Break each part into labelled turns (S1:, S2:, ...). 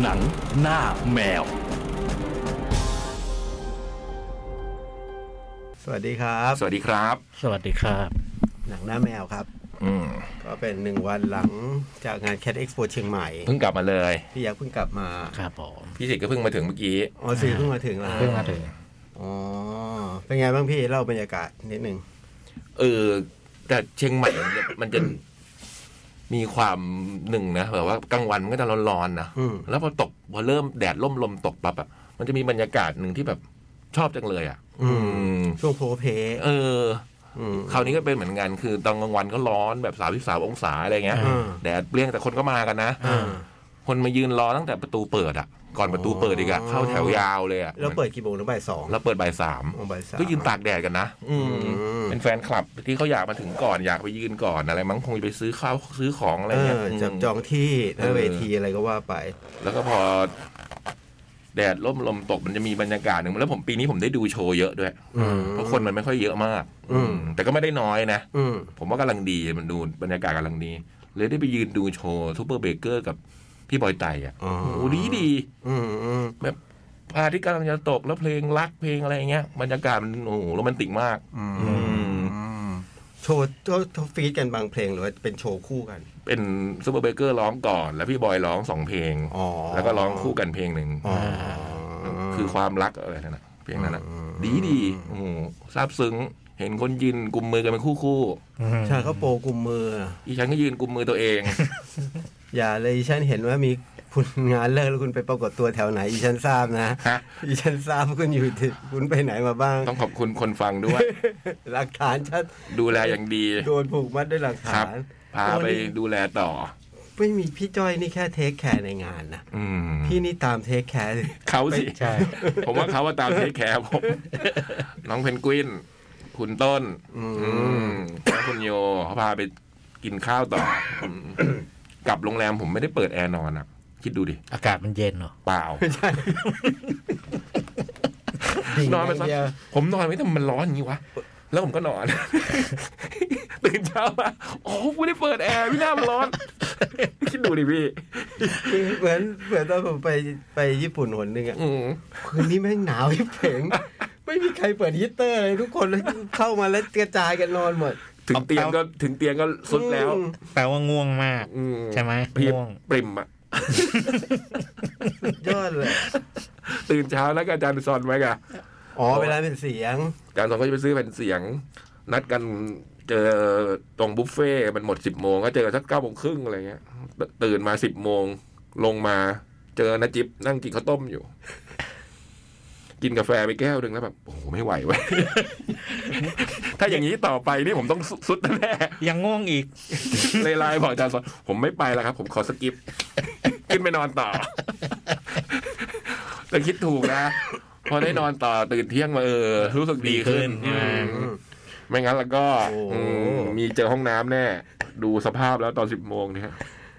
S1: หนังหน้าแมว
S2: สวัสดีครับ
S3: สวัสดีครับ
S1: สวัสดีครับ
S2: หนังหน้าแมวครับ
S3: อืม
S2: ก็เป็นหนึ่งวันหลังจากงาน Cat Expo เชียงใหม่
S3: เพิ่งกลับมาเลย
S2: พี่ยักษ์เพิ่งกลับมา
S1: ครับผม
S3: พี่สิทธิ์ก็เพิ่งมาถึงเมื่อกี้
S2: อ๋อซีเพิ่งมาถึงแล้ว
S1: เพิ่งมาถึง
S2: อ๋อเป็นไงบ้างพี่เล่าบรรยากาศนิดนึง
S3: เออ แต่เชียงใหม่ มันจะมันจะมีความหนึ่งนะแบบว่ากลางวันมันก็จะร้อนๆนะ
S2: อืม
S3: แล้วพอตกพอเริ่มแดดร่มลมตกปั๊บอะมันจะมีบรรยากาศหนึ่งที่แบบชอบจังเลยอะอืม
S2: ช่วงโพลเพ
S3: เออ
S2: อืม
S3: คราวนี้ก็เป็นเหมือนกันคือตอนกลางวันก็ร้อนแบบสามสิบสามองศาอะไรเงี้ย
S2: อ่า
S3: แดดเปรี้ยงแต่คนก็มากันนะ
S2: อ่า
S3: คนมายืนรอตั้งแต่ประตูเปิดอะก่อนประตูเปิดอีกอะ
S2: อ๋อ
S3: เข้าแถวยาวเลยอะ
S2: แล้วเปิดกี่โมงนะบ่ายสอง
S3: แล้วเปิดบ่ายสาม
S2: โมงบ่ายสาม
S3: ก็ยืนตากแดดกันนะ อืม
S2: ม
S3: เป็นแฟนคลับที่เขาอยากมาถึงก่อนอยากไปยืนก่อนอะไรมั้งคงจะไปซื้อข้าวซื้อของอะไร
S2: เอ
S3: เงี้ย
S2: อ
S3: ม
S2: จับจองที่ห
S3: เอ
S2: น้า
S3: อ
S2: เวทีอะไรก็ว่าไป
S3: แล้วก็พอ แดดร่มลมตกมันจะมีบรรยากาศหนึ่งแล้วผมปีนี้ผมได้ดูโชว์เยอะด้วย
S2: อืม
S3: เพราะคนมันไม่ค่อยเยอะมาก
S2: อืม
S3: แต่ก็ไม่ได้น้อยนะ
S2: อืม
S3: ผมว่ากำลังดีมันดูบรรยากาศกำลังดีเลยได้ไปยืนดูโชว์ซูเปอร์เบเกอร์กับพี่บอยไตอ่ะ
S2: อ๋อ
S3: โอ้ดีดี
S2: อืมอืม
S3: แบบพระอาที่กำลังจะตกแล้วเพลงรักเพลงอะไรเงี้ยบรรยากาศมันโอ้โหโรแมนติกมาก อืม
S2: โชว์ก็ฟีดกันบางเพลงหรือว่าเป็นโชว์คู่กัน
S3: เป็นซูเปอร์เบเกอร์ร้องก่อน แล้วพี่บอยร้องสองเพลง
S2: อ๋อ
S3: แล้วก็ร้องคู่กันเพลงหนึ่ง
S2: อ๋อ
S3: คือความรักอะไรนั่นนะเพลงนั้นนะ
S2: อืม
S3: ดีดีโอ้โหซาบซึ้งเห็นคนยืนกุมมือกันเป็นคู่คู่
S2: ชาเขาโปรกลุ่มมือ
S3: ๆอีฉันก็ยืนกุมมือตัวเอง
S2: อย่าเลยอีฉันเห็นว่ามีคุณงานเลิกแล้วคุณไปปรากฏตัวแถวไหนอีฉันทราบนะ
S3: ฮะ
S2: อีฉันทราบว่าคุณอยู่ที่คุณไปไหนมาบ้าง
S3: ต้องขอบคุณคนฟังด้วย
S2: หลักฐานชัด
S3: ดูแลอย่างดี
S2: โดนผูกมัดด้วยหลัก
S3: ครั
S2: ฐา
S3: บ
S2: น
S3: พาไป
S2: โอ้นี่
S3: ดูแลต่อ
S2: ไม่มีพี่จ้อยนี่แค่เทคแคร์ในงานนะ
S3: อืม
S2: พี่นี่ตามเทคแคร์เลย
S3: เขาสิ ผมว่าเขาว่าตามเทคแคร์ผม น้องเพนกวิน คุณต้น อืมแล้วคุณโยเขาพาไปกินข้าวต่ออืมกลับโรงแรมผมไม่ได้เปิดแอร์นอนอ่ะ คิดดูดิ
S1: อากาศมันเย็นเหรอ
S3: เปล่า
S2: ดิ่ง
S3: นอนไป
S2: ย่าง
S3: ซะ
S2: เดียว
S3: ผมนอนไม่ทำมันร้อนอย่างนี้วะ แล้วผมก็นอน ตื่นเช้ามาโอ้ไม่ได้เปิดแอร์พี่หน้ามันร้อน คิดดูดิพี่
S2: เหมือนเหมือนตอนผมไปไปญี่ปุ่นหนหนึ่งอะ
S3: อืม
S2: คืนนี้แม่งหนาวที่เผงไม่มีใครเปิดฮีตเตอร์เลยทุกคนเลยเข้ามาแล้วกระจายกันนอนหมด
S3: ถึงเตียงก็ถึงเตียงก็สุดแล้ว
S4: แปลว่าง่วงมาก
S3: อื
S4: ใช่ไหม
S3: พี่
S4: ง่วง
S3: ปริมอะ
S2: ยอดเลย
S3: ตื่นเช้าแล้วก็อาจารย์ซอนไว้กะ
S2: อ๋อเวลาเป็นเสียง
S3: อาจารย์ซอนก็จะไปซื้อแผ่นเสียง นัดกันเจอตรงบุฟเฟ่ต์มันหมดสิบโมงก็เจอกันสักเก้าโมงครึ่งอะไรเงี้ย ตื่นมาสิบโมงลงมา เจอนาจิบนั่งกินข้าวต้มอยู่ กินกาแฟไปแก้วหนึ่งแล้วแบบ โอ้โหไม่ไหวเว้ย ถ้าอย่างนี้ต่อไปนี่ผมต้องสุดแน่
S4: ยังง่วงอีก
S3: เลยไลน์บอกอาจารย์ซอนผมไม่ไปแล้วครับ ผมขอสกิป ขึ้นไปนอนต่อ แต่คิดถูกนะ พอได้นอนต่อตื่นเที่ยงมาเออ รู้สึกดีขึ้น
S4: ดีขึ้น
S3: อืมไม่งั้นแล้วก็
S2: โอ้
S3: อืมมีเจอห้องน้ำแน่ ดูสภาพแล้วตอนสิบโมงเนี่ย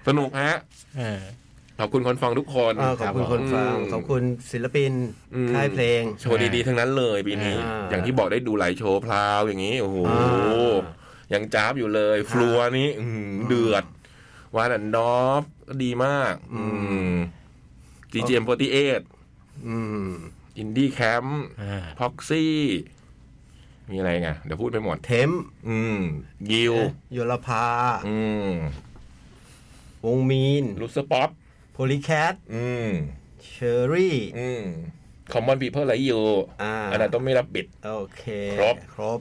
S3: สนุกฮะ
S4: เออ
S3: ขอบคุณคนฟังทุกคน
S2: เออขอบคุณคนฟัง
S3: อืม
S2: ขอบคุณศิลปิน
S3: อืม
S2: ค่ายเพลง
S3: โชว์ดีๆทั้งนั้นเลยปีนี้
S2: อ่า
S3: อย่างที่บอกได้ดูหลายโชว์พลาวอย่างนี้ โอ้โห
S2: อ่า
S3: ยังจ้าบอยู่เลย ฟลัวนี้อื้อหือเดือดวานอันดอฟก็ดีมาก อืมดีเจมโฟตีเอ
S2: อืม
S3: อินดี้แคมป์
S1: อ่า
S3: พ็อกซี่ มีอะไรไง เดี๋ยวพูดไปหมด
S2: เทม
S3: อืม ยิว
S2: โยลภา
S3: อืม
S2: วงมีน
S3: ลูสป๊อป
S2: โพลิแคท
S3: อืม
S2: เชอรี่
S3: อืมคอมมอนพีเพิลไรยู
S2: อ่า
S3: อันนั้นต้องไม่รับบิด
S2: โอเค
S3: ครบ
S2: ครบ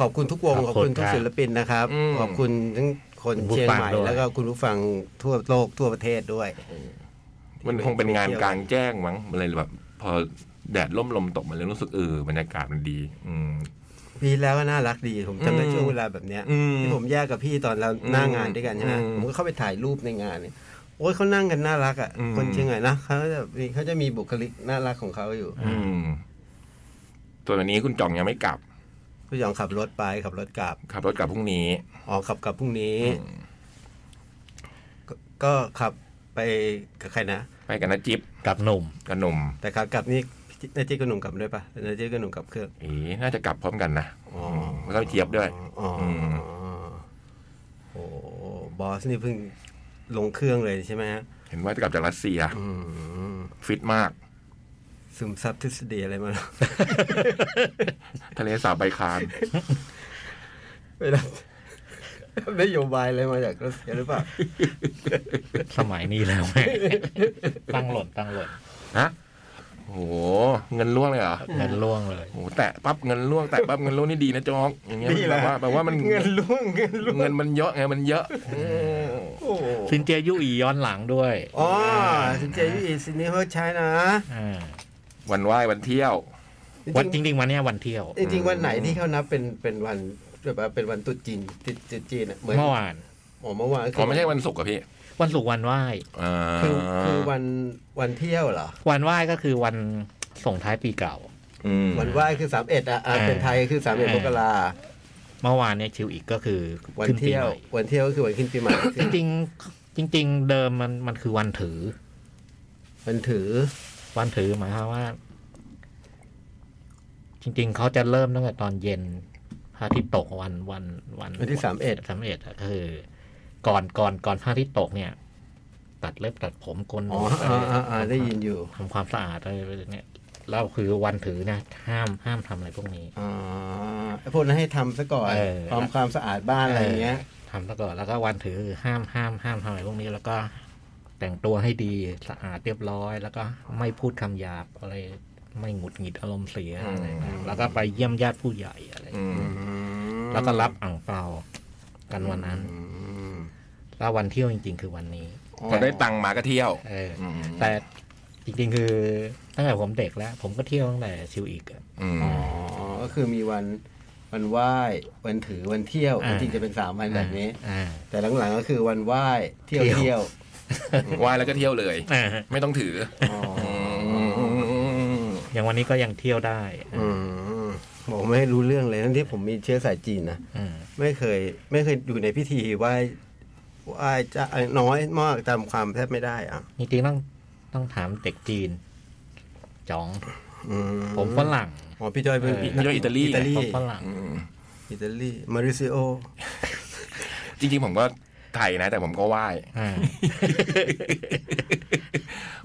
S2: ขอบคุณทุกวง ขอบคุณทุกศิลปินนะครับ
S3: อืม
S2: ขอบคุณทั้งคนเชียงใหม่ แล้วก็คุณผู้ฟังทั่วโลกทั่วประเทศด้วย
S3: มันคงเป็นงานกลางแจ้งมั้งอะไรแบบ พอแดดล่มลมตกมันเลยรู้สึกเออบรรยากาศมันดี อืม
S2: ปีแล้วก็น่ารักดี ผมจำได้
S3: อืม
S2: ช่วงเวลาแบบเนี้ย
S3: อืม
S2: ที่ผมแยกกับพี่ตอนเราหน้างานด้วยกันใช่ไหม
S3: อืม
S2: ผมก็เข้าไปถ่ายรูปในงานเนี่ยโอ้ยเขานั่งกันน่ารักอ่ะ
S3: อืม
S2: คนเชียงใหม่นะเขาจะมีเขาจะมีบุคลิกน่ารักของเขาอยู่
S3: อืมส่วนวันนี้คุณจ่องยังไม่กลับ
S2: ผู้ยองขับรถไปขับรถกลับ
S3: ขับรถกลับพรุ่งนี้
S2: อ๋อขับกลับพรุ่งนี้ ก็ก็ขับไปกับใครนะ
S3: ไปกับนาจิ๊บ
S1: กับหนุ่ม
S3: กับหนม
S2: แต่ขากลับนี่พี่นาจีกบหนุ่มกลับด้วยปะนาจีกบหนุ่มกลับเครื่อง
S3: เอ๋น่าจะกลับพร้อมกันนะ
S2: อ๋อ
S3: มแล้วก็เจี๊ยบด้วย
S2: อ๋ออ
S3: ม
S2: โอ้โหบอสนี่เพิ่งลงเครื่องเลยใช่ไหมฮะ
S5: เห็นว่าจะกลับจากรัสเซีย
S2: อืม
S5: ฟิตมาก
S2: ซึมซับทฤษฎีอะไรมาหรอ
S5: ทะเลสาบใบคาน
S2: ไปรับนโยบายอะไรมาจากรัสเซียหรือเปล่า
S1: สมัยนี้ แล้วแม่ง
S6: ตั้งหล่นตั้งหล่น
S5: ฮะโอ้โห เงินล่วงเลยเหรอ
S1: เงินล่วงเลย
S5: โอ้โหแตะปั๊บเงินล่วงแตะปั๊บเงินล่วงนี่ดีนะจอกอย่างเงี้ยแปลว่าแปลว่ามัน
S2: เงินล่วงเงินล่วง
S5: เงินมันเยอะไงมันเยอะอืม
S2: โอ้โห
S1: ซินเจียยุอีย้อนหลังด้วย
S2: อ๋อสินเจยี่อีสินนี้เขาใช้นะ
S1: อ่า
S5: วันไหว้วันเที่ยว
S1: วันจริงๆวันเนี้ยวันเที่ยว
S2: จริงๆจริงๆวันไหนที่เขานับเป็นเป็นวันแบบว่าเป็นวันตรุษจีนตรุษจีนอะเหมือน
S1: เมื่อวาน
S2: อ๋อเมื่อวาน
S5: อ๋อไม่ใช่วันศุกร์อะพี่
S1: วันศุกร์วันไหว้
S5: อ่า
S2: คือคือวันวันเที่ยวเหรอ
S1: วันไหว้ก็คือวันส่งท้ายปีเก่า
S5: อืม
S2: วันไหว้คือ 31อ่ะอ่ะ
S1: อ่า
S2: เป็นไทยคือ31มกรา
S1: เมื่อวานเนี่ยชิวอีกก็คือ
S2: วัน
S1: ขึ้ปี
S2: เที่ยว
S1: ใหม่
S2: วันเที่ยวก็คือวันขึ้นปีใหม่
S1: จริงๆจริง ๆ เดิมมันมันคือวันถือ
S2: มันถือ
S1: วันถือหมายความว่า จริง ๆ เขาจะเริ่มตั้งแต่ตอนเย็นพระอาทิตย์ตกวันวันวัน
S2: วันที่31
S1: สามเอ็ดก็คือ ก่อนก่อนก่อนพระอาทิตย์ตกเนี่ย ตัดเล็บตัดผมโกนหน
S2: อ๋อ
S1: วด
S2: อ่าอ่าอ่าได้ยินอยู่
S1: ทำความสะอาดอะไรเนี่ยแล้วคือวันถือนะห้ามห้ามทำอะไรพวกนี้
S2: อ๋อไอ้พวกนั้นให้ทำซะก่อน
S1: เออ
S2: ทำความสะอาดบ้านอะไรอย่างเงี้ย
S1: ทำซะก่อนแล้วก็วันถือคือห้ามห้ามห้ามทำอะไรพวกนี้ แล้วก็แต่งตัวให้ดีสะอาดเรียบร้อย แล้วก็ไม่พูดคำหยาบอะไรไม่หงุดหงิดอารมณ์เสียอะไรนะแล้วก็ไปเยี่ยมญาติผู้ใหญ่อะไร
S5: อืม
S1: แล้วก็รับอ่างเปากันวันนั้น แล้ววันเที่ยวจริง ๆ คือวันนี้
S5: พอได้ตังค์มาก็เที่ยว
S1: เอออ
S5: ม
S1: แต่จริง ๆ คือตั้งแต่ผมเด็กแล้ว ผมก็เที่ยวตั้งแต่ชิวอีกอะ
S5: อืม
S2: อ๋อ ก็คือมีวันวันไหว้วันถือวันเที่ยว
S1: อ่า
S2: จริงๆจะเป็นสามวันแบบนี้
S1: อ่า
S2: แต่หลังๆก็คือวันไหว้เที่ยว
S1: เที่ยว
S2: เที่ยว
S5: ไหว้แล้วก็เที่ยวเลย
S1: อ่า
S5: ไม่ต้องถือ
S2: อ๋อ
S5: อ
S1: อย่างวันนี้ก็ยังเที่ยวได้
S2: อืมผมไม่รู้เรื่องเลยทั้งที่ผมมีเชื้อสายจีนนะ
S1: อืม
S2: ไม่เคยไม่เคยอยู่ในพิธีไหว้ไหว้เจะน้อยมากจำความแทบไม่ได้อ่ะ
S1: จริงๆต้องต้องถามเด็กจีนจ๋อง
S2: อื
S1: ผมฝรั่ง
S2: อ๋อพี่จอยเป็น
S1: เออ
S2: พี่
S5: นี่ก็อิตาลี
S2: อิตาลี
S1: ผมฝรั่ง
S5: อืม
S2: อิตาลีมาริซิโอ
S5: จริงๆผมก็ไทยนะ แต่ผมก็ไหว้
S1: อ่า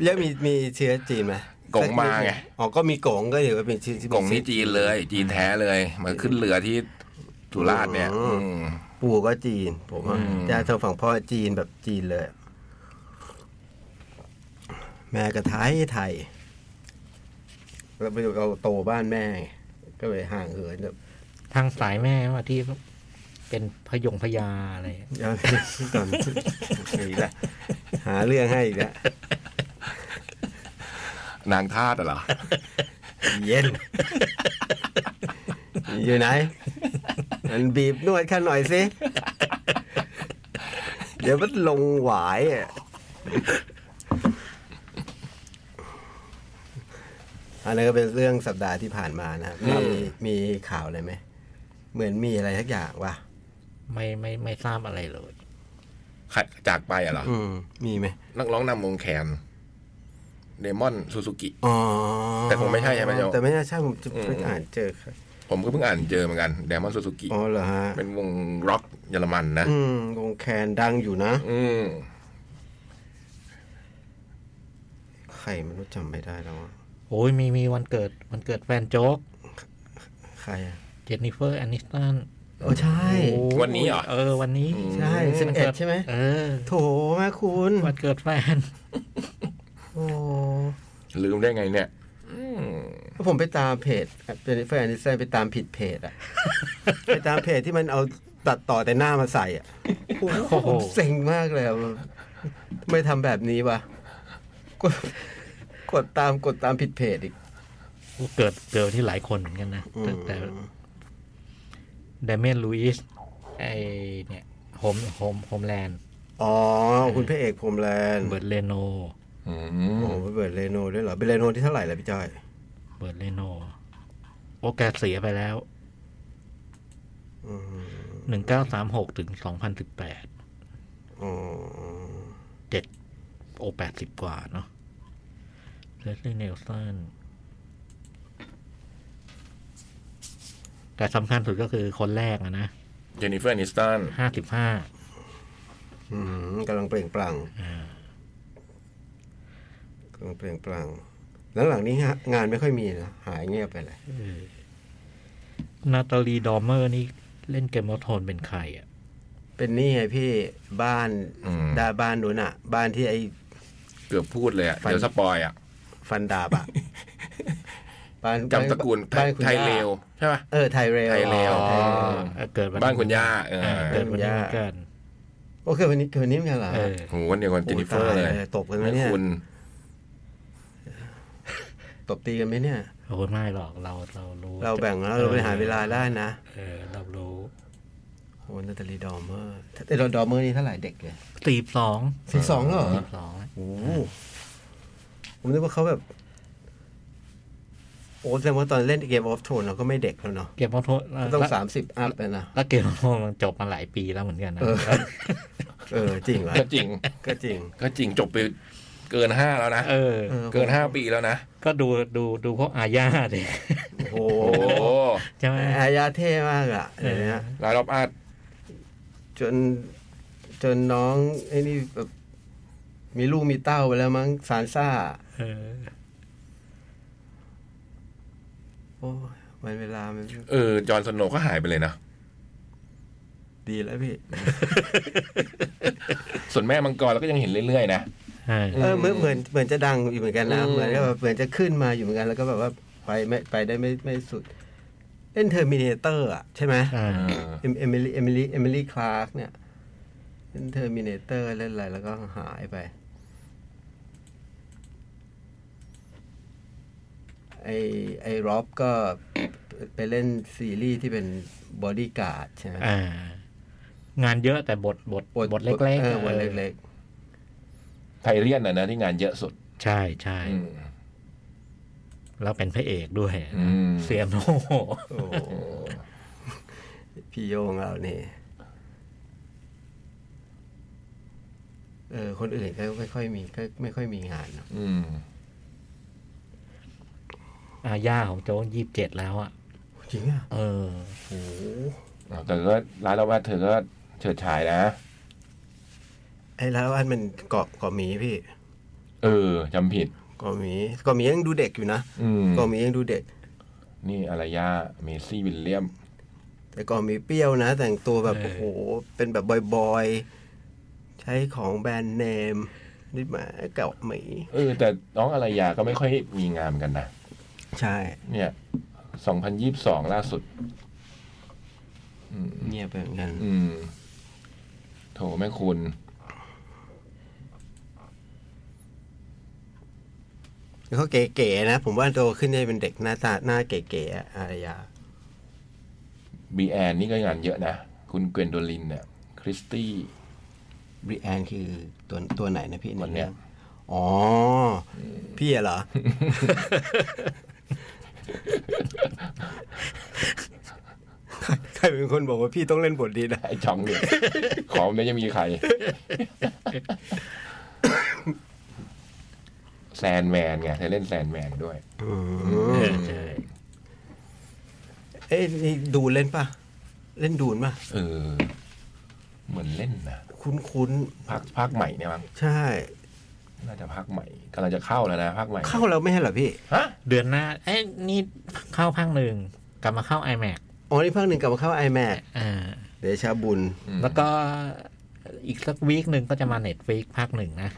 S2: แล้วมีมีเชื้อจีนไหม
S5: กงมาไง
S2: อ๋อก็มีกงก็ถือว่าเป็นจีน
S5: กงนี่จีนเลย จีนแท้เลย มาขึ้นเรือที่สุราษฎร์เนี่ย อืม
S2: ปู่ก็จีน ผมอะ
S5: อืม
S2: ญาติทางฝั่งพ่อจีนแบบจีนเลย แม่ก็ไทยไทยเราไปเราโตบ้านแม่ไงก็เลยห่างเหินแบบ
S1: ทางสายแม่ว่าที่เป็นพยงพยาอะไร
S2: ยอดก่อนอีกแล้ว หาเรื่องให้อีกแล้ว
S5: นางทาสอะเหรอ
S2: เย็น อยู่ไหน มันบีบนวดข้าหน่อยสิ เดี๋ยวมันลงหวายอะอันนั้นก็เป็นเรื่องสัปดาห์ที่ผ่านมานะครับมีมีข่าวอะไรไหม เหมือนมีอะไรทักอย่างว่ะ
S1: ไม่ไม่ไม่ทราบอะไรเลย
S5: ใครจากไปอะเหรอ
S2: อืม มีไหม
S5: นักร้องนำวงแคนเดมอนซูซูกิ
S2: อ๋อ
S5: แต่คงไม่ใช่ใช่ไหมโยม
S2: แต่ไม่น่าใช่ผมจะ
S5: อืม
S2: ไปอ่านเจอครับ
S5: ผมก็เพิ่งอ่านเจอเหมือนกันเดมอนซูซูกิ
S2: อ๋อเหรอฮะ
S5: เป็นวงร็อกเยอรมันนะ
S2: อืมวงแคนดังอยู่นะ
S5: อืม
S2: ใครไม่รู้จำไม่ได้แล้วอะ
S1: โอ้ยมีมีวันเกิดวันเกิดแฟนโจ๊ก
S2: ใครอะ
S1: เจนนิเฟอร์แอนนิสตัน
S2: โอ้ใช่
S1: โอ้ย
S5: วันนี้เหรอ
S1: เออ วันนี้
S2: ใช่สิบเอ็ดใช่ไหม
S1: เออ
S2: โถแม่คุณ
S1: วันเกิดแฟน
S2: โอ้
S5: ลืมได้ไงเนี่ย
S2: แล้วผมไปตามเพจเจนนิเฟอร์แอนนิสตันไปตามผิดเพจอะ ไปตามเพจที่มันเอาตัดต่อแต่หน้ามาใส่อะ
S1: โอ้โห
S2: ผมเซ็งมากเลยอะทำไม่ทำแบบนี้วะกดกดตามกดตามผิดเพจอีก
S1: เกิดเกิดที่หลายคนเหมือนกันนะแต่แต่เดเมนลูอิสไอเนี่ยโฮมโฮมโฮมแลนด์
S2: อ๋อ คุณพระเอกผมแลนด์
S1: เบิร์ดเลโน
S5: อื
S2: โอ้
S5: ม
S2: โหเบิร์ดเรโนด้วยเหรอ เป็นเรโนที่เท่าไหร่แล้วพี่จ้อย
S1: เบิร์ดเลโนโอ้แกเสียไปแล้ว
S2: อืม
S1: หนึ่งเก้าสามหกถึงสองพันสิบแปด
S2: อ๋อ
S1: เจ็ดโอแปดสิบกว่าเนาะเลสลี่เนลสันแต่สำคัญสุดก็คือคนแรกอะนะ
S5: เจนนิเฟอร์นิสตัน
S1: ห้าสิบห้า
S2: อืมกำลังเปล่งปลั่ง เปลี่ยนปลังแล้วหลังนี้งะงานไม่ค่อยมีนะหายเงียบไปเลย
S1: เออนาตาลีดอมเมอร์นี่เล่นเกมมอโทนเป็นใครอ่ะ
S2: เป็นนี่ไงพี่บ้าน
S3: อืม
S2: ดาบ้านนู้นอ่ะ บ้านที่ไอ้
S3: เกือบพูดเลยอะ
S2: ฟัน
S3: เดี๋ยวสปอยอ่ะ
S2: ฟันดาบอ่ ะ บ้าน
S3: จำตระกูล
S2: บ้านคุณ
S3: ไทยเลว
S2: ย่า
S3: ใช่ป่ะ
S2: เออไทยเรล
S3: ไทยเรล
S2: อ๋อไทยเรล
S1: เออเกิดวัน
S3: บ้านคุณย่าเออ
S1: เออเกิดวันนี้เหมือนกัน
S2: โอเควันนี้วันนี้เหมือนกันเหรอ
S1: เออ
S3: โหวันเดียวกันเจนนิเฟอร์เลย
S2: โตายตบกันไหม
S3: ไม่
S2: เนี่ย
S3: คุณ
S2: ตบตีกันไหมเนี่ย
S1: โอ้ยไม่หรอกเราเรารู้
S2: เราแบ่งแล้วเราบริหารเวลาได้นะ
S1: เออเรารู้
S2: โอ้นาตาลีดอมเมอร์แต่ดอมเมอร์นี่เท่าไหร่เด็กเลย
S1: ตีสอง
S2: สี่สองเหรอ
S1: ตีสอง
S2: โอ้โหผมนึกว่าเขาแบบ โอ้แสดงว่าตอนเล่นเกมออฟโทนเราก็ไม่เด็กแล้วเนาะ
S1: เกมมอโทน
S2: ก็ต้องสามสิบอัพเลยนะ
S1: แล้วเกมมอโทนมันจบมาหลายปีแล้วเหมือนกันนะ
S2: เออ เออ จริง เหรอ
S3: ก็จริง
S2: ก็จริง
S3: ก็จริงจบไปเกินห้าแล้วนะ
S1: เออ
S2: เออ
S3: เกินห้าปีแล้วนะ
S1: ก็ดูดูดูพวกอาญาดิ
S2: โอ้โห
S3: โอ้โห
S1: ใช่ไหม
S2: อายาเท่มากอะเดี๋ยวนี้
S3: ลายรอบอาด
S2: จน จนน้องไอ้นี่แบบ มีลูกมีเต้าไปแล้วมั้งซานซ่า
S1: เออ
S2: โอ้ยมันเวลามัน
S3: เออจอห์นสโนว์ก็หายไปเลยนะ
S2: ดีแล้วพี่
S3: ส่วนแม่มังกรเราก็ยังเห็นเรื่อยๆนะ
S1: ใช่
S2: เออเหมือนเหมือนเหมือนจะดังอยู่เหมือนกันนะ
S3: อืม
S2: เหมือนก็แบบเหมือนจะขึ้นมาอยู่เหมือนกันแล้วก็แบบว่าไปไม่ไปได้ไม่ไม่สุด เล่นเทอร์มินเตอร์อ่ะใช่ไหม
S1: ใช่
S3: เออ
S2: เอมเอมิลี่เอมิลี่เอมิลี่คลาร์กเนี่ย เล่นเทอร์มินเตอร์เล่นอะไรแล้วก็หายไป ไอไอร็อบก็ไปเล่นซีรีส์ที่เป็นบอดี้การ์ดใช่ไหม
S1: อ่า งานเยอะแต่บทบทบทเล็ก
S2: เออ
S1: ๆ
S2: บทเล็ก
S3: ไทเรียนน่ะนะที่งานเยอะสุด
S1: ใช่ใช่
S3: อืม
S1: แล้วเป็นพระเอกด้วย
S3: อืม
S1: เสียโน
S2: ๆ โอ้โหพี่โยงเราเนี่ยเออ คนอื่นก็ไม่ค่อยมีก็ไม่ค่อยมีงานเนอะ
S3: อืม
S1: อาญาของโจ้ยี่สิบเจ็ดแล้วอ่ะ
S2: จริงอ่ะ
S1: เออ
S2: โอ้โห
S3: แต่ก็ลายรอบอาดเธอก็เฉิดฉายนะ
S2: ไอ้ลาวันมันเกาะเกาะหมีพี่
S3: เออจำผิด
S2: เกาะหมีเกาะหมียังดูเด็กอยู่นะ
S3: อืม
S2: เกาะหมียังดูเด็ก
S3: นี่อารยาเมซี่วิลเลียม
S2: แต่เกาะหมีเปรี้ยวนะ แต่งตัวแบบ
S1: เออ
S2: โอ้โหเป็นแบบบอยๆใช้ของแบรนด์เนมนี่หมาเกาะหมี
S3: เออ แต่น้องอารยาก็ไม่ค่อยมีงานเหมือนกันนะ
S2: ใช่
S3: เนี่ยสองพันยี่สิบสองล่าสุด อืม
S2: เงียบไปเหมือนกัน
S3: อืม โถแม่คุณ
S2: เขาเก๋ๆนะ ผมว่าโตขึ้นได้เป็นเด็กหน้าตาหน้าเก๋ๆอะอารยา
S3: บีแอนนี่ก็งานเยอะนะ คุณเกวนโดลินเนี่ยคริสตี้
S2: บริแอนคือตัวตัวไหนนะพี่
S3: คนเนี้ย
S2: อ๋อ พี่อะเหรอ ใคร ใครเป็นคนบอกว่าพี่ต้องเล่นบทดีนะ
S3: ไอ้จองเนี่ย ขอมเนี่ยจะมีใคร แซนแมนไงเธอเล่นแซนแมนด้วย
S1: เออใช่
S2: เอ้ยนี่ดูเล่นป่ะ เล่นดูนป่ะ
S3: เออ เหมือนเล่นนะ
S2: คุ้น
S3: ภาคภาคใหม่เนี่ยมั้ง
S2: ๆ ใช่
S3: น่าจะภาคใหม่กำลังจะเข้าแล้วนะภาคใหม่
S2: เข้าแล้วไม่ใช่เหรอพี่
S3: ฮะ
S1: เดือนหน้า เอ้ยนี่เข้าภาคหนึ่งกลับมาเข้า iMac
S2: อ๋อ นี่ภาคหนึ่งกลับมาเข้า iMac
S1: อ่า
S2: เดชาบุญ
S3: อืม
S1: แล้วก็อีกสักวีคหนึ่งก็จะมา Netflix ภาคหนึ่งนะ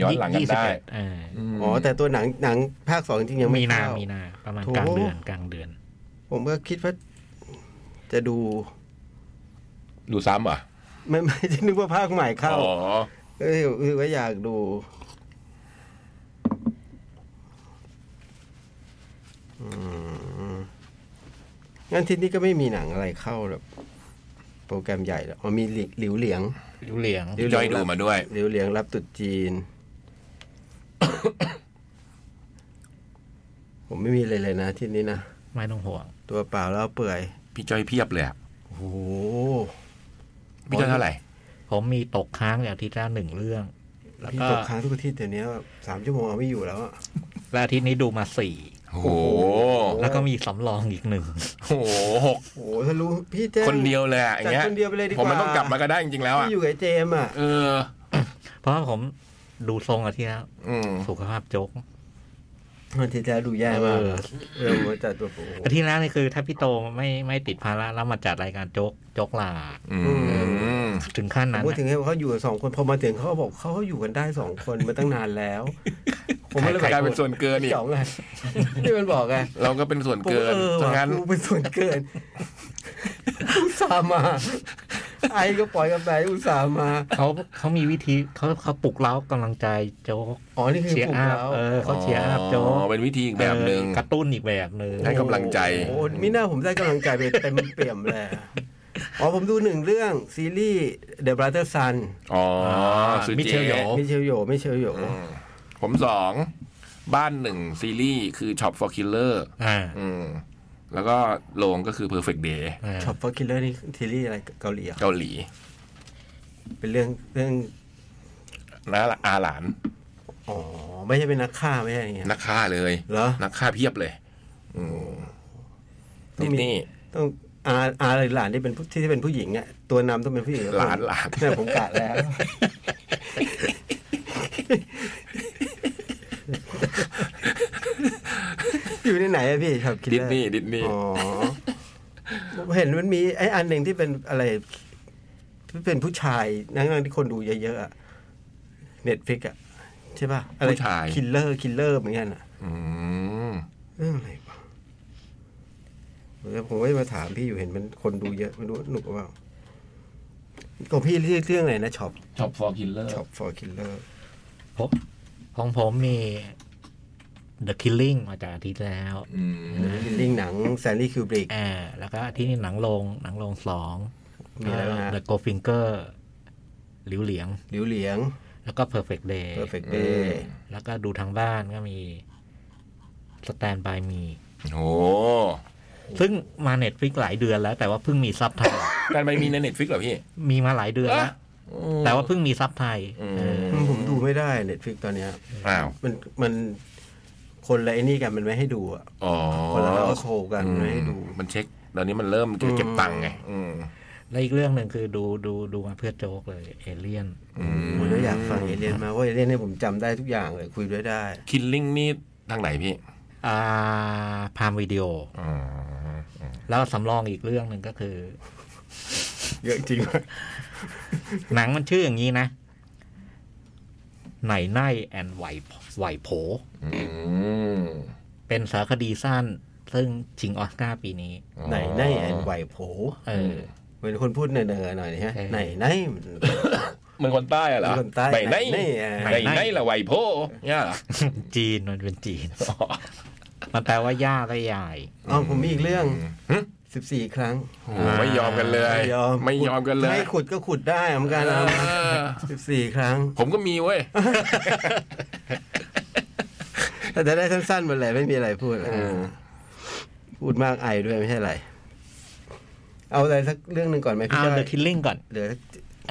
S3: ย้อนหลังกันได้
S1: ยี่สิบเอ็อ่า
S3: อืม
S2: อ๋อ แต่ตัวหนังหนังภาคสองจริงๆยัง
S1: มี
S2: ไม่
S1: นา
S2: เข้า
S1: มีนา ประมาณ
S2: โถ
S1: กลางเดือนกลางเดือน
S2: ผมก็คิดว่าจะดู
S3: ดูซ้ำเหรอ่ะ
S2: ไม่ไม่ ฉันนึกว่าภาคใหม่เข้า
S3: อ๋อ
S2: เอ้ยคือว่าอยากดู อืมงั้นที่นี่ก็ไม่มีหนังอะไรเข้าแบบโปรแกรมใหญ่หรอกอ๋อมีหลิหลิวเหลียง
S1: อยู่เหลียง
S2: หลิวเห
S3: จ
S2: ลี
S3: อย
S2: ง
S3: ดู
S2: รับ
S3: มาด้วย
S2: หลิวเหลียงรับตรุดจีน ผมไม่มีเลยเลยนะที่นี่นะ
S1: ไม่ต้องห่วง
S2: ตัวเปล่าแล้วเปื่อย
S3: พี่จอยเพียบเลยอะ
S2: โอ้โห
S3: พี่จอยเท่าไหร่
S1: ผมมีตกค้างอย่างอาทิตย์ละหนึ่งเรื่อง แล้ว
S2: พี่
S1: ก็
S2: ตกค้างทุกอาที่เดี๋ยวนี้แบบสามชั่วโมงเอาไม่อยู่แล้วอะ
S1: และอาทิตย์นี้ดูมาสี่
S3: โอ้โห
S2: โอ้
S1: แล้วก็มีสำรองอีกหนึ่ง
S3: โอ้โหหก
S2: โอ้โหทะลุพี่แจ้ง
S3: คนเดียวเลยอะอย่างเงี้ย
S2: จัดคนเดียวไปเลยดีก
S3: ผ
S2: ว่า
S3: มมันต้องกลับมาก็ได้จริงๆแล้วอ่ะ
S2: พี่อยู่กับไอ้เจมส์อ่ะ
S3: เออ
S1: เพราะผม ดูทรงอาทิตย์แล้ว
S3: อืม
S1: สุขภาพโจ๊ก
S2: วันที่แล้วดูแย่มาก
S1: เออ
S2: เริ่มมาจัดตัวโอ้โห
S1: อาทิตย์แล้วนี่คือถ้าพี่โตไม่ไม่ติดภาระแล้วมาจัดรายการโจ๊กโจ๊กลา
S3: อืม
S1: ถึงขั้นนั้น
S2: พูดถึ
S1: นะ
S2: งให้เขาอยู่กันสองคนพอมาถึงเขาก็บอกเขาอยู่กันได้สองคนมาตั้งนานแล้ว ผมไม่เลย
S1: ใคร
S3: กลายเป็นส่วนเกินอีก
S2: สองไงที่มันบอกไง
S3: เราก็เป็นส่วน
S2: ผม
S3: เกิน
S2: เออ
S3: ฉะ
S2: ว่ะ
S3: นั้น
S2: กูเป็นส่วนเกิน อุตส่าห์มา ไอ้ก็ปล่อยกันไปอุตส่าห์มา
S1: เขาเขามีวิธีเขาเขาปลุกเร้ากำลังใจโจ๊ก
S2: อ๋อนี่คือ
S1: เชียร์
S2: ผม
S1: อัพ
S2: แล้ว
S1: เออเขาเชียร์อัพโจ๊
S3: อ๋อก เป็นวิธีอีกแบบหนึ่ง
S1: เออกระตุ้นอีกแบบหนึ่ง
S3: ให้กำลังใจ
S2: โอ้โหมิน่าผมได้กำลังใจไปเต็มเปี่ยมเลยอ๋อผมดูหนึ่งเรื่องซีรีส์ The Brother Sun
S3: อ๋อซู
S1: มิ
S3: เจ
S1: เชลโย
S2: มิเชลโยมิเชลโย
S3: อืมผมสอง บ้านหนึ่งซีรีส์คือ Shop for Killer
S1: อ่า
S3: อืม แล้วก็โรงก็คือ Perfect Day
S1: อ่า
S2: ช็อปเปอร์คิลเลอร์นี่ซีรีส์อะไรเกาหลีเหรอ
S3: เกาหลี
S2: เป็นเรื่องเรื่อง
S3: นะอาหลาน
S2: อ๋อ ไม่ใช่เป็นนักฆ่าไม่ใช่อย่างเงี้ย
S3: นักฆ่าเลย
S2: เหรอ
S3: นักฆ่าเพียบเลย อืม
S2: ต้อ
S3: ดิ
S2: ง
S3: ส
S2: มี
S3: นี่
S2: ต้องอาอาหรือหลานที่เป็นผู้ที่เป็นผู้หญิงอ่ะตัวนำต้องเป็นผู้หญิง
S3: หลานหลาน
S2: เนี่ยผมกะ แล้ว อยู่ในไหนอะพี่ครับคิด
S3: ดิส
S2: ว่า
S3: นี่ดิสนี่
S2: อ๋อผมเห็นมันมีไอ้อันหนึ่งที่เป็นอะไรที่เป็นผู้ชายนั่งๆที่คนดูเยอะๆอะเน็ตฟิกอะใช่ป่ะอะไร
S3: ผู้ชาย
S2: คิลเลอร์คิลเลอร์เหมือนกันอะ
S3: อืม
S2: เรื่องอะไรวะเดี๋ยวผมก็จะมาถามพี่อยู่เห็นมันคนดูเยอะไม่รู้หนุกหรือเปล่าของพี่เรื่องเรื่องอะไรนะช็อป
S3: ช็อปฟอร์คิลเลอร์
S2: ช็อป for killer
S1: ของผมมี The Killing มาจากอาทิตย์แล้ว
S2: ลิงหนังแซนดี้คิวบริก
S1: อ่าแล้วก็ที่นี่หนังโรงหนังโรงสอง
S2: มีอะไรบ้างฮะ
S1: เดอะโกฟิงเกอร์หลิวเหลียง
S2: หลิวเหลียง
S1: แล้วก็ Perfect Day
S2: perfect day
S1: แล้วก็ดูทางบ้านก็มี Stand by me
S3: โอ้
S1: ซึ่งมาเน็ตฟิกหลายเดือนแล้ว แต่ว่าเพิ่งมีซับไทย
S3: การไปมีในเน็ตฟิกเหรอพี่
S1: มีมาหลายเดือน แล้ว
S3: อืม
S1: แต่ว่าเพิ่งมีซับไทย
S3: อื
S1: เออ
S3: ม
S2: ผมดูไม่ได้เน็ตฟิกตอนเนี้ย
S3: อ้าว
S2: มันมันคนละไอ้นี่กันมันไม่ให้ดูอ่ะ
S3: อ๋อ
S2: คนละโคกันมันไม่ให้ดู
S3: มันเช็คตอนนี้มันเริ่มเก็บตังค์ไงอืม
S1: และอีกเรื่องหนึ่งคือดูดูดูมาเพื่อโจ๊กเลยเอเลียน
S2: ผมก็อยากฟังเอเลียนมากเพราะเอเลียนเนี่ยผมจำได้ทุกอย่างเลยคุยด้วยได้
S3: คิลลิ่งนี่ทางไหนพี่
S1: อ่าพามวิดีโอ
S3: อ๋อ
S1: แล้วสำรองอีกเรื่องหนึ่งก็คือ
S2: เยอะจริงว่ะ
S1: หนังมันชื่ออย่างนี้นะ ไหนไนแอนไหวไหวโผ
S3: อืม
S1: เป็นสารคดีสั้น ซึ่งชิงออสการ์ปีนี้
S2: ไหนไหนแอนไหวโผ
S1: เออ
S2: เป็นคนพูดเนิร์ดๆหน่อยนะฮะ
S1: ใช่
S2: ไหนไหน
S3: เมืองคนใต้เหรอ
S2: เมืองคนใต้
S3: ไปไหน
S2: ไหน
S3: ไหนไหนละไหวโพเนี่ยเหรอ
S1: จีนมันเป็นจีน มันแปลว่าย่าและยาย
S2: อ๋อผมมีอีกเรื่อง
S3: หึ
S2: สิบสี่ครั้ง
S3: โอ้โหไม่ยอมกันเลย
S2: ไม่ยอม
S3: ไม่ยอมกันเลย
S2: ให้ขุดก็ขุดได้เหมือนกัน
S3: เอ
S2: เอา
S3: อ
S2: สิบสี่ครั้ง
S3: ผมก็มีเว้ย
S2: แต่จะได้สั้นๆหมดเลยไม่มีอะไรพูด
S3: อืม
S2: พูดมากไอด้วยไม่ใช่อะไร เอาอะไรสักเรื่องหนึ่งก่อนไหมพี่
S1: เอา
S2: จ้อ
S1: เดอะ
S2: ย
S1: คิลลิ่งก่อน
S2: เหลือ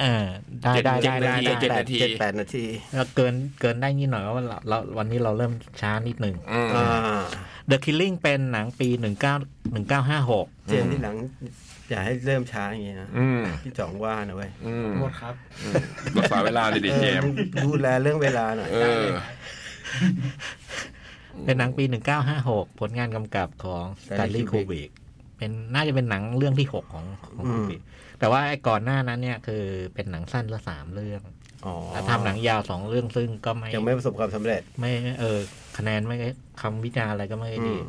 S1: เออ ได้ได้
S3: เจ็ด
S1: ได้
S3: นา
S1: ได้
S3: ทีเจ็
S1: ได้
S3: ดนาที
S2: เจ็ดแปดนาที
S1: เราเกินเกินได้นิดหน่อยว่าเราเราวันนี้เราเริ่มช้านิดหนึ่ง
S3: อืม
S2: อ่า
S1: The Killing เป็นหนังปี 19 1956
S2: เจมส์ที่หลัง อย่าให้เริ่มช้าอย่างเงี้ยนะ
S3: อืม
S2: พี่จ๋องว่านะเว้ย
S3: อืม
S7: โทษครับ
S3: รักษาเวลาดิดิเจมส์
S2: เออดูแลเรื่องเวลาหน่อย
S3: เออ
S1: เป็นหนังปี 1956 ผลงานกำกับของ Stanley Kubrick เป็นน่าจะเป็นหนังเรื่องที่ 6 ของของ Kubrick แต่ว่าไอ้ก่อนหน้านั้นเนี่ยคือเป็นหนังสั้นละสามเรื่อง
S2: อ๋อ
S1: แล้วทำหนังยาวสองเรื่องซึ่งก็ไม่
S2: ยังไม่ประสบความสำเร็จ
S1: ไม่เออ คะแนนไม่คำวิจารณ์อะไรก็ไม่
S2: อื
S1: ดี
S2: ม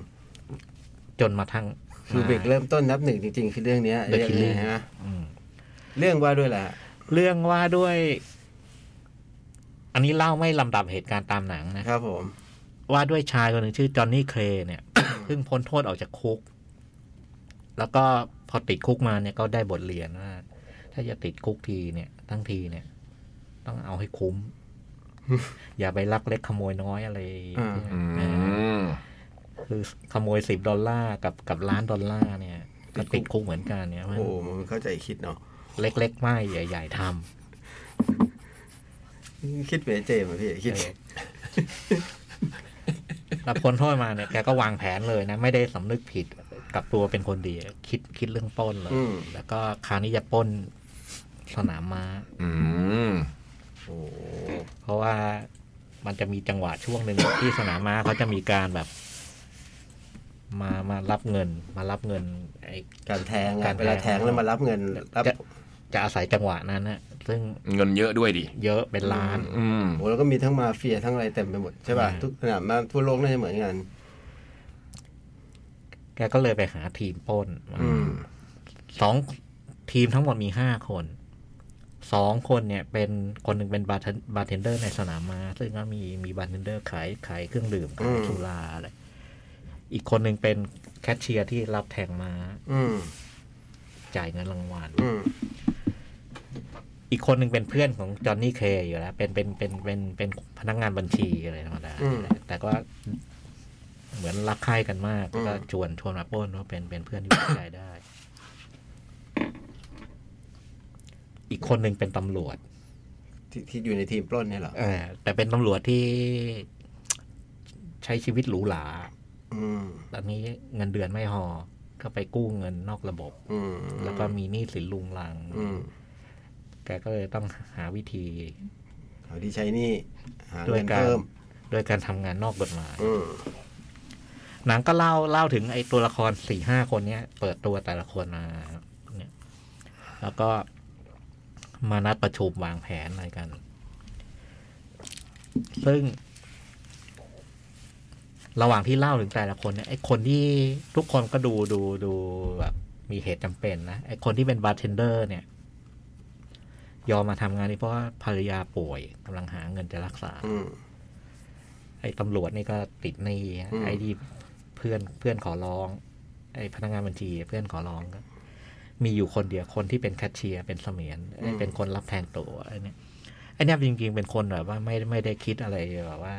S1: จนมาทั้ง
S2: คือเบรกเริ่มต้นนับหนึ่งจริงๆ คือเรื่องเนี้ย
S1: The
S2: เรื่องนี้
S1: Killing
S2: ฮะ
S1: อืม
S2: เรื่องว่าด้วยแหละ
S1: เรื่องว่าด้วย อันนี้เล่าไม่ลำดับเหตุการณ์ตามหนังนะครับ
S2: ผม
S1: ว่าด้วยชายคนหนึ่งชื่อจอห์นนี่เคลย์เนี่ย ซึ่งพ้นโทษออกจากคุก แล้วก็พอติดคุกมาเนี่ยก็ได้บทเรียนว่าถ้าจะติดคุกทีเนี่ยทั้งทีเนี่ย ต้องเอาให้ คุ้ม อย่าไปลักเล็กขโมยน้อยอะไร
S2: อ่า
S3: อื
S1: เออ
S3: ม
S1: คือขโมยสิบดอลลาร์กับกับล้านดอลลาร์เนี่ยก็ติดคุกเหมือนกันเนี่ยมัน
S2: โอ้โหมันเข้าใจคิดเนาะ
S1: เล็กๆ ไม่ใหญ่ ๆท
S2: คิดเหมือนเจมส์อะพี่คิด
S1: ำแล้วพ้นโทษมาเนี่ยแกก็วางแผนเลยนะ ไม่ได้สำนึกผิดกลับตัวเป็นคนดี คิดคิดเรื่องปล้นเลย
S2: อืม
S1: แล้วก็คราวนี้จะปล้นสนามม้า
S3: อืม
S2: โอ้โห
S1: เพราะว่า มันจะมีจังหวะช่วงหนึ่ง ที่สนามม้าเขาจะมีการแบบ มามารับเงิน มารับเงินไอ้
S2: การแทง
S1: กา
S2: อะ
S1: รแทง
S2: เวลาแทงแล้วมารับเงินรับ
S1: จะจะอาศัยจังหวะนั้นนะซึ่ง
S5: เงินเยอะด้วยดิ
S1: เยอะเป็นล้าน
S5: อืม
S2: โอ้แล้วก็มีทั้งมาเฟียทั้งอะไรเต็มไปหมดใช่ป่ะ
S1: อืม
S2: ทุกสนามมาทั่วโลกน่าจะเหมือนกัน
S1: แกก็เลยไปหาทีมปล้นมา
S2: อืม
S1: สองทีมทั้งหมดมีห้าคนสองคนเนี่ย เป็นคนหนึ่งเป็นบาร์เทนบาร์เทนเดอร์ในสนามมาซึ่งก็มีมีบาร์เทนเดอร์ขายขายเครื่องดื่มขายสุราอะไรอีกคนหนึ่งเป็นแคชเชียร์ที่รับแทงมา
S2: อืม
S1: จ่ายเงินรางวัล
S2: อืม
S1: อีกคนหนึ่งเป็นเพื่อนของจอห์นนี่เคอยู่แล้ว เป็นเป็นเป็นเป็นเป็นพนักงานบัญชีอะไรธรรมดา
S2: อืม
S1: แต่ก็เหมือนรักใคร่กันมาก
S2: อืม
S1: ก็ชวนชวนมาปล้นว่าเป็นเป็นเพื่อนที่ไว้ใจได้ อีกคนหนึ่งเป็นตำรวจ
S2: ที่ที่อยู่ในทีมปล้นเนี่ยเหรอ
S1: เออแต่เป็นตำรวจที่ใช้ชีวิตหรูหรา
S2: อืม
S1: ตอนนี้เงินเดือนไม่พอ ก็ไปกู้เงินนอกระบบ
S2: อืม
S1: แล้วก็มีหนี้สินลุงลัง
S2: อืม
S1: แกก็เลยต้องหาวิธี
S2: เอาที่ใช้หนี่หา
S1: ด้ว
S2: เงิ
S1: ย
S2: น
S1: การ
S2: เพิ่ม
S1: ด้วยการทำงานนอกกฎหมาย
S2: อืม
S1: หนังก็เล่าเล่าถึงไอ้ตัวละครสี่ห้าคนเนี้ย เปิดตัวแต่ละคนมาเนี่ย แล้วก็มานัดประชุมวางแผนอะไรกัน ซึ่ง ระหว่างที่เล่าถึงแต่ละคนเนี่ยไอ้คนที่ทุกคนก็ดูดูดูแบบมีเหตุจำเป็นนะไอ้คนที่เป็นบาร์เทนเดอร์ เนี่ย ยอมมาทำงานนี่เพราะว่าภรรยาป่วยกำลังหาเงินจะรักษา
S2: อืม
S1: ไอ้ตำรวจนี่ก็ติดหนี้ฮะ
S2: อืม
S1: ไอ้ที่เพื่อนเพื่อนขอร้อง ไอ้พนักงานบัญชีเพื่อนขอร้องก็มีอยู่คนเดียวคนที่เป็นแคชเชียร์เป็นเสมียนไอ้เป็นคนรับแทนตัวไอ้เนี่ยไอ้เนี่ยจริงๆเป็นคนแบบว่าไม่ไม่ได้คิดอะไรแบบว่า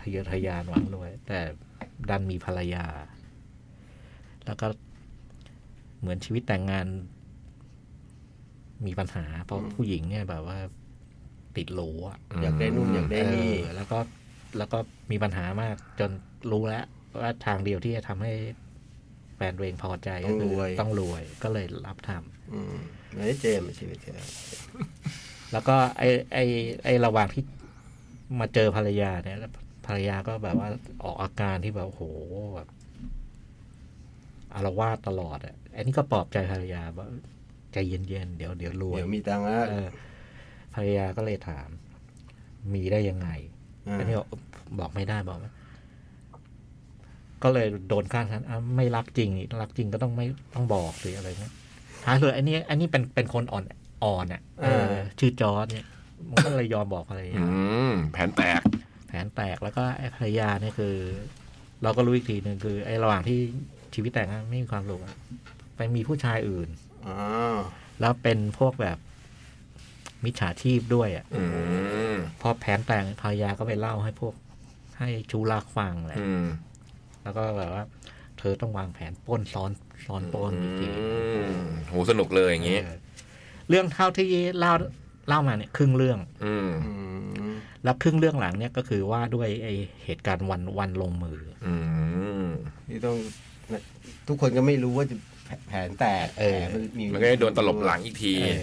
S1: ทะเยอทะยานหวังรวยแต่ดันมีภรรยา แล้วก็เหมือนชีวิตแต่งงาน มีปัญหาเพราะผู้หญิงเนี่ยแบบว่าติดโหลอะ
S2: อยากได้นู่นอยากได้
S1: เอ
S2: นี่
S1: อแล้วก็แล้วก็มีปัญหามากจนรู้แล้วว่าทางเดียวที่จะทำให้แฟนตัวเองพอใจก็คืต้องรวยก็เลยรับทำ
S2: อืมไม่ได้เจมส์ชีวิตเจมส์
S1: แล้วก็ไอไอไอระหว่างที่มาเจอภรรยาเนี่ยแล้วภรรยาก็แบบว่าออกอาการที่แบบโอ้โหแบบอารวาสตลอดอ่ะไอ้นี่ก็ปลอบใจภรรยาว่าใจเย็นๆเดี๋ยวเดี๋ยวรวย
S2: เดี๋ยวมีตังค์ละ
S1: เออภรรยาก็เลยถาม มีได้ยังไง
S2: า
S1: อันนี้บอกบอกไม่ได้บอกไม่ก็เลยโดนข้างทันอ่ะไม่รักจริงนี่รักจริงก็ต้องไม่ต้องบอกหรืออะไรเงี้ยท้ายสุดอันนี้ อันนี้เป็นเป็นคนอ่อนอ่อนอ่ะเออ ชื่อจอร์ดเนี่ย มันก็เลยยอมบอกภรรยา
S5: อืม แผนแตก
S1: แผนแตกแล้วก็ไอ้ภรรยาเนี่ยคือ เราก็รู้อีกทีหนึ่งคือ ไอ้ระหว่างที่ชีวิตแต่งงานไม่มีความสุขอะไปมีผู้ชายอื่น
S2: อ๋อ
S1: แล้วเป็นพวกแบบมิจฉาชีพด้วยอ่ะ
S5: อืม
S1: พอแผนแต่งภรรยาก็ไปเล่าให้พวก ให้ชูรักฟังแหละ
S5: อืม
S1: แล้วก็แบบว่า เธอต้องวางแผนปล้นซ้อนซ้อนปล้นอีกที
S5: โหสนุกเลยอย่างงี้
S1: เออเรื่องเท่าที่เล่าเล่ามาเนี่ยครึ่งเรื่อง
S5: อืม
S2: อืม
S1: แล้วครึ่งเรื่องหลังเนี่ยก็คือว่าด้วยไอเหตุการณ์วันวันลงมือ
S5: อืม
S2: ที่ต้องทุกคนก็ไม่รู้ว่าจะแผนแตก
S1: เออ
S2: แผนมี
S5: มันก็ได้โดนตลบหลังอีกที
S1: เออ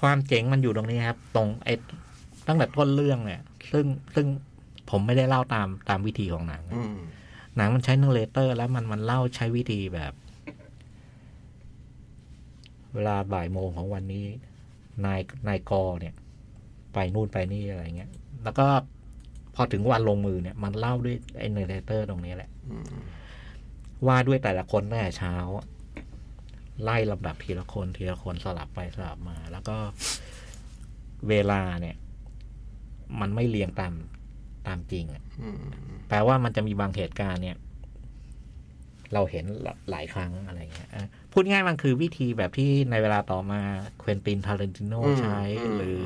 S1: ความเจ๋งมันอยู่ตรงนี้ครับ ตรงไอตั้งแต่ต้นเรื่องเนี่ย ซึ่งซึ่งผมไม่ได้เล่าตามตามวิธีของหนัง
S2: อืม
S1: หนังมันใช้เนอเรเตอร์ แล้วมันมันเล่าใช้วิธีแบบ เวลาบ่ายโมงของวันนี้ นายนายกอเนี่ย ไปนู่นไปนี่อะไรเงี้ย แล้วก็พอถึงวันลงมือเนี่ย มันเล่าด้วยไอ้เนอเรเตอร์ตรงนี้แหละ
S2: อืม
S1: ว่าด้วยแต่ละคนตั้งแต่เช้า ไล่ลำดับทีละคนทีละคนสลับไปสลับมา แล้วก็เวลาเนี่ย มันไม่เรียงตามตามจริงอะ
S2: อืม
S1: แปลว่ามันจะมีบางเหตุการณ์เนี่ย เราเห็นหลายครั้งอะไรเงี้ยเออพูดง่ายมันคือวิธีแบบที่ในเวลาต่อมาเควินตินทาเรนติโนใช้ หรือ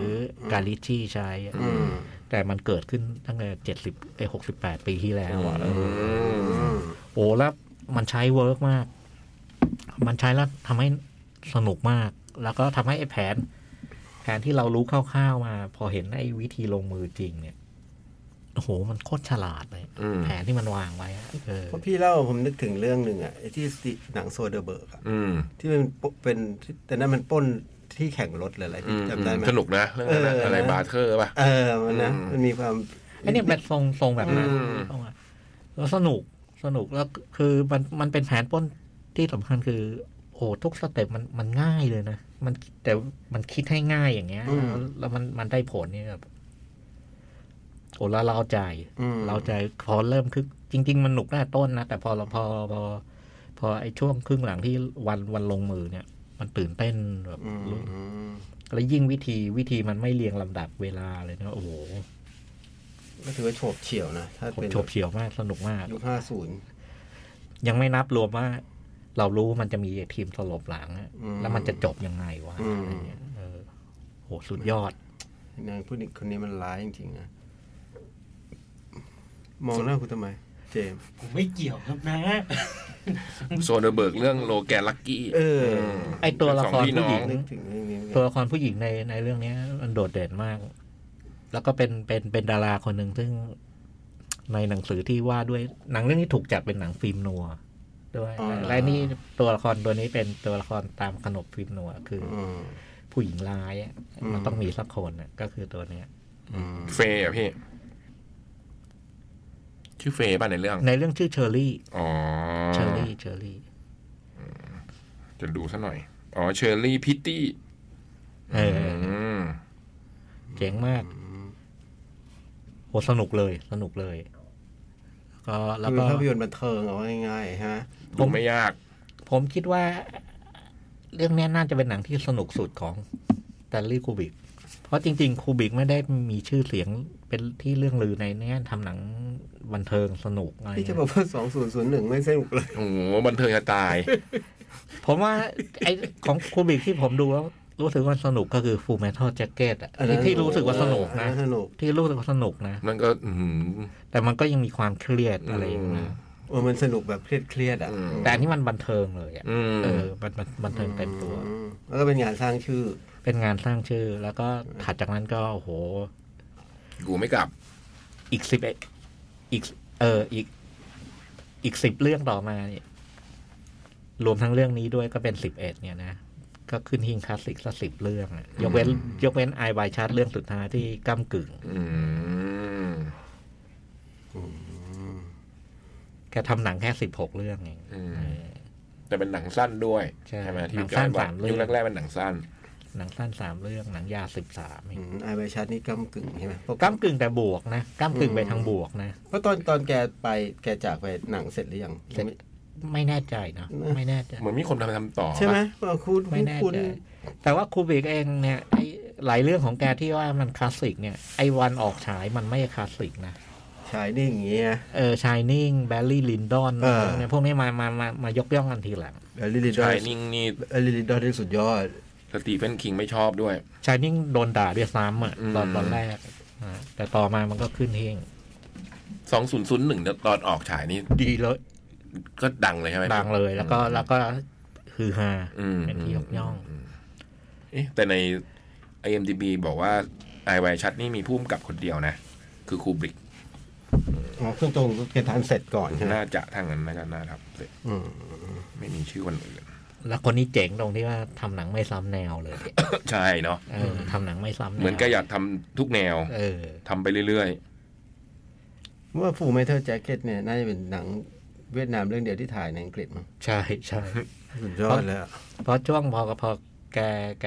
S1: การลิชชี่ใช้
S2: อืม
S1: แต่มันเกิดขึ้นตั้งแต่เจ็ดสิบไอหกสิบแปดปีที่แล้วอะ
S5: อืม
S1: โอ้แล้วมันใช้เวิร์กมาก มันใช้แล้วทำให้สนุกมาก แล้วก็ทำให้ไอแผน แผนที่เรารู้คร่าวๆมา พอเห็นไอวิธีลงมือจริง เนี่ยโอ้โหมันโคตรฉลาดเลย
S5: อืม
S1: แผนที่มันวางไว้อะเออ
S2: เพราะพี่เล่าผมนึกถึงเรื่องหนึ่งอ่ะไอ้ที่หนังโซเดอร์เบิร์กอะ
S5: อืม
S2: ที่มันเป็นแต่นั้นมันปล้นที่แข่งรถหรืออะไร
S5: อื
S2: พี่
S5: ม
S2: จำได้ไหม
S5: สนุกนะเรื่องนั้นนะ
S2: เอออ
S5: อะไรบาร์เทอร์ป่ะ
S2: เออมันนะ
S5: อืม
S2: มันมีความ
S1: ไอ้เนี่ยแบบทรงทรงแบบนั้น
S3: อืม
S1: ทรงอะแล้วสนุกสนุกแล้วคือมันมันเป็นแผนปล้นที่สำคัญคือ โอ้ทุกสเต็ปมันมันง่ายเลยนะมันแต่มันคิดให้ง่ายอย่างเงี้ย
S2: อืม
S1: แล้วแล้วมันมันได้ผลเนี่ยแบบโอ้แล้วเราใจ
S2: อืม
S1: เราใจพอเริ่มคึกจริง ๆ มันหนุกหน้าต้นนะ แต่พอเราพอพอ พอไอ้ช่วงครึ่งหลังที่วันวันลงมือเนี่ย มันตื่นเต้นแบบ
S2: อืม
S1: รู้ แล้วยิ่งวิธีวิธีมันไม่เรียงลำดับเวลาเลยนะโอ้โห
S2: ก็ถือว่าโฉบเฉี่ยวนะ ถ้า
S1: ผม
S2: เป็น
S1: โฉบเฉี่ยวมากสนุกมาก
S2: ยุคห้าศูนย์
S1: ยังไม่นับรวมว่า เรารู้ว่ามันจะมีทีมสลบหลังอะ
S2: อืม
S1: แล้วมันจะจบยังไงวะ
S2: อืม
S1: อะไรเงี้ยเออโหสุดยอด
S2: นางผู้หญิงคนนี้มันร้ายจริงๆนะ มองหน้าคุณทำไม เจมส์
S8: ผมไม่เกี่ยวครับนะ
S3: โซเดอร์เบิร์กเรื่องโลแกนลักกี้
S2: เอออื
S3: ม
S1: ไอ้ตัวละคร
S3: เป็นส
S1: ผู้
S3: อง
S1: หญิ
S3: พี่น้อ
S1: ง
S2: นึกถึงเรื่องนี้
S1: ตัวละครผู้หญิงในในเรื่องเนี้ยมันโดดเด่นมาก แล้วก็เป็นเป็นเป็นดาราคนหนึ่งซึ่งในหนังสือที่ว่าด้วยหนังเรื่องนี้ถูกจัดเป็นหนังฟิล์มนัวด้วยและนี่ตัวละครตัวนี้เป็นตัวละครตามขนบฟิล์มนัวคือ
S2: อืม
S1: ผู้หญิงร้ายอะ
S2: อืม
S1: มันต้องมีสักคนน่ะก็คือตัวเนี้ย
S2: อืม
S3: เฟย์อะพี่ ชื่อเฟย์ป่ะในเรื่อง
S1: ในเรื่องชื่อเชอรี่
S3: อ๋อ
S1: เชอรี่เชอรี่
S3: จะดูซะหน่อย อ๋อเชอร์รี่พิตตี้
S1: เอออ
S3: ม
S1: เจ๋งมากโหสนุกเลย สนุกเลย แล้วก็
S2: คือ
S1: แล้วก็
S2: ภาพยนตร์บันเทิงเอาง่ายๆฮะ
S3: ดูไม่ยาก
S1: ผมคิดว่า เรื่องเนี้ยน่าจะเป็นหนังที่สนุกสุดของแตนลีคูบิก เพราะจริงๆคูบิกไม่ได้มีชื่อเสียงเป็นที่เรื่องลือในแง่ทำหนังบันเทิงสนุกอะไร
S2: พี่
S1: เงี้
S2: จะ
S1: ย
S2: บอกว่าสองศูนย์ศูนย์หนึ่งไม่สนุกเลย
S3: โอ้โหบันเทิงจะตาย
S1: ผมว่า ไอของคูบิกที่ผมดูแล้วรู้สึกว่าสนุกก็คือฟู l เมทัลแจ็ c เก็ตอะ
S2: อันนั้
S1: ที่
S2: น
S1: ที่รู้สึกว่าสนุก
S2: อ่า
S1: นะ
S2: สนุก
S1: ที่รู้สึกว่าสนุกนะ
S3: นั่นก็ อืม
S1: แต่มันก็ยังมีความเครียดอะไรอย่างเงี้
S3: อื
S1: ย
S3: ม
S2: เออมันสนุกแบบเครียดๆอ่ะ
S3: อืม
S1: แต่อันนี้มันบันเทิงเลยอะ
S3: อืม
S1: เออมันมันบันเทิงเต็มตัว
S2: อืมแล้วก็เป็นงานสร้างชื่อ
S1: เป็นงานสร้างชื่อ แล้วก็ถัดจากนั้นก็โอ้โห
S3: กูไม่กลับ
S1: อีกสิบเอ็ดอีกเอออีก อีกสิบเรื่องต่อมาเนี่ยรวมทั้งเรื่องนี้ด้วยก็เป็นสิบเอ็ดเนี่ยนะ ก็ขึ้นหิงคลาสสิกสักสิบเรื่องอะยกเว้น ยกเว้นไอบายชาร์ตเรื่องสุดท้ายที่ก้ากึ่ง
S3: อืม
S1: แกทำหนังแค่สิบหกเรื่องเอง
S3: อืม
S1: เออ
S3: แต่เป็นหนังสั้นด้วย
S1: ใช่
S3: ไหมที่
S1: หนัง
S3: พี่
S1: สั้
S3: จ
S1: น
S3: อยบอก
S1: สามเรื่อง
S3: ยุคแรกๆเป็นหนังสั้น
S1: หนังสั้นสามเรื่องหนังยาวสิบสาม
S2: อืมไอใบชัดนี่ก้ากึ่งใช่ไหมเพราะ
S1: ก้ากึ่งแต่บวกนะก้ากึ่งไปทางบวกนะ
S2: เพราะตอนตอนแกไปแกจากไปหนังเสร็จหรือยัง
S1: เสร็จ ไม่แน่ใจนะไม่แน่ใจ
S3: เหมือนมีคนทำทำต่อ
S2: ใช่ไหม
S3: ปะ
S2: ว่าคุณ
S1: ไม่แน่
S2: คุณ
S1: ใจแต่ว่าครูบิกเองเนี่ยไอ้หลายเรื่องของแกที่ว่ามันคลาสสิกเนี่ยไอ้วันออกฉายมันไม่คลาสสิกนะ
S2: ฉายนี่อย่างเงี้ย
S1: เออชายนิ่งแบลลี่ลินดอน
S2: เออ
S1: เนี่ยพวกนี้มามามามายกย่องกันทีหลัง
S2: เอลิลิดอ
S3: ชาย
S2: น
S3: นิ่งนี่
S2: เอลิลิดอนนี่สุดยอด
S3: สตีเฟนคิงไม่ชอบด้วย
S1: ชายนิ่งโดนด่าด้วยซ้ำอ่ะตอน
S3: อืม
S1: ตอนแรกอ่ะแต่ต่อมามันก็ขึ้นเฮง
S3: สองศูนย์ศูนย์หนึ่งตอนออกฉายนี่
S1: ดีเลย
S3: ก็ดังเลยใช่ไหม
S1: ดังเลย แล้วก็แล้วก็ฮือฮา
S3: อืม
S1: เป็นที่ยกย่อง
S3: เอ๊ะแต่ใน IMDb บอกว่าไอไวชัดนี่มีผู้กำกับคนเดียวนะ คือคูบริก
S2: อ๋อเครื่องตรงแกทานเสร็จก่อนใช่ไหม
S3: น่าจะทางนั้นน่าจะน่าทำเสร็จ
S2: อืม
S3: ไม่มีชื่อคนอื่น
S1: แล้วคนนี้เจ๋งตรงที่ว่าทำหนังไม่ซ้ำแนวเลย
S3: ใช่เนาะ
S1: เออทำหนังไม่ซ้ำแว
S3: เหมือนแกอยากทำทุกแนว
S1: เออ
S3: ทำไปเรื่อย
S2: ว่าฟูเมทัลแจ็คเก็ตเนี่ยน่าจะเป็นหนังเวียดนามเรื่องเดียวที่ถ่ายในอังกฤษมั้ง
S1: ใช่ใช่
S2: สุดยอดเลยอะ
S1: เพราะช่วงพอพอแกแก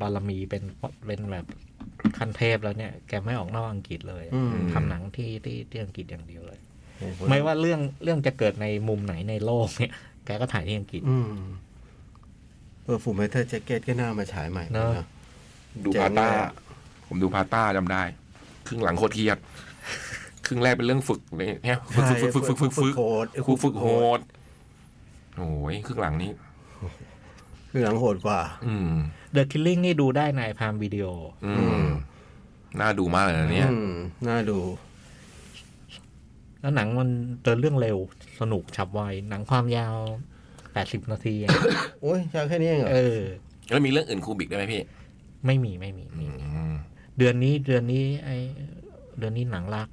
S1: บารมีเป็นเป็นแบบขั้นเทพแล้วเนี่ย แกไม่ออกนอกอังกฤษเลย
S2: อืม
S1: ทำหนังที่ที่ที่อังกฤษอย่างเดียวเลย ไม่ว่าเรื่องเรื่องจะเกิดในมุมไหนในโลกเนี่ย แกก็ถ่ายที่อังกฤษ
S2: อืมเออฟูเมทัลแจ็คเก็ตก็น่ามาฉายใหม่
S1: เนอะ
S2: นะ
S3: ๆ ดู
S2: เจ๋ง
S3: พาต้า
S2: เลยอะ
S3: ผมดูพาต้าจำได้ ครึ่งหลังโคตรเครียด ครึ่งแรกเป็นเรื่องฝึกเลยเนี่ยฝึกฝึกฝึกฝึกฝึกฝึก
S2: โหด
S3: ครูฝึกโหดโอ้ยครึ่งหลังนี้
S2: คือหนังโหดกว่า
S3: อืม
S1: The Killing นี่ดูได้ในพามวิดีโอ
S3: อืมน่าดูมากเลยนะเนี่ย
S2: อืมน่าดู
S1: แล้วหนังมันเดินเรื่องเร็วสนุกฉับไว หนังความยาว 80 นาทีเอง
S2: โอ้ยฉากแค่นี้เองเหรอ
S1: เออ
S3: แล้วมีเรื่องอื่นคูบิกได้วยไหมพี่
S1: ไม่มีไม่มีไม่มี
S3: อืม
S1: เดือนนี้เดือนนี้ไอเดือนนี้หนังรัก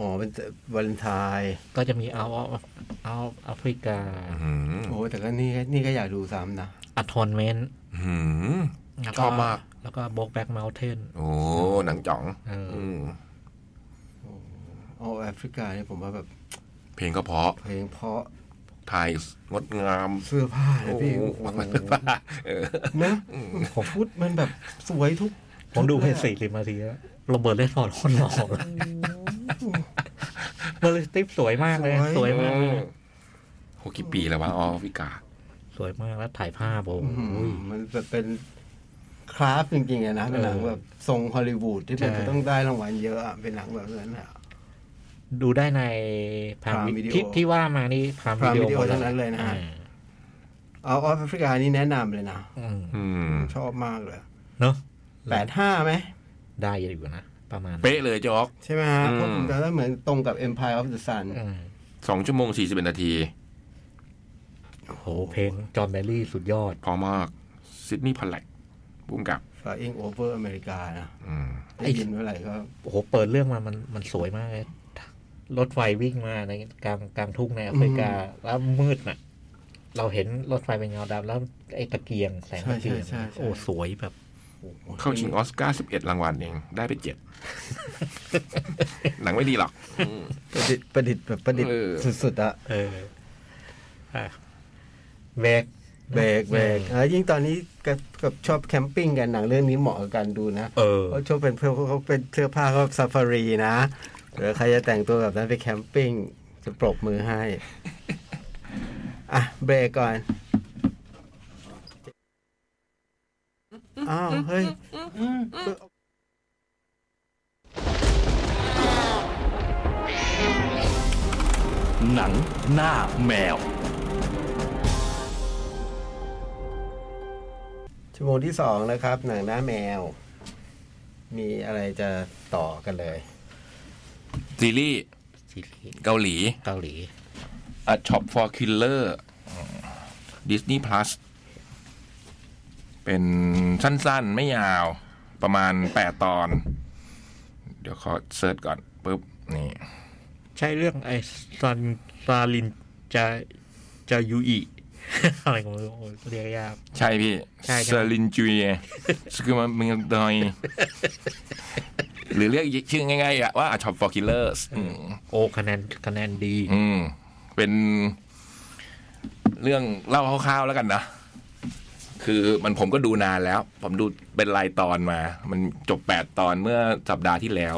S2: อ๋อเป็นวาเลนไทน์
S1: ก็จะมีเอาเอาแอฟริกา
S3: อืม
S2: โอ้แต่ก็นี่นี่ก็อยากดูซ้ำนะ
S1: อัทอนเมนต์
S3: อืม ชอบมาก
S1: แล้วก็บกแบ็กเมลเทน
S3: โอ้หนังจ๋อง
S1: เอออ
S3: อืม
S2: โอแอฟริกาเนี่ยผมว่าแบบ
S3: เพลงก็เพราะ
S2: เพลงเพราะ
S3: ถ่ายงดงาม
S2: เสื้อผ้าเลย
S3: โอ้โห
S2: พี่โอ้โห
S3: มันเป็นบ้าเออ
S2: นะผมพูดมันแบบสวยทุก
S1: ผมดูเพจ
S2: ทุก
S1: สี่สิบนาทีแล้วโรเบิร์ตเลสฟอร์ดคนหล่อเบอร์ลิสติฟสวยมากเลย สวยมาก
S3: โหกี่ปีแล้ววะอ๋อแอฟริกา
S1: สวยมากแล้วถ่ายภาพโอ้
S2: อื
S1: โห
S2: มมันแบบเป็นคราฟต์จริงๆอะนะเป็นหนัง
S1: เออ
S2: แบบทรงฮอลลีวูดที่มัน
S1: ใช่
S2: จะต้องได้รางวัลเยอะอะเป็นหนังแบบนั้นอะ
S1: ดูได้ในพาม
S2: Prime
S1: วิ
S2: Video
S1: ที่ที่ว่ามานี่พาม
S2: Prime
S1: วิ
S2: Video
S1: ดีโอ
S2: เท่านั้นเลยนะ
S1: อ่า
S2: เอาออฟแอฟริกานี่แนะนำเลยนะ
S1: อืม
S3: อืม
S2: ชอบมากเลย
S1: เนอะ
S2: แปดห้าไหม
S1: ได้อยู่นะ ประมาณ
S3: เป๊ะเลยจ๊อก
S2: ใช่ไหมฮะ
S3: อืม
S2: เพราะผมจำได้เหมือนตรงกับ Empire of the Sun
S1: อืม
S3: สองชั่วโมงสี่สิบเอ็ดนาที
S1: โอ้โหเพลงจอห์นแบรี่สุดยอด
S3: พอมาก ซิดนีย์พันแลกบุ้มกับ
S2: Flying Over America นะ
S3: อืม
S2: ได้ยินเมื่อไหร่ก็
S1: โอ้โหเปิดเรื่องมามันมันสวยมากเลยรถไฟวิ่งมาในกลางกลางทุ่งในแอฟริกาแล้วมืดน่ะ เราเห็นรถไฟเป็นเงาดำแล้วไอ้ตะเกียงแสงตะเกียงโอ้สวยแบบ
S3: เข้าชิงออสการ์สิบเอ็ดรางวัลเอง ได้ไปเจ็ด หนังไม่ดีหรอก
S2: ประดิษฐ์ประดิษฐ์แบบประดิษฐ์
S3: เออ
S2: สุดๆอะ
S1: เอออ่ะเบรก
S2: เบรกเบรกแล้วยิ่งตอนนี้กับกับชอบแคมปิ้งกันหนังเรื่องนี้เหมาะกับการดูนะ
S1: เออ
S2: เพราะชอบเป็นเพื่อเขาเป็นเสื้อผ้าเขาซาฟารีนะหรือใครจะแต่งตัวแบบนั้นไปแคมปิ้งจะปรบมือให้ อ่ะเบรกก่อนอ้าวเฮ้ย
S9: หนังหน้าแมว
S2: ชั่วโมงที่สองนะครับ หนังหน้าแมว มีอะไรจะต่อกันเลย
S3: ซีรีส์
S1: ซีรีส์
S3: เกาหลี
S1: เกาหลี
S3: A Shop for Killer Disney Plus เป็นสั้นๆ ไม่ยาวประมาณ 8 ตอน เดี๋ยวขอเซิร์ชก่อนปุ๊บ นี่
S1: ใช่เรื่องไอ้ซันซาลินจะจะยูอิ อะไรของมึงโอ้ยเรียกยาก
S3: ใช่พี่
S1: ใช่ใช่
S3: เซอร์ลินจุย สกุมาเมืองดอย หรือเรียกชื่อง่ายๆอะว่า A Shop for Killers อืม
S1: โอ้คะแนนคะแนนดี
S3: อืม เป็นเรื่องเล่าคร่าวๆแล้วกันนะ คือมันผมก็ดูนานแล้ว ผมดูเป็นรายตอนมา มันจบแปดตอนเมื่อสัปดาห์ที่แล้ว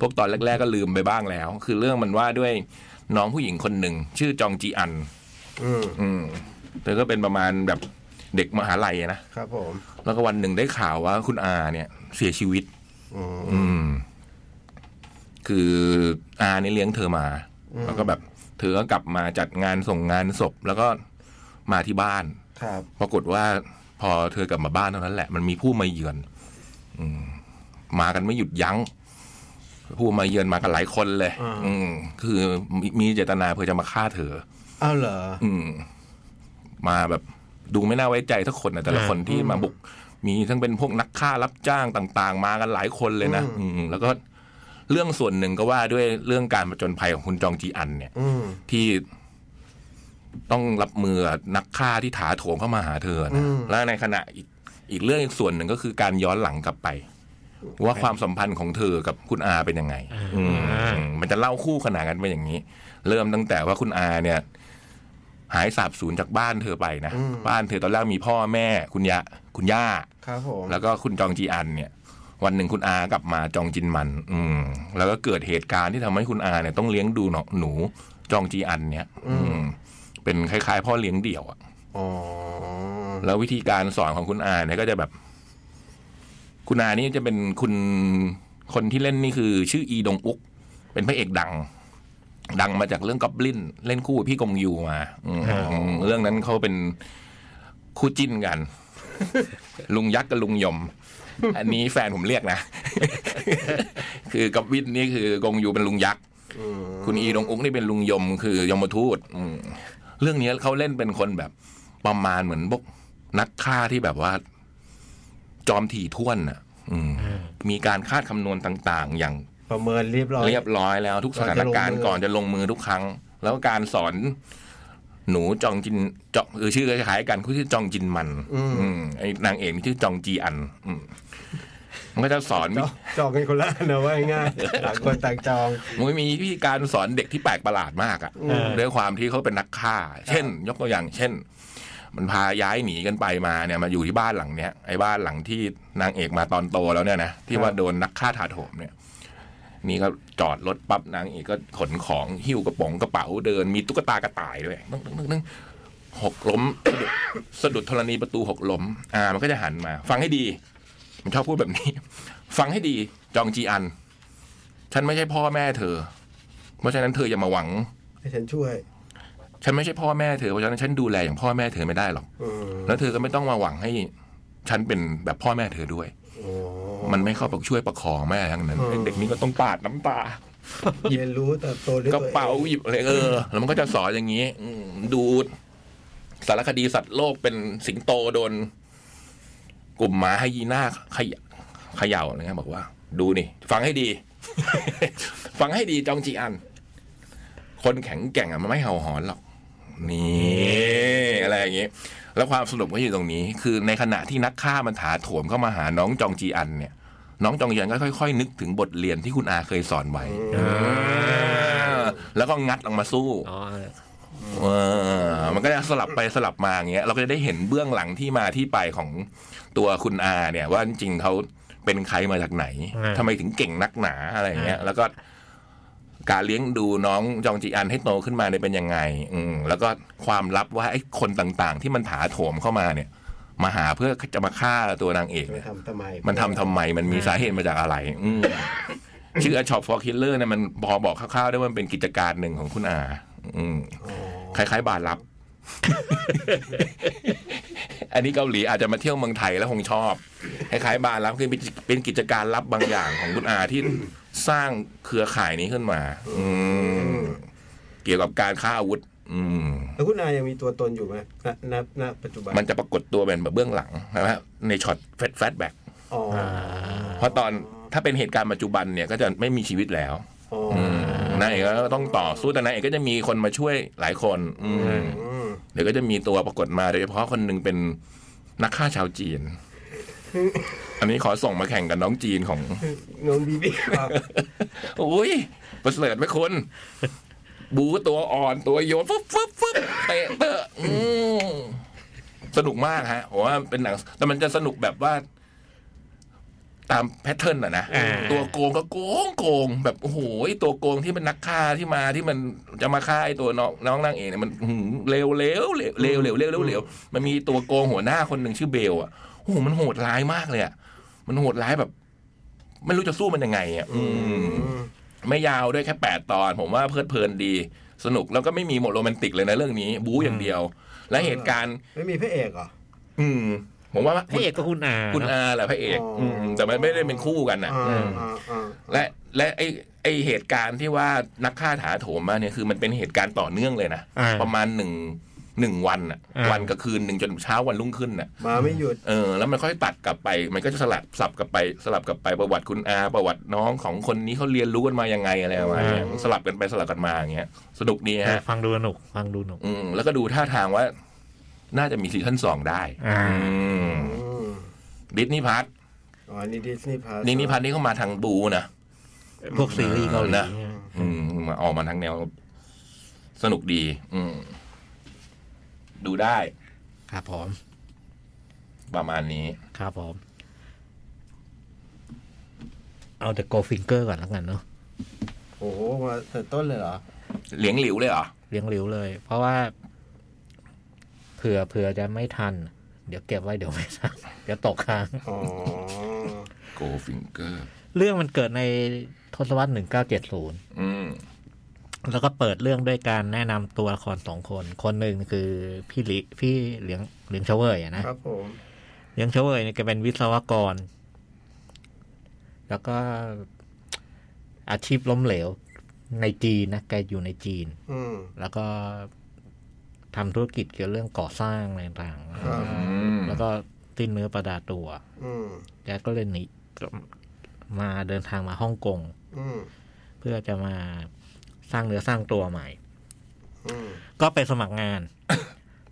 S3: พวกตอนแรก ๆ ก็ลืมไปบ้างแล้ว คือเรื่องมันว่าด้วยน้องผู้หญิงคนหนึ่ง ชื่อจองจีอัน
S2: อืม
S3: อืมเธอก็เป็นประมาณแบบเด็กมหาลัยอะนะ
S2: ครับผม
S3: แล้วก็วันหนึ่งได้ข่าวว่าคุณอาเนี่ย เสียชีวิต
S2: อืม
S3: อืม คืออาเนี่ยเลี้ยงเธอมา แล้วก็แบบเธอก็กลับมาจัดงานส่งงานศพ แล้วก็มาที่บ้าน
S2: ครับ
S3: ปรากฏว่า พอเธอกลับมาบ้านเท่านั้นแหละ มันมีผู้มาเยือน อืม มากันไม่หยุดยัง้ง ผู้มาเยือนมากันหลายคนเลย อืม คือมีมีเจตนาเพื่อจะมาฆ่าเธอ
S2: อ้าวเหรอ
S3: อืม มาแบบดูไม่น่าไว้ใจทุกคนนะแต่ละ
S1: อ่า
S3: คนที่มาบุก มีทั้งเป็นพวกนักฆ่ารับจ้างต่าง ๆ มากันหลายคนเลยนะ
S2: อืม
S3: อืมแล้วก็เรื่องส่วนหนึ่งก็ว่าด้วยเรื่องการประจนภัยของคุณจองจีอันเนี่ย
S2: อืม
S3: ที่ต้องรับมือกับนักฆ่าที่ถาโถมเข้ามาหาเธอนะและในขณะอีกอีกเรื่องอีกส่วนหนึ่งก็คือการย้อนหลังกลับไป ว่าความสัมพันธ์ของเธอกับคุณอาเป็นยังไง อืมมันจะเล่าคู่ขนานกันเป็นอย่างนี้ เริ่มตั้งแต่ว่าคุณอาเนี่ย หายสาบสูญจากบ้านเธอไปนะบ้านเธอตอนแรกมีพ่อแม่ คุณยะคุณย่า
S2: ครับผม
S3: แล้วก็คุณจองจีอันเนี่ย วันหนึ่งคุณอากลับมาจองจินมัน อืม แล้วก็เกิดเหตุการณ์ที่ทำให้คุณอาเนี่ยต้องเลี้ยงดูหนหนูจองจีอันเนี่ย อืม เป็นคล้ายๆ พ่อเลี้ยงเดี่ยวอะ
S2: อ๋อ
S3: แล้ววิธีการสอนของคุณอาเนี่ยก็จะแบบ คุณอานี่จะเป็นคุณคนที่เล่นนี่คือชื่ออีดงอุก เป็นพระเอกดัง ดังมาจากเรื่องกับลินเล่นคู่กับพี่กงยูมา อืมเรื่องนั้นเขาเป็นคู่จิ้นกัน ลุงยักษ์กับลุงยม อันนี้แฟนผมเรียกนะ คือกับวินนี่คือกงยูเป็นลุงยักษ์คุณอีดงอุกนี่เป็นลุงยม คือยมทูตอืมเรื่องนี้เขาเล่นเป็นคนแบบประมาณเหมือนพวกนักฆ่าที่แบบว่า จอมถี่ท่วนอ่ะ อืม มีการคาดคำนวณต่าง ๆ อย่าง
S2: ประเมินเรียบร้อย
S3: เรียบร้อยแล้วทุกสถานการณ์
S2: ก่
S3: ก่
S2: อ
S3: อน น
S2: จะ
S3: จะ
S2: ล
S3: ล
S2: ง
S3: ง
S2: มื
S3: มื
S2: อ
S3: อทุกครั้ง แล้วการสอนหนูจองจินจองคือชื่อคล้ายๆกันคือชื่อจองจินมัน อืมไอ้นางเอกนี่ชื่อจองจีอัน อืม มันก็จะสอน
S2: จองจองกันคนละอันนะว่าง่ายๆต่างคนต่างจอง
S3: มันมีวิธีการสอนเด็กที่แปลกประหลาดมากอ่ะ
S1: เออ
S3: ด้วยความที่เขาเป็นนักฆ่า เช่น ยกตัวอย่าง เช่น มันพาย้ายหนีกันไปมาเนี่ยมาอยู่ที่บ้านหลังเนี้ยไอ้บ้านหลังที่นางเอกมาตอนโตแล้วเนี่ยนะที่ว่าโดนนักฆ่าถาโถมเนี่ย นี่ก็จอดรถปั๊บนางเอกก็ขนของหิ้วกระป๋องกระเป๋าเดินมีตุ๊กตากระต่ายด้วยนึงนึงนึงนึงหกล้ม สะดุดธรณีประตูหกล้ม อ่า มันก็จะหันมา ฟังให้ดี มันชอบพูดแบบนี้ ฟังให้ดีจองจีอัน ฉันไม่ใช่พ่อแม่เธอ เพราะฉะนั้นเธออย่ามาหวัง
S2: ให้ฉันช่วย
S3: ฉันไม่ใช่พ่อแม่เธอเพราะฉะนั้นฉันดูแลอย่างพ่อแม่เธอไม่ได้หรอก
S2: อืม
S3: แล้วเธอก็ไม่ต้องมาหวังให้ ฉันเป็นแบบพ่อแม่เธอด้วย
S2: โอ้
S3: มันไม่เข้าไปช่วยประคองแม่ทั้งนั้น
S2: อืม
S3: เด็กนี้ก็ต้องปาดน้ำตา
S2: เรียนรู้เติบโตด้วย
S3: ก
S2: ตั
S3: ระ
S2: วอง
S3: เป๋าหยิบอะไรเออ แล้วมันก็จะสอนอย่างนี้ อืมดูสารคดีสัตว์โลกเป็นสิงโตโดน กลุ่มหมาไฮยีน่าเขยเขย่าอะไรเงี้ยบอกว่า ดูนี่ ฟังให้ดี ฟังให้ดีจองจีอัน คนแข็งแกร่งอะมันไม่เห่าหอนหรอก นี่อะไรอย่างงี้ แล้วความสนุกก็อยู่ตรงนี้ คือในขณะที่นักฆ่ามันถาโถมเข้ามาหาน้องจองจีอันเนี่ย น้องจองจีอันก็ค่อยๆ นึกถึงบทเรียนที่คุณอาเคยสอนไว้ แล้วก็งัดออกมาสู้
S1: อ๋อ
S3: เออ มันก็จะสลับไปสลับมาอย่างเงี้ย เราก็จะได้เห็นเบื้องหลังที่มาที่ไปของตัวคุณอาเนี่ย ว่าจริงๆเขาเป็นใครมาจากไหนทำไมถึงเก่งนักหนาอะไรอย่างเงี้ย แล้วก็การเลี้ยงดูน้องจองจีอันให้โตขึ้นมาเนี่ยเป็นยังไง อืมแล้วก็ความลับว่าไอ้คนต่างๆ ที่มันถาโถมเข้ามาเนี่ย มาหาเพื่อจะมาฆ่าตัวนางเอก
S2: มั
S3: เนี่
S2: น
S3: ย
S2: ทำทำไม
S3: มันทำทำไมมันมีสาเหตุมาจากอะไร อืมชื่อ A Shop for Killer เนี่ยมันพอบอกคร่าวๆได้ว่ามันเป็นกิจการหนึ่งของคุณอา อืม
S2: อ๋อ
S3: คล้าย ๆ บาร์ลับ อันนี้เกาหลีอาจจะมาเที่ยวเมืองไทยแล้วคงชอบ คล้ายๆบาร์ลับคือเป็นเป็นกิจการลับบางอย่างของคุณอาที่สร้างเครือข่ายนี้ขึ้นมา อืม เกี่ยวกับการฆ่าอาวุธ อืม
S2: แล้วคุณนายยังมีตัวตนอยู่ไหมณณณปัจจุบัน
S3: มันจะปรากฏตัวเป็นแบบเบื้องหลังนะครับในช็อตแฟลชแบ็ก
S2: อ๋อ
S3: เพราะตอนถ้าเป็นเหตุการณ์ปัจจุบันเนี่ยก็จะไม่มีชีวิตแล้ว
S2: อ๋อ
S3: อืมนายเอกก็ต้องต่อสู้แต่นายเอกก็จะมีคนมาช่วยหลายคนอืม
S2: อืม
S3: เดี๋ยวก็จะมีตัวปรากฏมาโดยเฉพาะคนหนึ่งเป็นนักฆ่าชาวจีน อันนี้ขอส่งมาแข่งกับน้องจีนของ
S2: น้องบีบีครับ
S3: โอ้ยประเสริฐไหมคุณบูตัวอ่อนตัวโยนฟึบฟึบฟึบเตะเตะอืมสนุกมากฮะผมว่าเป็นหนัง แต่มันจะสนุกแบบว่า ตามแพทเทิร์นอะนะ ตัวโกงก็โกงโกง แบบโอ้โหตัวโกงที่เป็นนักฆ่าที่มาที่มันจะมาฆ่าไอ้ตัวน้องน้องนางเอกเนี่ยมันหืมเร็วเร็วเร็วเร็วเร็วเร็วเร็วเร็วมันมีตัวโกงหัวหน้าคนหนึ่งชื่อเบลอะโอ้โหมันโหดร้ายมากเลยอะมันโหดร้ายแบบ ไม่รู้จะสู้มันยังไงอะอืม ไม่ยาวด้วยแค่ 8 ตอน ผมว่าเพลิดเพลินดี สนุกแล้วก็ไม่มีหมดโรแมนติกเลยนะเรื่องนี้ บู๊อย่างเดียว และเหตุการณ์
S2: ไม่มีพระเอกเหรอ
S3: อืม ผมว่า
S1: พระเอกก็คุณอา
S3: คุณ
S1: เนอะ
S3: อาแหละพระเอก
S2: อ๋ออื
S3: มแต่มันไม่ได้เป็นคู่กันนะ
S2: อ่าอ่าอ่า
S3: และและไอไอเหตุการณ์ที่ว่านักฆ่าถาโถมมาเนี่ยคือมันเป็นเหตุการณ์ต่อเนื่องเลยนะ
S1: อ่า
S3: ประมาณหนึ่งหนึ่งวันอะ
S1: อ่า
S3: วันกับคืนหนึ่งจนเช้าวันรุ่งขึ้นน่ะ
S2: มาไม่หยุด
S3: เออแล้วมันค่อยตัดกลับไป มันก็จะสลับสับกลับไปสลับกลับไปประวัติคุณอาประวัติน้องของคนนี้เขาเรียนรู้กันมายังไงอะไรประมาณเนี้ย
S2: อ่า
S3: สลับกันไปสลับกันมาอย่างเงี้ยสนุกดีฮะ
S1: ฟังดูสนุกฟังดูสนุก
S3: อืมแล้วก็ดูท่าทางว่า น่าจะมีซีซั่นสองได้
S1: อ่า
S2: อืม
S3: ดิสนีย์พาร์ท
S2: อ๋อนี่ดิสนีย์พาร์
S3: ดิสนีย์พาร์ทนี่เขามาทางบูนะ
S1: พวกซีรีส์เกาหลี
S3: นะ อืมมาออกมาทางแนว สนุกดี อืมดูได้
S1: ครับผม
S3: ประมาณนี้
S1: ครับผม เอาแต่โกฟิงเกอร์ก่อนแล้วกันเนาะ
S2: โอ้โหมาแต่ต้นเลยเหรอ
S3: เหลียงหลิวเลยเหรอ
S1: เลี้ยงหลิวเลย เพราะว่า เผื่อเผื่อจะไม่ทัน เดี๋ยวเก็บไว้เดี๋ยวไม่ทันเดี๋ยวตกค้าง
S2: อ๋อ
S3: โกฟิงเกอร์
S1: เรื่องมันเกิดในทศวรรษ 1970
S3: อืม
S1: แล้วก็เปิดเรื่องด้วยการแนะนำตัวละครสองคน คนหนึ่งคือพี่หลิพี่เหลียงเหลียงเฉวยอะนะครับ
S2: ผม
S1: เหลียงเฉวยเนี่ยแกเป็นวิศวกร แล้วก็อาชีพล้มเหลว ในจีนนะแกอยู่ในจีน
S2: อืม
S1: แล้วก็ทำธุรกิจเกี่ยวเรื่องก่อสร้างอะไรต่าง
S2: ครับ
S3: อืม
S1: ๆแล้วก็ติ้นเนื้อประดาตัว
S2: อืม
S1: แกก็เลยหนีมาเดินทางมาฮ่องกง
S2: อืม
S1: เพื่อจะมาสร้างเนื้อสร้างตัวใหม่
S2: อืม
S1: ก็ ไปสมัครงาน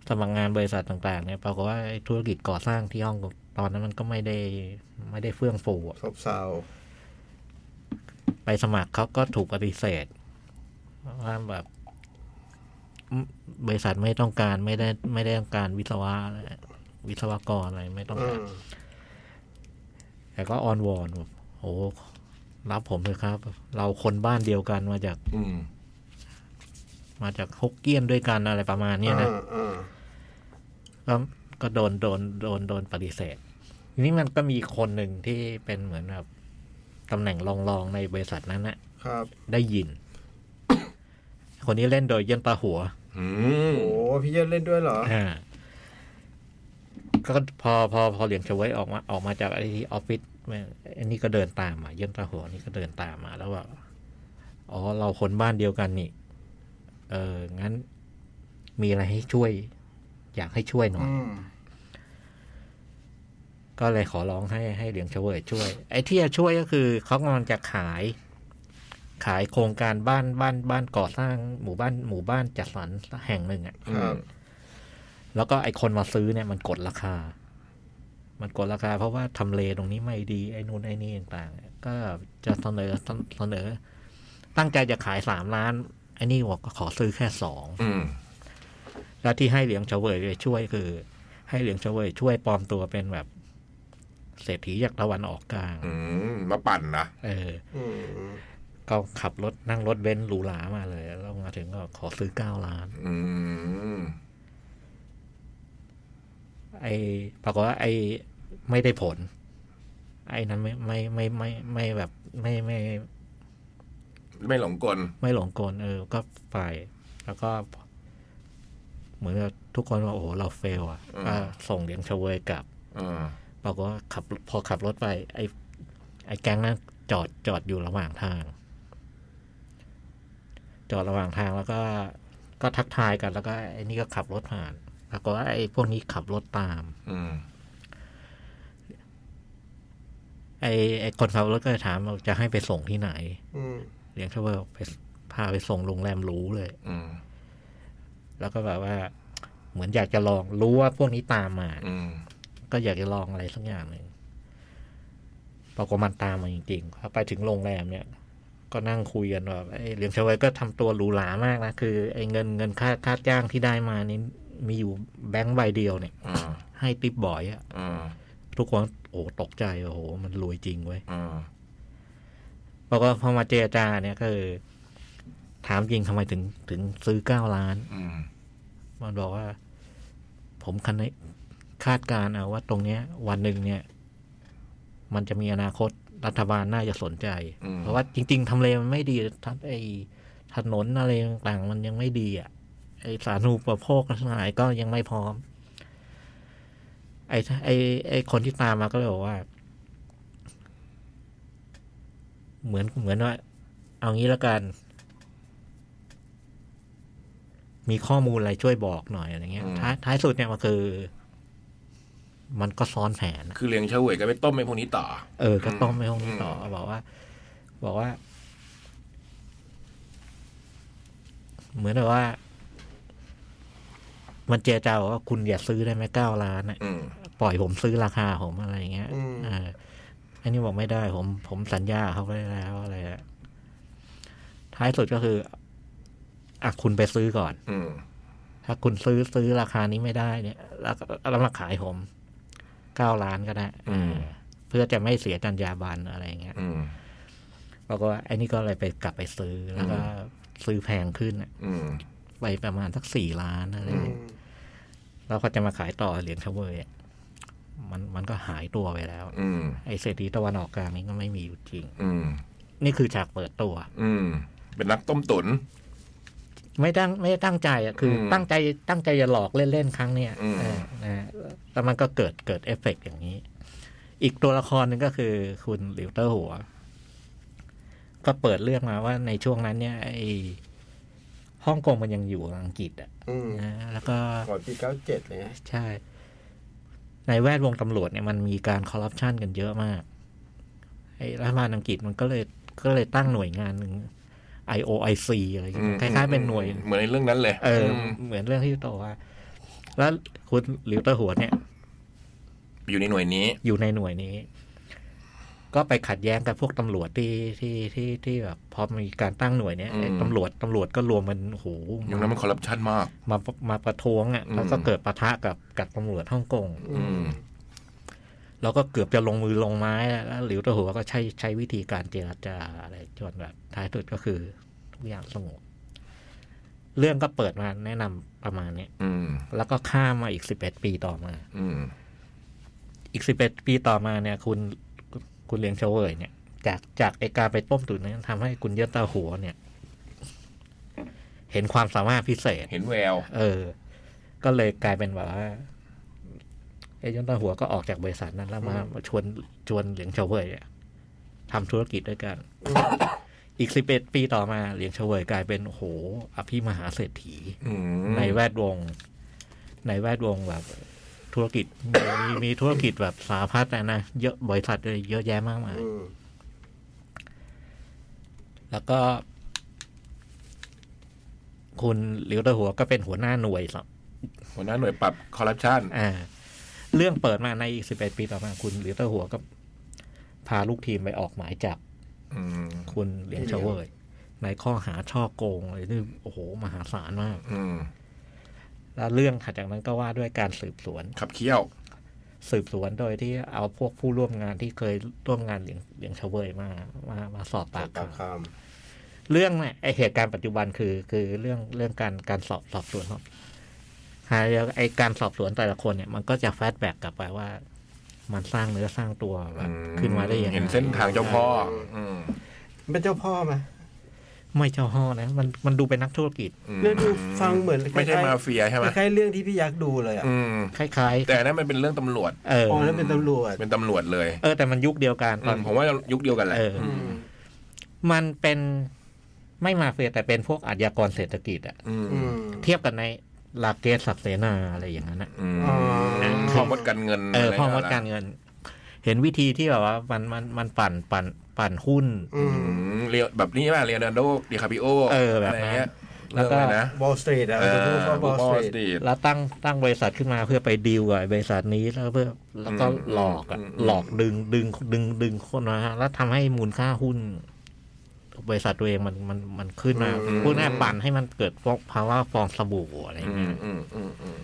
S1: สมัครงานบริษัทต่างๆเนี่ยปรากฏว่าไอ้ธุรกิจก่อสร้างที่ฮ่องกง ตอนนั้นมันก็ไม่ได้ไม่ได้เฟื่องฟูอะ
S2: ซบเซา
S1: ไปสมัครเขาก็ถูกปฏิเสธว่าแบบอืมบริษัทไม่ต้องการไม่ได้ไม่ได้ต้องการวิศวะวิศวกรอะไรไม่ต้อง
S2: อื
S1: การ
S2: ม
S1: แต่ก็ออนวอนแบบโอ้รับผมเลยครับ เราคนบ้านเดียวกันมาจาก
S5: อืม
S1: มาจากฮกเกี้ยนด้วยกันอะไรประมาณเนี้ยนะ
S2: อ่าอ่า
S1: ก็ก็โดนโดนโดนโดนปฏิเสธทีนี้มันก็มีคนหนึ่งที่เป็นเหมือนแบบตำแหน่งรองรองๆในบริษัทนั้นนะครับ ได้ยิน คนนี้เล่นโดยเยี่ยนปลาหัว
S5: อืม
S2: โอ้พี่เยนเล่นด้วยเหรอ
S1: อ่าก็พอพอพอเหลียงเฉวยออกมาออกมาจากไอ้ที่ออฟฟิศแม่งอันนี้ก็เดินตามมาเยี่ยนปลาหัวนี่ก็เดินตามมาแล้วว่าอ๋อเราคนบ้านเดียวกันนี่ เอองั้น มีอะไรให้ช่วย อยากให้ช่วยหน่อย
S2: อืม
S1: ก็เลยขอร้องให้ให้เหลียงเฉวยช่วย ไอ้ที่จะช่วยก็คือเขากำลังจะขาย ขายโครงการบ้านบ้านบ้านก่อสร้างหมู่บ้านหมู่บ้านจัดสรรแห่งหนึ่งอะ่ะ
S2: ครับ
S1: แล้วก็ไอ้คนมาซื้อเนี่ยมันกดราคา มันกดราคา เพราะว่าทำเลตรงนี้ไม่ดีไอ้นู่นไอ้นี่ต่างๆก็จะเสนอเสนอ ตั้งใจจะขายสามล้านไอ้นี่บอกก็ขอซื้อแค่สอง
S5: อืม
S1: แล้วที่ให้เหลียงเฉวยไปช่วยคือ ให้เหลียงเฉวยช่วยปลอมตัวเป็นแบบ เศรษฐีจากตะวันออกกลาง
S5: อืม มาปั่นนะ
S1: เออ
S2: อืม
S1: ก็ขับรถนั่งรถเบนซ์หรูหรามาเลย แล้วมาถึงก็ขอซื้อเก้าล้าน
S5: อืม
S1: ไอ้ปรากฏว่าไอ้ไม่ได้ผล ไอ้นั้นไม่ไม่ไม่ไม่ไม่ไม่แบบไม่ไม่ไม่
S5: ไม่หลงกล
S1: ไม่หลงกลเออ ก็ไปแล้วก็ เหมือนกับทุกคนว่าโอ้โหเราเฟลอ่ะ
S5: อืม
S1: ก็ส่งเหรียญเชเวยกลับ
S5: อ่า
S1: ปรากฏว่าขับพอขับรถไป ไอ้ไอ้แก๊งนั้นจอดจอดอยู่ระหว่างทาง จอดระหว่างทางแล้วก็ก็ทักทายกันแล้วก็ไอ้นี่ก็ขับรถผ่านปรากฏว่าไอ้พวกนี้ขับรถตาม
S5: อืม
S1: ไอ้ไอ้คนขับรถก็เลยถามว่าจะให้ไปส่งที่ไหน
S2: อืม
S1: เลี้ยงเชเวลไปพาไปส่งโรงแรมหรู้เลย
S5: อืม
S1: แล้วก็แบบว่า เหมือนอยากจะลองรู้ว่าพวกนี้ตามมา
S5: อืม
S1: ก็อยากจะลองอะไรสักอย่างหนึ่งปรากฏมันตามมาจริงๆพอไปถึงโรงแรมเนี่ย ก็นั่งคุยกันว่าไอ้เลี้ยงเชเวลก็ทำตัวหรูหรามากนะคือไอ้เงินเงินค่าค่าจ้างที่ได้มานี่มีอยู่แบงค์ใบเดียวเนี่ย
S5: อ่า
S1: ให้ติปบ่อยอะ
S5: อ่า
S1: ทุกคนโอ้ตกใจโอ้โห มันรวยจริงเว้ย
S5: อ่า
S1: บอกว่าพอมาเจรจาเนี่ยก็คือถามจริงทำไมถึงถึงซื้อเก้าล้าน
S5: อืม
S1: มันบอกว่า ผมคณะคาดการณ์เอาว่าตรงเนี้ย วันหนึ่งเนี่ย มันจะมีอนาคตรัฐบาลน่าจะสนใจ
S5: อืม
S1: เพราะว่าจริง ๆทำเลมันไม่ดีทัไอถนนอะไรต่างๆ มันยังไม่ดีอ่ะ ไอสาธารณูปโภคทั้งหลายก็ยังไม่พร้อม ไอไอไอคนที่ตามมาก็เลยบอกว่า เหมือนเหมือนว่า เอางี้ละกัน มีข้อมูลอะไรช่วยบอกหน่อยอะไรเงี้ย
S5: อืม
S1: ท้ายท้ายสุดเนี่ยมันคือ มันก็ซ้อนแผนอะ
S5: คือเลี้ยงเฉวยก็ไปต้มไอ้พวกนี้ต่อ
S1: เออ ก็ต้องไปห้องนี้ต่อ
S5: อืม
S1: บอกว่า บอกว่า เหมือนแบบว่า มันเจรจาบอกว่าคุณอย่าซื้อได้ไหมเก้าล้านอะ
S5: อืม
S1: ปล่อยผมซื้อราคาผมอะไรอย่างเงี้ย
S2: อืม
S1: เอออันนี้บอกไม่ได้ผม ผมสัญญาเขาไว้แล้วอะไรอะท้ายสุดก็คืออ่ะคุณไปซื้อก่อน
S5: อืม
S1: ถ้าคุณซื้อซื้อราคานี้ไม่ได้เนี่ยแล้วแล้วมาขายผมเก้าล้านก็ได้
S5: อืม
S1: เออเพื่อจะไม่เสียจรรยาบรรณอะไรอย่างเงี้ย
S5: อืม
S1: ปรากฏว่าไอ้นี่ก็เลยไปกลับไปซื้อแล้วก็ซื้อแพงขึ้นอะ
S5: อืม
S1: ไปประมาณสักสี่ล้านอะไรอย่างเงี้ย แล้วก็จะมาขายต่อเหรียญเชเวยอะมันมันก็หายตัวไปแล้ว
S5: อืม
S1: ไอเศรษฐีตะวันออกกลางนี่ก็ไม่มีอยู่จริง
S5: อืม
S1: นี่คือฉากเปิดตัว
S5: อืม เป็นนักต้มตุ๋น
S1: ไม่ตั้งไม่ได้ตั้งใจอ่ะคืออ
S5: ม
S1: ตั้งใจตั้งใจจะหลอกเล่นๆครั้งเนี้ย
S5: อืม
S1: เออนะฮะแต่มันก็เกิดเกิดเอฟเฟกต์อย่างนี้ อีกตัวละครหนึ่งก็คือคุณหลิวเตอร์หัว ก็เปิดเรื่องมาว่าในช่วงนั้นเนี่ย ไอฮ่องกงมันยังอยู่อังกฤษอ่ะ
S2: อืม
S1: นะแล้วก็
S2: ก่อนปีเก้าเจ็ดเลยนะ
S1: ใช่ ในแวดวงตำรวจเนี่ยมันมีการคอร์รัปชันกันเยอะมาก ไอ้รัฐบาลอังกฤษมันก็เลยก็เลยตั้งหน่วยงานหนึ่ง IOIC อะไรอย่าง
S5: อื
S1: เงี้
S5: ม
S1: ยคล้าย ๆ เป็นหน่วย
S5: เหมือนในเรื่องนั้นเลย
S1: เออ
S5: ม
S1: เหมือนเรื่องที่โตว่า แล้วคุณหลิวเตอร์หัวเนี่ย
S3: อยู่ในหน่วยนี้
S1: อยู่ในหน่วยนี้ ก็ไปขัดแย้งกับพวกตำรวจที่ที่ที่ที่แบบพอมีการตั้งหน่วยเนี้ย
S3: อืม
S1: ไอ้ตำรวจตำรวจก็รวมมันโอ้โห
S3: ยุคนั้นมันคอร์รัปชันมาก
S1: มามาประท้วงอ่ะ
S3: อืม
S1: แล้วก็เกิดปะทะกับกับตำรวจฮ่องกง
S3: อืม
S1: แล้วก็เกือบจะลงมือลงไม้แล้วแล้วหลิวตะหัวก็ใช้ใช้วิธีการเจรจาอะไรจนแบบท้ายสุดก็คือทุกอย่างสงบเรื่องก็เปิดมาแนะนำประมาณเนี้ย
S3: อืม
S1: แล้วก็ข้ามมาอีกสิบเอ็ดปีต่อมา
S3: อืม
S1: อีกสิบเอ็ดปีต่อมาเนี่ย คุณคุณเลี้ยงเฉวยเนี่ย จากจากไอการไปต้มตุ๋นนั้นทำให้คุณเยี่ยนตาหัวเนี่ย เห็นความสามารถพิเศษ
S3: เห็นแวว
S1: เออ ก็เลยกลายเป็นแบบว่าไอ้เยี่ยนตาหัวก็ออกจากบริษัทนั้นแล้วมามาชวนชวนเหลียงเฉวยเนี่ยทำธุรกิจด้วยกัน อีกสิบเอ็ดปีต่อมาเหลียงเฉวยกลายเป็นโอ้โหอภิมหาเศรษฐี
S3: อืม
S1: ในแวดวง ในแวดวงแบบธุรกิจ มีมีธุรกิจแบบสาพัดนะนะเยอะบริษัทเลยเยอะแยะมากมาย
S2: อืม
S1: แล้วก็ คุณหลิวเตอหัวก็เป็นหัวหน้าหน่วยสับ
S3: หัวหน้าหน่วยปรับคอร์รัปชัน
S1: อ่า เรื่องเปิดมาในอีกสิบเอ็ดปีต่อมาคุณหลิวเตอหัวก็ พาลูกทีมไปออกหมายจับ
S3: อืม
S1: คุณเหลียงเฉวยในข้อหาช่อโกงอะไรนี่โอ้โห มหาศาลมาก
S3: อืม
S1: แล้วเรื่องถัดจากนั้นก็ว่าด้วยการสืบสวน
S3: ขับเคี่ยว
S1: สืบสวนโดยที่เอาพวกผู้ร่วมงานที่เคยร่วมงานเหลียงเหลียงเฉวยมามามาสอบปาก
S2: ปาก
S1: คำ
S2: คำ
S1: เรื่องเนี่ยไอเหตุการณ์ปัจจุบันคือ คือเรื่องเรื่องการการสอบสอบสวนครับหาแล้วไอการสอบสวนแต่ละคนเนี่ยมันก็จะแฟดแบ็กกลับไปว่า มันสร้างเนื้อสร้างตัวแบบขึ้นมาได้ยังไง
S3: เห็นเส้นทางเจ้าพ่อ อืม
S2: เป็นเจ้าพ่อไหม
S1: ไม่เจ้าห่อนะมันมันดูเป็นนักธุรกิจ
S3: อืม
S2: เนี่ยดูฟังเหมือน
S3: ไม่ใช่มาเฟียใช่ไหม
S2: คล้ายๆเรื่องที่พี่ยักษ์ดูเลยอ่ะ
S3: อืม
S1: คล้าย
S3: แต่อันนั้นมันเป็นเรื่องตำรวจ
S1: ๆ เออ
S2: อ๋อแล้วเป็นตำรวจ
S3: เป็นตำรวจเลย
S1: เออ แต่มันยุคเดียวกันต
S3: อื
S1: อน
S3: มผมว่ายุคเดียวกันแหละ
S1: เออ
S2: อืม
S1: มันเป็นไม่มาเฟียแต่เป็นพวกอาชญากรเศรษฐกิจอะ
S3: อืม
S2: อืม
S1: เทียบกันในลาเกสศักดิ์เสนาอะไรอย่างนั้นนะ
S3: อืม
S2: อ๋อ
S3: ข้อมดการเงิน
S1: เออพ่อมด
S3: ะไ
S1: การเงิน เห็นวิธีที่แบบว่ามันมันมันปั่นปั่นปั่นหุ้น
S2: อื
S3: อื
S2: ม
S3: มเรียวแบบนี้ป่ะเรียนโดดิคาปิโอ
S1: เออแบบ
S3: อะ
S1: นั้น
S3: ไรเงี้ย
S1: แล้วก็
S3: เรื่องอะไรนะ
S2: บอลสตรีทอ่ะ
S3: เอ
S2: เราจะพูดว่า
S3: อบ
S2: อล
S3: บอ
S2: ส
S3: ส
S2: ตรีท
S3: ตีด
S1: แล้วตั้งตั้งบริษัทขึ้นมาเพื่อไปดีลกับบริษัทนี้แล้วเพื่อแล้วก็
S3: อืม
S1: หลอกอะ
S3: อืมอืม
S1: หลอกดึงดึงดึงดึงคนมาแล้วทำให้มูลค่าหุ้น บริษัทตัวเองมันมันมันขึ้นมาพูดง่ายๆปั่นให้มันเกิดฟองภาวะฟองสบู่อะไรอย่าง
S3: อื
S1: เงี้
S3: ม
S1: ย
S3: อืมอืมอืม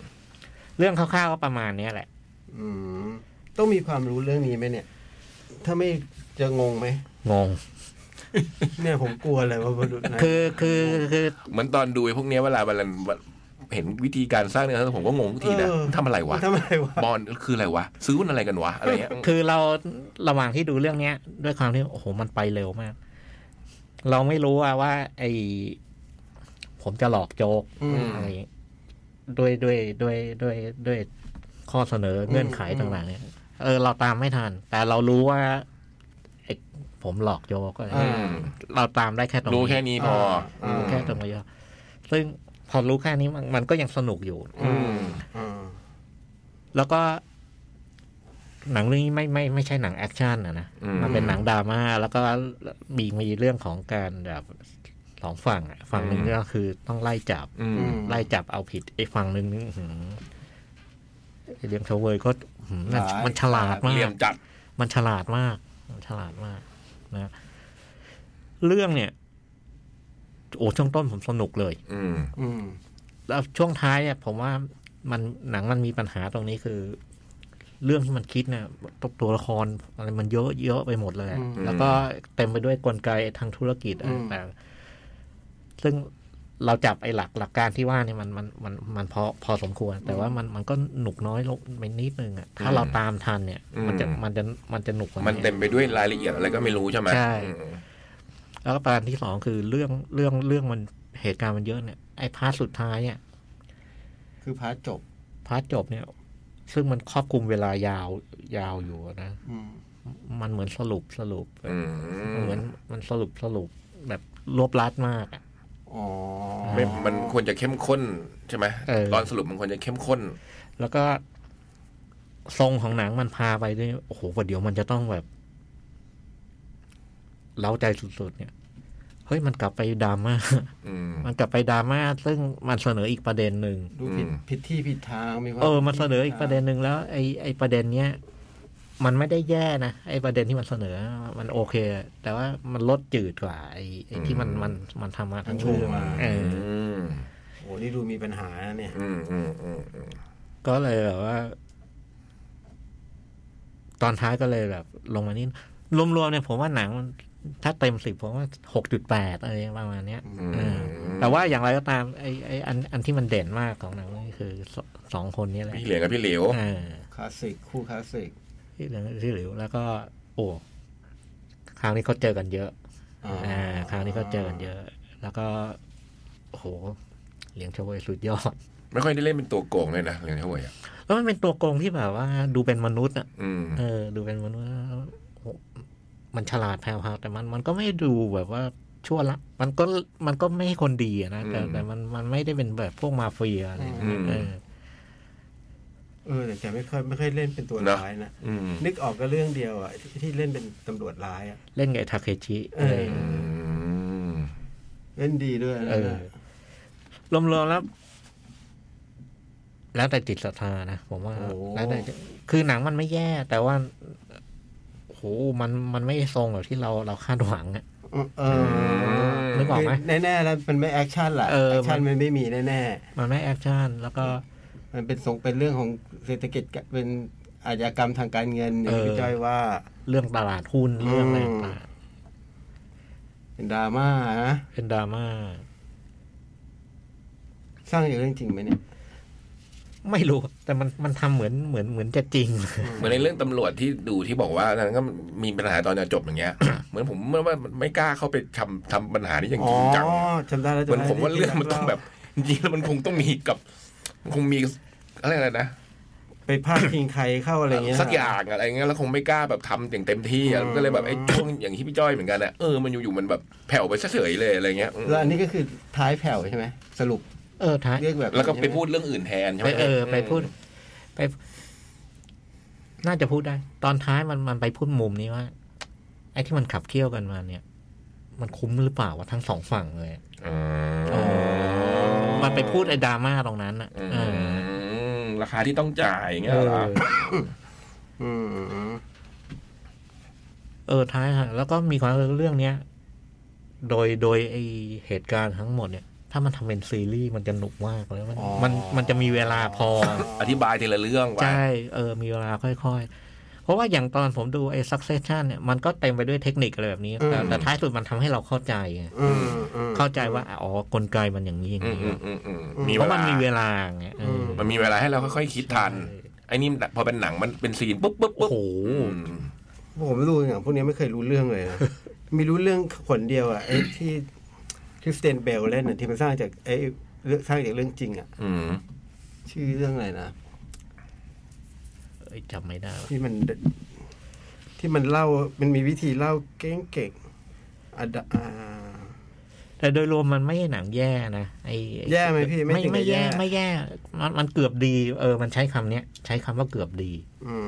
S1: เรื่องคร่าวๆก็ประมาณเนี้ยแหละ
S2: อืมต้องมีความรู้เรื่องนี้ไหมเนี่ย ถ้าไม่จะงงไหม
S1: งง
S2: เนี่ยผมกลัวเลย ว่าบอลนะ
S1: คือคือคือ
S3: เหมือนตอนดูไอ้พวกเนี้ยเวลาเวลาเห็นวิธีการสร้างเนี่ยผมก็งงทุกทีนะทำอะไรวะ
S2: ทำอะไรวะ
S3: บอลคืออะไรวะ ซื้อหุ้นอะไรกันวะ อะไรเงี้ย
S1: คือเราระหว่างที่ดูเรื่องเนี้ย ด้วยความที่โอ้โหมันไปเร็วมาก เราไม่รู้ว่าว่า ไอผมจะหลอกโจก
S2: อืม
S1: อะไรด้วยด้วยด้วยด้วยด้วยข้อเสนอเงื่อนไข
S2: อืม
S1: ต่างๆเนี่ยเออ เราตามไม่ทัน แต่เรารู้ว่าไอผมหลอกโจกอะไร
S3: อื
S1: เงี้ย
S3: ม
S1: เราตามได้แค่ตรง
S3: รู้
S1: นี้
S3: แค่นี้พอ
S2: อ่า
S1: รู้แค่ตรงนี้ซึ่งพอรู้แค่นี้มันมันก็ยังสนุกอยู่
S3: อืม
S2: อ่า
S1: แล้วก็ หนังเรื่องนี้ไม่ไม่ไม่ใช่หนังแอคชั่นนะนะ
S3: อืม
S1: มันเป็นหนังดราม่าแล้วก็มีมีเรื่องของการแบบสองฝั่งอะฝั่งหนึ่งก็คือต้องไล่จับ
S3: อืม
S2: อืม
S1: ไล่จับเอาผิดไอ้ฝั่งหนึ่งนี่อื้อหือไอ้เลี้ยงเทาเวยก็อื้อหือมันมันฉลาดมา
S3: เหลี่ย
S1: ก
S3: มจัด
S1: มันฉลาดมาก มันฉลาดมากนะ เรื่องเนี่ย โอ้ช่วงต้นผมสนุกเลย
S3: อืม
S2: อืม
S1: แล้วช่วงท้ายเนี่ยผมว่ามันหนังมันมีปัญหาตรงนี้คือ เรื่องที่มันคิดเนี่ยตัวตัวละครอะไรมันเยอะเยอะไปหมดเลยอะ
S2: อืม
S1: แล้วก็เต็มไปด้วยกลไกทางธุรกิจอะไร
S2: อืม
S1: ต่างๆซึ่งเราจับไอ้หลักหลักการที่ว่าเนี่ยมันมันมันมันพอพอสมควร แต่ว่ามันมันก็หนุกน้อยลงไปนิดนึงอ่ะถ้าเราตามทันเนี่ย มันจะ
S3: อืม
S1: มันจะมันจะหนุกกว่า
S3: มัน
S1: นี้
S3: เต็มไปด้วยรายละเอียดอะไรก็ไม่รู้ใช่ไหม
S1: ใช่
S3: อืม
S1: แล้วก็ประการที่สองคือเรื่องเรื่องเรื่องมันเหตุการณ์มันเยอะเนี่ยไอ้พาร์ทสุดท้ายเนี่ย
S2: คือพาร์ทจบ
S1: พาร์ทจบเนี่ย ซึ่งมันครอบคลุมเวลายาวยาวอยู่นะ
S2: อืม
S1: มันเหมือนสรุปสรุป
S3: อืม
S1: เหมือนมันสรุปสรุปแบบรวบลัดมากอะ
S2: อ๋อ
S3: ไม่มันควรจะเข้มข้นใช่ไหม
S1: เออ
S3: ตอนสรุปมันควรจะเข้มข้น
S1: แล้วก็ทรงของหนังมันพาไปด้วยโอ้โหว่าเดี๋ยวมันจะต้องแบบเล้าใจสุดๆ เนี่ย เฮ้ยมันกลับไปดรา ม่า
S3: อืม
S1: มันกลับไปดราม่าซึ่งมันเสนออีกประเด็นหนึ่ง
S2: ดูผิด
S3: อืม
S2: ผิดที่ผิดทางมีความ
S1: เออ มันเสนออีกประเด็นหนึ่งแล้วไอ้ไอ้ประเด็นเนี้ย มันไม่ได้แย่นะไอ้ประเด็นที่มันเสนอ มันโอเค แต่ว่ามันลดจืดกว่าไอ้ไอ้ที่มันมันมันทำมาทั้ง
S2: ทั้งคู่
S1: คู่
S2: มา
S1: เออ
S3: อื
S1: อ
S3: ม
S2: โอ้นี่ดูมีปัญหานะเนี่ย
S3: อืมอืมอืมอืม
S1: ก็เลยแบบว่า ตอนท้ายก็เลยแบบ ลงมานี่รวมๆเนี่ยผมว่าหนังมันถ้าเต็มสิบผมว่าหกจุดแปดอะไรประมาณเนี้ย
S3: อืม
S1: เออ แต่ว่าอย่างไรก็ตามไอ้ไอ้อันอันที่มันเด่นมากของหนังเรื่องนี่คือสสองคนนี้แหละ
S3: พี่เหลียงกับพี่เหลียว
S1: เออ
S2: คลาสสิก คู่คลาสสิก
S1: ที่เหลือที่เหลือแล้วก็ โอ้คราวนี้เขาเจอกันเยอะอ่าคราวนี้เขาเจอกันเยอะ แล้วก็โอ้โหเหลียงชเวยสุดยอด
S3: ไม่ค่อยได้เล่นเป็นตัวโกงเลยนะเหลียงเท่าไหร่อ่ะ
S1: แล้วมันเป็นตัวโกงที่แบบว่า ดูเป็นมนุษย์อ่ะ
S3: อืม
S1: เออ ดูเป็นมนุษย์แล้วโอ้โหมันฉลาดแพรวๆแต่มันมันก็ไม่ดูแบบว่าชั่วละ มันก็มันก็ไม่ใช่คนดีอะนะแต่
S3: อืม
S1: แต่มันมันไม่ได้เป็นแบบพวกมาเฟียอะไรอย่างเงี้ยเออ
S2: เออแต่แกไม่ค่อยไม่ค่อยเล่นเป็นตัว
S3: เนอะ
S2: ร้ายนะ
S3: อืม
S2: นึกออกก็เรื่องเดียวอ่ะที่ที่เล่นเป็นตำรวจร้ายอ่ะ
S1: เล่นกับไอ้ทาเคชิ
S2: เออ
S1: อะไรอย่างเงี้ย
S3: อืม
S2: เล่นดีด้วยนะ
S1: เออ รวมๆแล้ว แล้วแต่จิตศรัทธานะผมว่า
S2: โอ้โห
S1: แล้วแต่คือหนังมันไม่แย่ แต่ว่าโอ้โหมันมันไม่ทรงแบบที่เราเราคาดหวังอะ
S2: เออ
S1: นึกออกไหม
S2: แน่ๆแล้วมันไม่แอคชั่นแหละ
S1: เออ
S2: แอคชั่นมันไม่มีแน่
S1: มันไม่แอคชั่นแล้วก็
S2: ๆมันเป็นทรงเป็นเรื่องของเศรษฐกิจกะเป็นอาชญากรรมทางการเงินอย่างที่
S1: เออ
S2: พี่จ้อยว่า
S1: เรื่องตลาดหุ้นเรื่องอะไรต่าง
S2: เป็นดราม่านะ
S1: ๆเป็นดราม่า
S2: สร้างจากเรื่องจริงไหมเนี่ย
S1: ไม่รู้ แต่มันมันทำเหมือนเหมือนเหมือนจะจริงเลย
S3: เหมือนในเรื่องตำรวจที่ดูที่บอกว่านั้นก็มีปัญหาตอนจะจบอย่างเงี้ ย เหมือนผมเมื่อว่าไม่กล้าเข้าไปทำทำปัญหานี้อย่างจ
S2: อ๋อ
S3: ริงจัง
S2: จำได้แล้วจำ
S3: เหมือน
S2: ได้
S3: ผมว่าเรื่องมันต้องแบบจริงๆแล้วมันคงต้องมีกับมันคงมีอะไรอะไรนะ
S2: ไปพาดพิงใครเข้าอะไรเงี้ย
S3: สักอย่างอะไรเงี้ยแล้วคงไม่กล้าแบบทำอย่างเต็มที่อะก็เลยแบบไอ้ ช่วงอย่างที่พี่จ้อยเหมือนกันอะเออมันอยู่ๆมันแบบแผ่วไปเฉยๆเลยอะไรเงี้ยอืม
S2: แล้วอันนี้ก็คือท้ายแผ่วใช่ไหมสรุป
S1: เออท้าย
S2: เรื่องแบบ
S3: แล้วก็ไป
S2: ใช่หม
S3: พูดเรื่องอื่นแทนใช่ไห
S1: ไป
S3: ม
S1: เออ ไปพูด ไป น่าจะพูดได้ ตอนท้ายมันมันไปพูดมุมนี้ว่า ไอ้ที่มันขับเคี่ยวกันมาเนี่ย มันคุ้มหรือเปล่าวะทั้งสองฝั่งเลยอะ
S3: อ๋อ
S1: มันไปพูดไอ้ดราม่าตรงนั้นอ่ะ
S3: อื
S1: เออ
S3: มราคาที่ต้องจ่ายอย่างเงี้ยเหรอ
S2: อืมอืม
S1: เออท้ายฮะแล้วก็มีความรู้สึกเรื่องเนี้ย โดยโดยไอเหตุการณ์ทั้งหมดเนี่ย ถ้ามันทำเป็นซีรีส์มันจะหนุกมากเลยมันมันมันจะมีเวลาพอ
S3: อธิบายทีละเรื่องไป
S1: ใช่ เออ มีเวลาค่อยๆ เพราะว่าอย่างตอนผมดูไอ้ succession เนี่ยมันก็เต็มไปด้วยเทคนิคอะไรแบบนี้ แต่แต่ท้ายสุดมันทำให้เราเข้าใจไง
S2: อืมอืม
S1: เข้าใจว่าอ๋อกลไกมันอย่างนี้อย่าง
S3: อืม
S1: นี้
S3: อืมอืมอืม
S1: เพราะมันมีเวลาไงเออ
S3: มันมีเวลาให้เราค่อยๆคิดทัน
S1: ใช่
S3: ไอ้นี่พอเป็นหนังมันเป็นซีนปุ๊บปุ๊บ
S1: โอ้
S3: ปุ๊บ
S1: โห
S3: อืม
S2: ผมดูอย่างพวกนี้ไม่เคยรู้เรื่อง เลยนะ มีรู้เรื่องคนเดียวอ่ะไอ้ที่คริสเตนเบลเล่นน่ะที่มันสร้างจากไอ้เรื่องสร้างจากเรื่องจริงอ่ะ
S3: อืม
S2: ชื่อเรื่องอะไรนะ
S1: เอ้ยจำไม่ได้ว่ะ
S2: ที่มันที่มันเล่ามันมีวิธีเล่าเก่งๆอะดะอ่า
S1: แต่โดยรวมมันไม่ใช่หนังแย่นะไอ้อ้
S2: แย่ไหมพี่ไม่
S1: ไม่
S2: ถึงกับ
S1: ไม่แย่
S2: แย่
S1: ไม่แย่ มันมันเกือบดี เออ มันใช้คำเนี้ยใช้คำว่าเกือบดี
S2: อื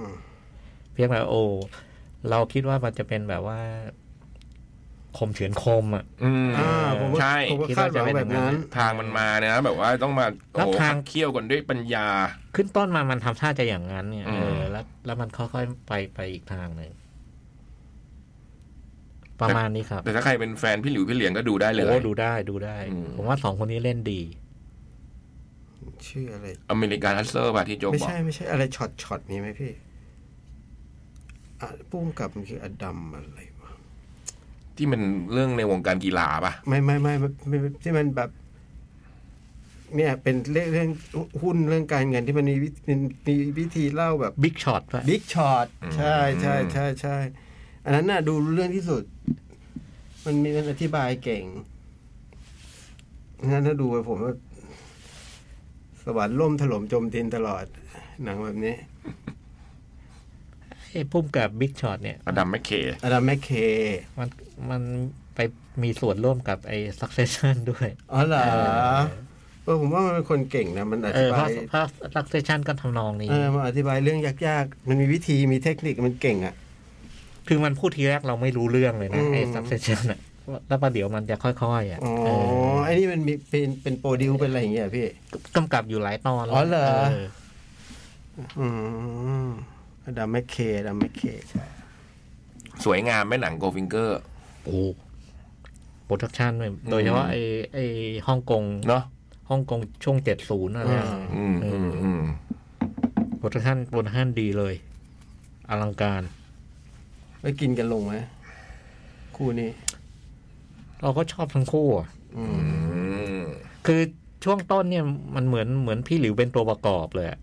S2: ม
S1: เพียงแต่โอ เราคิดว่ามันจะเป็นแบบว่า คมเฉือนคมอ่ะ
S3: อืม
S2: อ่าผมก็
S3: ใช่
S2: ผมก็คาดหวังแบบนั้น
S3: ทางมันมานะแบบว่าต้องมา
S1: แล้
S3: โอ้
S1: ว
S3: โห
S1: ทาง
S3: ขับเคี่ยวกันด้วยปัญญา
S1: ขึ้นต้นมามันทำท่าจะอย่างนั้นเนี่ย
S3: อืม
S1: เออแล้ว แล้วมันค่อยๆไปไปอีกทางหนึ่งประมาณนี้ครับ
S3: แต่ถ้าใครเป็นแฟนพี่หลิวพี่เหลียงก็ดูได้เลย
S1: โอ้ดูได้ดูได้
S3: อืม
S1: ผมว่าสองคนนี้เล่นดี
S2: ชื่ออะไร
S3: อเมริกันฮัสเซอร์ป่ะที่โจ
S2: ไม่
S3: บอก
S2: ใช่ไม่ใช่อะไรช็อตช็อตมีไหมพี่อ่ะปุ้มกับมันคืออดัมอะไรวะ
S3: ที่มันเรื่องในวงการกีฬาป่ะ
S2: ไม่ไม่ไม่ไม่ไม่ไม่ที่มันแบบ เนี่ย เป็นเรื่องเรื่องหุ้นเรื่องการเงินที่มันมีวิธีมีวิธีเล่าแบบ
S1: บิ๊กช็อตป่ะ
S2: บิ๊กช็อต
S3: อืม
S2: ใช่ใช่ใช่ใช่อันนั้นน่ะดูเรื่องที่สุด มันมีมันอธิบายเก่งงั้นถ้าดูไปผมว่าสวรรค์ล่มถล่มจมดินตลอด หนังแบบนี้
S1: ไอ้พุ่มกับบิ๊กช็อตเนี่ย
S3: อดัมแมคเคย์
S2: อดัมแมคเค
S1: มันมันไปมีส่วนร่วมกับไอ้ succession ด้วย
S2: อ๋อเหรอเออผมว่ามันเป็นคนเก่งนะมันอ
S1: เอ
S2: ธิ
S1: อ
S2: บา
S1: เพราะ
S2: ย
S1: เพราะ succession ก็ทำนองนี้
S2: เออมาอธิบายเรื่องยากๆ มันมีวิธีมีเทคนิคมันเก่งอ่ะ
S1: คือมันพูดทีแรกเราไม่รู้เรื่องเลยนะ
S2: อืม
S1: ไอ้ succession อะแล้วประเดี๋ยวมันจะค่อยๆอ่ะ
S2: อ๋อ
S1: เออ
S2: ไอ้นี่มันมีเป็นเป็นโปรดิวเป็นอะไรอย่างเงี้ยพี่
S1: กำกับอยู่หลายตอน
S2: อ๋อเหรอ อืม ดามแมคเคดามแมคเค
S3: สวยงามไหม่หนังโกฟิงเกอร์
S1: โอ้โปรดักชันเนี่ยโดยเฉพาะไอ้ไอ้ฮ่องกง
S3: เนาะ
S1: ฮ่องกงช่วงเจ็ดศูนย์อะไรเนี่ย
S3: อืมอืมอืม
S1: โปรดักชันโปรดักชันดีเลย อลังการ
S2: ไปกินกันลงไหมคู่นี้
S1: เราก็ชอบทั้งคู่อะ
S2: อืม
S3: อืม
S1: คือช่วงต้นเนี่ยมันเหมือนเหมือนพี่หลิวเป็นตัวประกอบเลยอะ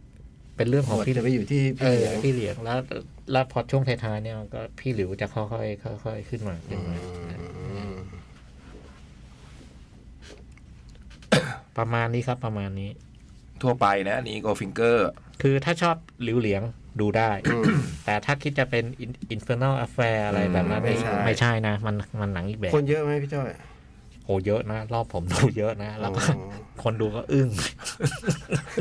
S1: เป็นเรื่อง
S2: ข
S1: ข
S2: อ
S1: อง ง
S2: พี่
S1: พี่
S2: จะไปอยู่ที่
S1: เอ
S2: พี่
S1: อ
S2: เหลียง
S1: พี่เหลียงแล้วแล้วพอช่วงท้ายๆเนี่ยก็พี่หลิวจะค่อยๆค่อยๆขึ้นมาขึ้นมาประมาณนี้ครับประมาณนี้
S3: ทั่วไปนะอันนี่โกฟิงเกอร์
S1: คือถ้าชอบหลิวเหลียงดูได้ แต่ถ้าคิดจะเป็นอินเฟอร์น l ลอ i แฟร์อะไรแบบนั้น
S3: ไม่
S1: ไม่
S3: ใช่
S1: ไม่ใช่นะ มันมันหนังอีกแบบ
S2: คนเยอะไหมพี่จ้อย
S1: โอ้เยอะนะ รอบผมดูเยอะนะ แล้วก็
S2: อ๋อ
S1: คนดูก็อึ้ง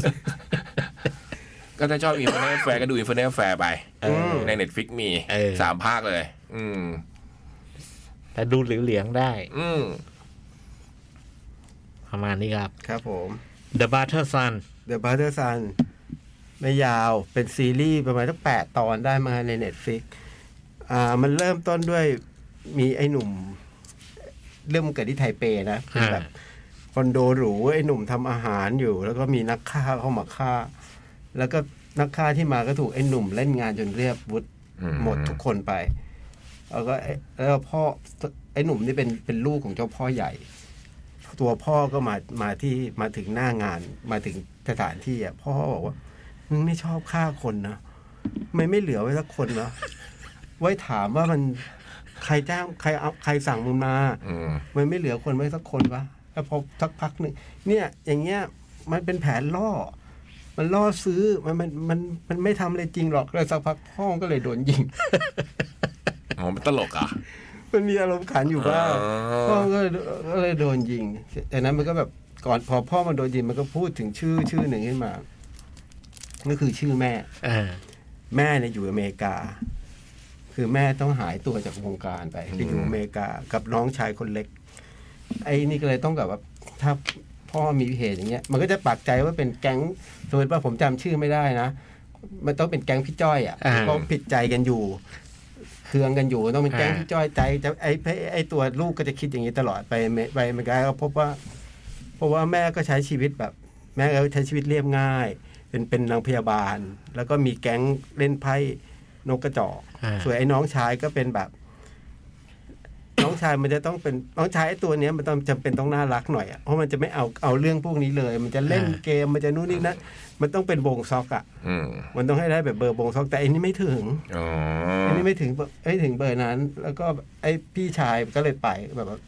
S3: ก็ถ้าชอบอินฟินิตแฟร์ก็ดูอินฟินิตแฟร์ไป
S2: อืม
S3: ในเน็ตฟิกมี
S1: เออ
S3: สามภาคเลย อืม
S1: แต่ดูหลิวเหลียงได้
S3: อืม
S1: ประมาณนี้ครับ
S2: ครับผม
S1: The Butter Sun
S2: The Brother Sun ไม่ยาวเป็นซีรีส์ประมาณตั้งแปดตอนได้มาใน Netflix อ่า มันเริ่มต้นด้วยมีไอ้หนุ่ม เรื่องมันเกิดที่ไทเปนะเป็นแบบคอนโดหรูไอ้หนุ่มทำอาหารอยู่ แล้วก็มีนักฆ่าเข้ามาฆ่า แล้วก็นักฆ่าที่มาก็ถูกไอ้หนุ่มเล่นงานจนเรียบวุฒ หมดทุกคนไป แล้วก็ไอ้แล้วพ่อไอ้หนุ่มนี่เป็นเป็นลูกของเจ้าพ่อใหญ่ ตัวพ่อก็มามาที่มาถึงหน้างานมาถึงสถานที่อ่ะพ่อบอกว่ามึงไม่ชอบฆ่าคนนะไม่ไม่เหลือไว้สักคนเนาะไว้ถามว่ามันใครจ้างใครเอาใครสั่งมึงมา
S3: อืม
S2: มันไม่เหลือคนไว้สักคนวะแล้วพอสักพักหนึ่งเนี่ย อย่างเงี้ย มันเป็นแผนล่อ มันล่อซื้อ มันมันมันมันไม่ทำอะไรจริงหรอกแล้วสักพักพ่อก็เลยโดนยิง
S3: อ๋อมันตลกเหรอ่ะ
S2: มันมีอารมณ์ขันอยู่บ้าง
S3: อ๋อ
S2: พ่อก็เลยก็เลยโดนยิงจากนั้นมันก็แบบก่อนพอพ่อมันโดนยิงมันก็พูดถึงชื่อชื่อหนึ่งขึ้นมาก็คือชื่อแม่
S1: อ่า
S2: แม่เนี่ยอยู่อเมริกา คือแม่ต้องหายตัวจากวงการไปไปอยู่อเมริกากับน้องชายคนเล็ก ไอ้นี่ก็เลยต้องแบบว่าถ้าพ่อมีเหตุอย่างเงี้ย มันก็จะปักใจว่าเป็นแก๊งสมมติว่าผมจำชื่อไม่ได้นะ มันต้องเป็นแก๊งพี่จ้อยอ่ะเพราะผิดใจกันอยู่ เครืองกันอยู่ต้องเป็นแก๊งพี่จ้อยใจจะไอ้ไอ้ไอ้ตัวลูกก็จะคิดอย่างนี้ตลอดไปเมไปอเมริกาก็พบว่า เพราะว่าแม่ก็ใช้ชีวิตแบบ แม่ก็ใช้ชีวิตเรียบง่าย เป็นเป็นนางพยาบาล แล้วก็มีแก๊งเล่นไพ่นกกระจอก
S1: อ่า
S2: ส่วนไอ้น้องชายก็เป็นแบบ น้องชายมันจะต้องเป็นน้องชายไอ้ตัวเนี้ยมันต้องจำเป็นต้องน่ารักหน่อยอะเพราะมันจะไม่เอาเอาเรื่องพวกนี้เลย มันจะเล่นเกมมันจะนู่นนี่นั่นมันต้องเป็นวงซอกอะ
S3: อืม
S2: มันต้องให้ได้แบบเบอร์วงซอกแต่อันนี้ไม่ถึง
S3: อ๋อ
S2: อันนี้ไม่ถึงเบอร์ไม่ถึงเบอร์นั้น แล้วก็ไอ้พี่ชายก็เลยไปแบบว่า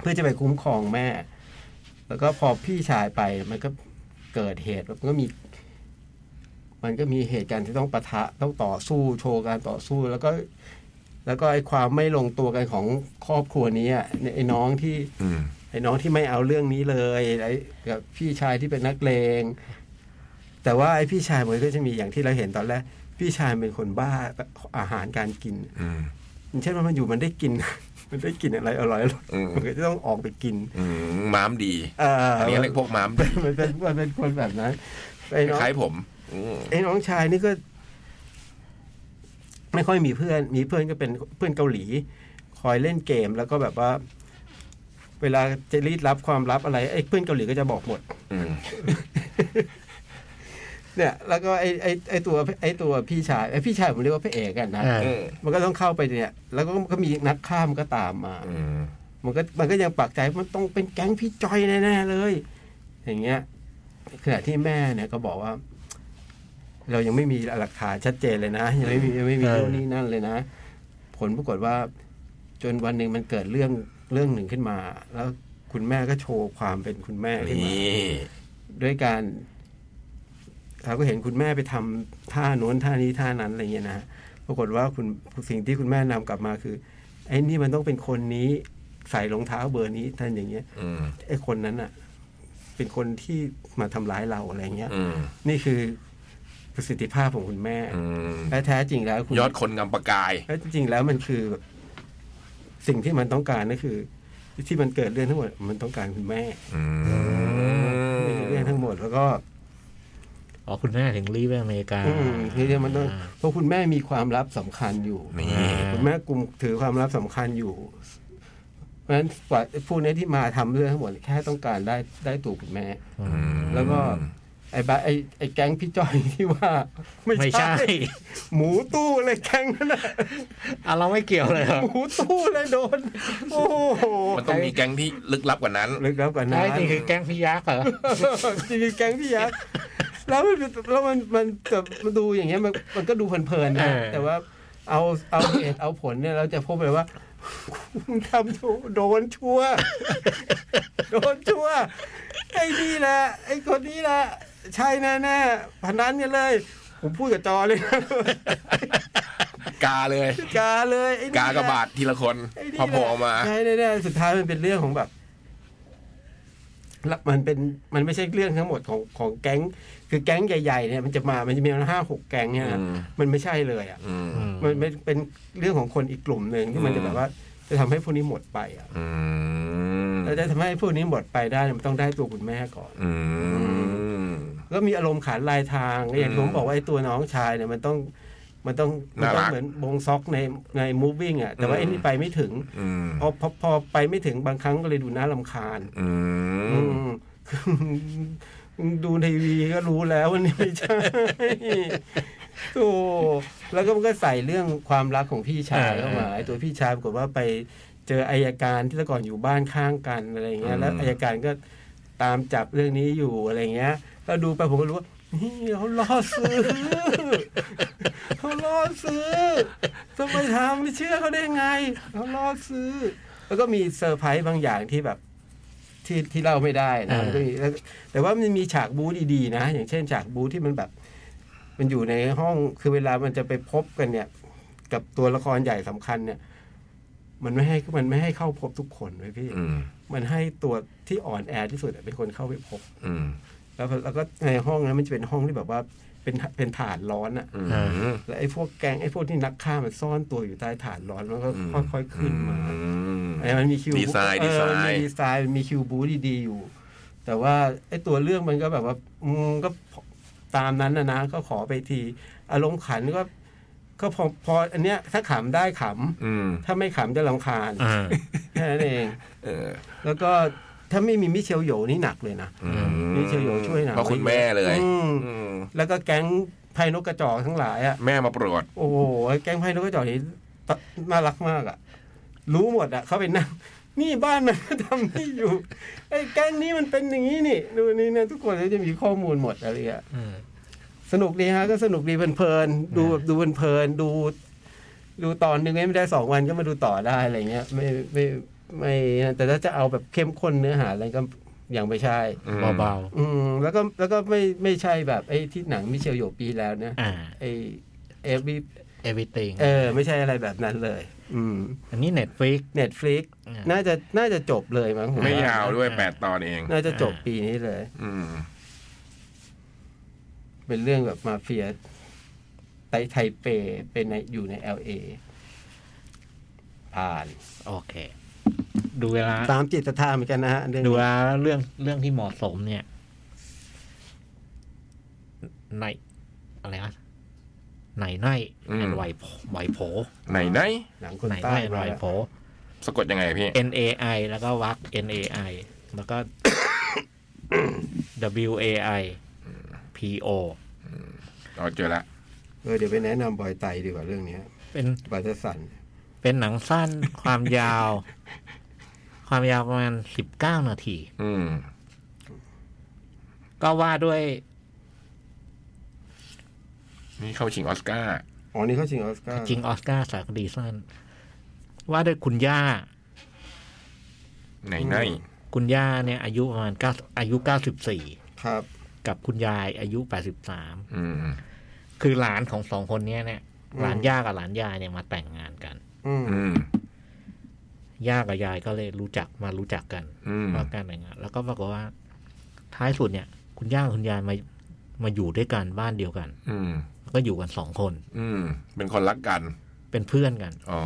S2: เพื่อจะไปคุ้มครองแม่ แล้วก็พอพี่ชายไปมันก็เกิดเหตุมันก็มี มันก็มีเหตุการณ์ที่ต้องปะทะต้องต่อสู้โชว์การต่อสู้ แล้วก็ แล้วก็ไอ้ความไม่ลงตัวกันของครอบครัวนี้อะไอ้น้องที่
S3: อืม
S2: ไอ้น้องที่ไม่เอาเรื่องนี้เลยไอ้กับพี่ชายที่เป็นนักเลง แต่ว่าไอ้พี่ชายมันก็จะมีอย่างที่เราเห็นตอนแรก พี่ชายเป็นคนบ้าอาหารการกิน
S3: อืม
S2: อย่างเช่นว่ามันอยู่มันได้กิน มันได้กินอะไรอร่อยอร่อย
S3: อืม
S2: มันก็จะต้องออกไปกิน
S3: อืมม้ามดี
S2: เออ
S3: อันนี้เรียกพวกม้ามดี
S2: มันเป็นมันเป็นคนแบบนั้นไอ้น้อง
S3: คล้ายๆผมอืม
S2: ไอ้น้องชายนี่ก็ ไม่ค่อยมีเพื่อน มีเพื่อนก็เป็นเพื่อนเกาหลี คอยเล่นเกมแล้วก็แบบว่า เวลาจะรีดรับความลับอะไรไอ้เพื่อนเกาหลีก็จะบอกหมด
S3: อืม
S2: เนี่ยแล้วก็ไอ้ไอ้ไอ้ตัวไอ้ตัวพี่ชายไอ้พี่ชายผมเรียกว่าพระเอกกันนะ
S1: อ่า
S3: อืม
S2: มันก็ต้องเข้าไปเนี่ย แล้วก็ก็มีนักฆ่ามันก็ตามมา
S3: อืม
S2: มันก็มันก็ยังปักใจมันต้องเป็นแก๊งพี่จอยแน่ๆเลย อย่างเงี้ยขณะที่แม่เนี่ยก็บอกว่า เรายังไม่มีหลักฐานชัดเจนเลยนะยังไม่มียังไม่มี
S1: เออ
S2: โน่นนี่นั่นเลยนะ ผลปรากฏว่า จนวันหนึ่งมันเกิดเรื่องเรื่องหนึ่งขึ้นมา แล้วคุณแม่ก็โชว์ความเป็นคุณแม่ขึ้นมา
S3: นี่
S2: ด้วยการเราก็เห็นคุณแม่ไปทำท่าโน้นท่านี้ท่านั้นอะไรเงี้ยนะฮะปรากฏว่าคุณสิ่งที่คุณแม่นำกลับมาคือไอ้นี่มันต้องเป็นคนนี้ใส่รองเท้าเบอร์นี้ท่านอย่างเงี้ย
S3: อืม
S2: ไอ้คนนั้นอ่ะ เป็นคนที่มาทำร้ายเราอะไรเงี้ย
S3: อืม
S2: นี่คือประสิทธิภาพของคุณแม่
S3: อืม
S2: และแท้จริงแล้วคุณ
S3: ยอดคนงามประกาย
S2: แล้วจริงๆแล้วมันคือแบบสิ่งที่มันต้องการก็คือ ที่มันเกิดเรื่องทั้งหมด มันต้องการคุณแม่
S3: อืม
S2: เรื่องทั้งหมดแล้วก็
S1: อ๋อคุณแม่ถึงรีบไปอเมริกา
S2: อืมทีเดียวมันต้องเพราะคุณแม่มีความลับสำคัญอยู่
S3: นี่
S2: คุณแม่กลุ่มถือความลับสำคัญอยู่ เพราะฉะนั้นฝ่ายผู้นี้ยที่มาทำเรื่องทั้งหมดแค่ต้องการได้ได้ตัวคุณแม่
S1: อื
S3: อื
S1: ม
S3: ม
S2: แล้วก็ ไอ้บาไอ้ไอ้แก๊งพี่จอยที่ว่า
S1: ไม่
S2: ไม่
S1: ใช่
S2: ใช่ หมูตู้เลยแก๊งนั้นน่ะ
S1: อ่ะเราไม่เกี่ยวเลยเหรอ
S2: หมูตู้เลยโดน โอ้โห
S3: มันต้องมีแก๊งที่ลึกลับกว่านั้น
S2: ลึกลับกว่านั้
S1: ใช่
S2: น
S1: จริงคือแก๊งพี่ยักษ์เหรอ
S2: จริงๆแก๊งพี่ยั กษ์แล้วมันเป็นแล้วมันมันแต่มันดูอย่างเงี้ยมันมันก็ดูเพลินๆ
S1: เอ
S2: นะ
S1: อ
S2: แต่ว่าเอาเอา เหตุเอาผลเนี่ยเราจะพบเลยว่า คุณทำถูกโดนชั่ว โดนชั่ว ไอ้นี่แหละไอ้คนนี้แหละใช่แน่แน่ๆพันนั้นเนี่ยเลย ผมพูดกับจอเลยนะ
S3: กาเลย
S2: กาเลยไอ้นี่
S3: กากระบาดทีละคน
S2: ไอ้นี่
S3: พอ
S2: แห
S3: พ
S2: ละ
S3: อมา
S2: ใช่แน่แน่ๆสุดท้ายมันเป็นเรื่องของแบบละมันเป็นมันไม่ใช่เรื่องทั้งหมดของของแก๊ง คือแก๊งใหญ่ๆเนี่ยมันจะมามันจะมีห้าหกแก๊งเนี่ยนะ
S3: อืม
S2: มันไม่ใช่เลยอ่ะ
S3: อืม
S1: อืม
S2: มันเป็นเป็นเรื่องของคนอีกกลุ่มหนึ่งที่มัน
S3: อืม
S2: จะแบบว่าจะทำให้พวกนี้หมดไปอ่ะ
S3: อืม
S2: แล้วจะทำให้พวกนี้หมดไปได้เนี่ยมันต้องได้ตัวคุณแม่ก่อน
S3: อืม
S2: ก็มีอารมณ์ขานลายทางก็อย่างที่ผมบอกว่าไอ้ตัวน้องชายเนี่ยมันต้องมันต้องมัน
S3: น่า
S2: ต้อง
S3: รัก
S2: เหมือนบงซอกในใน moving อ่ะแต่ว่า
S3: อืม
S2: ไอ้นี่ไปไม่ถึง
S3: อืม
S2: พอพอพอไปไม่ถึงบางครั้งก็เลยดูน่าลำคาญ
S3: อื
S2: อื
S3: ม
S2: มคือมึงดูทีวีก็รู้แล้วว่านี่ไม่ใช่ โอ้แล้วก็มันก็ใส่เรื่องความรักของพี่ชายเข้ามาไอ้ตัวพี่ชายปรากฏว่าไปเจออายการที่แต่ก่อนอยู่บ้านข้างกันอะไรเงี้ย แล้ว
S3: อืม
S2: อายการก็ตามจับเรื่องนี้อยู่อะไรเงี้ย แล้วดูไปผมก็รู้ว่านี่เขาล่อซื้อ เขาล่อซื้อทำไมทำไม่เชื่อเขาได้ไงเขาล่อซื้อ แล้วก็มีเซอร์ไพรส์บางอย่างที่แบบ ที่ที่เล่าไม่ได้นะมันก็มีแล้วแต่ว่ามันมีฉากบู๊ดีๆนะ อย่างเช่นฉากบู๊ที่มันแบบ มันอยู่ในห้องคือเวลามันจะไปพบกันเนี่ย กับตัวละครใหญ่สำคัญเนี่ย มันไม่ให้มันไม่ให้เข้าพบทุกคนเลยพี่
S3: อืม
S2: มันให้ตัวที่อ่อนแอที่สุดอะเป็นคนเข้าไปพบ
S3: อืม
S2: แล้วแล้วก็ในห้องนั้นมันจะเป็นห้องที่แบบว่าเป็นเป็นฐานร้อนอะ
S3: อืม
S2: แล้วไอ้พวกแกงไอ้พวกที่นักฆ่ามันซ่อนตัวอยู่ใต้ฐานร้อนมันก็
S3: อืม
S2: ค่อยๆขึ้นมา
S3: อืม
S2: ไอ้มันมีคิว
S3: ดีไซน์
S2: เออ
S3: ดีไซน์
S2: มันมีดีไซน์มีคิวบูดีๆอยู่ แต่ว่าไอ้ตัวเรื่องมันก็แบบว่าอืมก็ตามนั้นนะนะก็ขอไปที อารมณ์ขันก็ ก็พอพออันเนี้ย ถ้าขำได้ข
S3: อืม
S2: ำถ้าไม่ขำจะรำคาญ
S1: อ่า
S2: แค่นั้นเอง
S3: เออ
S2: แล้วก็ถ้าไม่มีมิเชลโหยนี่หนักเลยนะ
S3: อื
S2: มิเชลโหยช่วยหนัก
S3: เพราะคุณแม่เลย
S2: อืม
S3: อืม
S2: แล้วก็แก๊งไพนกกระจอกทั้งหลายอ่ะ
S3: แม่มาโปรด
S2: โอ้โหแก๊งไพ่นกกระจอกนี่ตน่ารักมากอะรู้หมดอะเขาไปนั่งนี่บ้านมันก็ทำนี่อยู่ไอ้แก๊งนี้มันเป็นอย่างนี้นี่ดูนี่นะทุกคนก็จะมีข้อมูลหมดอะไรอย่างเงี้ย
S1: อืม
S2: สนุกดีฮะก็สนุกดีเพลินๆดูแบบดูเพลินๆดู ดูตอนหนึ่งไม่ได้สองวันก็มาดูต่อได้อะไรเงี้ยไม่ไม่ไม่ไม่แต่ถ้าจะเอาแบบเข้มข้นเนื้อหาอะไรก็ยังไม่ใช่
S1: เบา
S2: อืมแล้วก็แล้วก็ไม่ไม่ใช่แบบไอ้ที่หนังมิเชลโยปีแล้วนะ
S1: ๆอ่า
S2: ไอ้เอฟวี
S1: everything
S2: เออ ไม่ใช่อะไรแบบนั้นเลย อืม
S1: อันนี้ Netflix
S2: Netflix น่าจะน่าจะจบเลยมั้งผ
S3: ไม่ยาวด้วยแปดตอนเอง
S2: น่าจะจบปีนี้เลย
S3: อืม
S2: เป็นเรื่องแบบมาเฟียไทไทเปเป็นในอยู่ใน LA ผ่าน
S1: โอเค ดูเวลา
S2: ตามจิตศรัทธาเหมือนกันนะฮะเรื่อง
S1: ดู
S2: นี้
S1: แลวเรื่องเรื่องที่เหมาะสมเนี่ย ในอะไรนะไหนไน
S3: อืม
S1: แอนไหวโผไหวโผ
S3: ไหนไหน
S2: หนังคน
S1: ไหนไน
S2: ใต้
S1: ไหว
S2: มาแล้ว
S1: โผ
S3: สะกดยังไงพี่
S1: N A I แล้วก็วัก N A I แล้วก็ W A I P O
S3: เราเจอละ
S2: เออเดี๋ยวไปแนะนำบอยไตดีกว่าเรื่องเนี้ย
S1: เป็น
S2: บาทสัน
S1: เป็นหนังสั้น ความยาว ความยาวประมาณสิบเก้านาที
S3: อืม
S1: ก็ว่าด้วย
S3: นี่เข้าชิงออสการ์
S2: อ๋อ นี่เขาชิงออสการ์
S1: จริงออสการ์สารคดีสั้น ว่าด้วยคุณย่า
S3: ไหนไหน
S1: คุณย่าเนี่ยอายุประมาณเก้าอายุเก้าสิบสี่
S2: ครับ
S1: กับคุณยายอายุแปดสิบสาม
S3: อืม
S1: คือหลานของสองคนเนี้ยเนี่ย
S2: อืม
S1: หลานย่ากับหลานยายเนี่ยมาแต่งงานกัน
S2: อืม
S3: อืม
S1: ย่ากับยายก็เลยรู้จักมารู้จักกัน
S3: อืม
S1: ว่าการแต่งงาน แล้วก็ปรากฏว่า ท้ายสุดเนี่ย คุณย่ากับคุณยายมามาอยู่ด้วยกันบ้านเดียวกัน
S3: อืม
S1: ก็อยู่กันสองคน
S3: อืม เป็นคนรักกัน
S1: เป็นเพื่อนกัน
S3: อ๋อ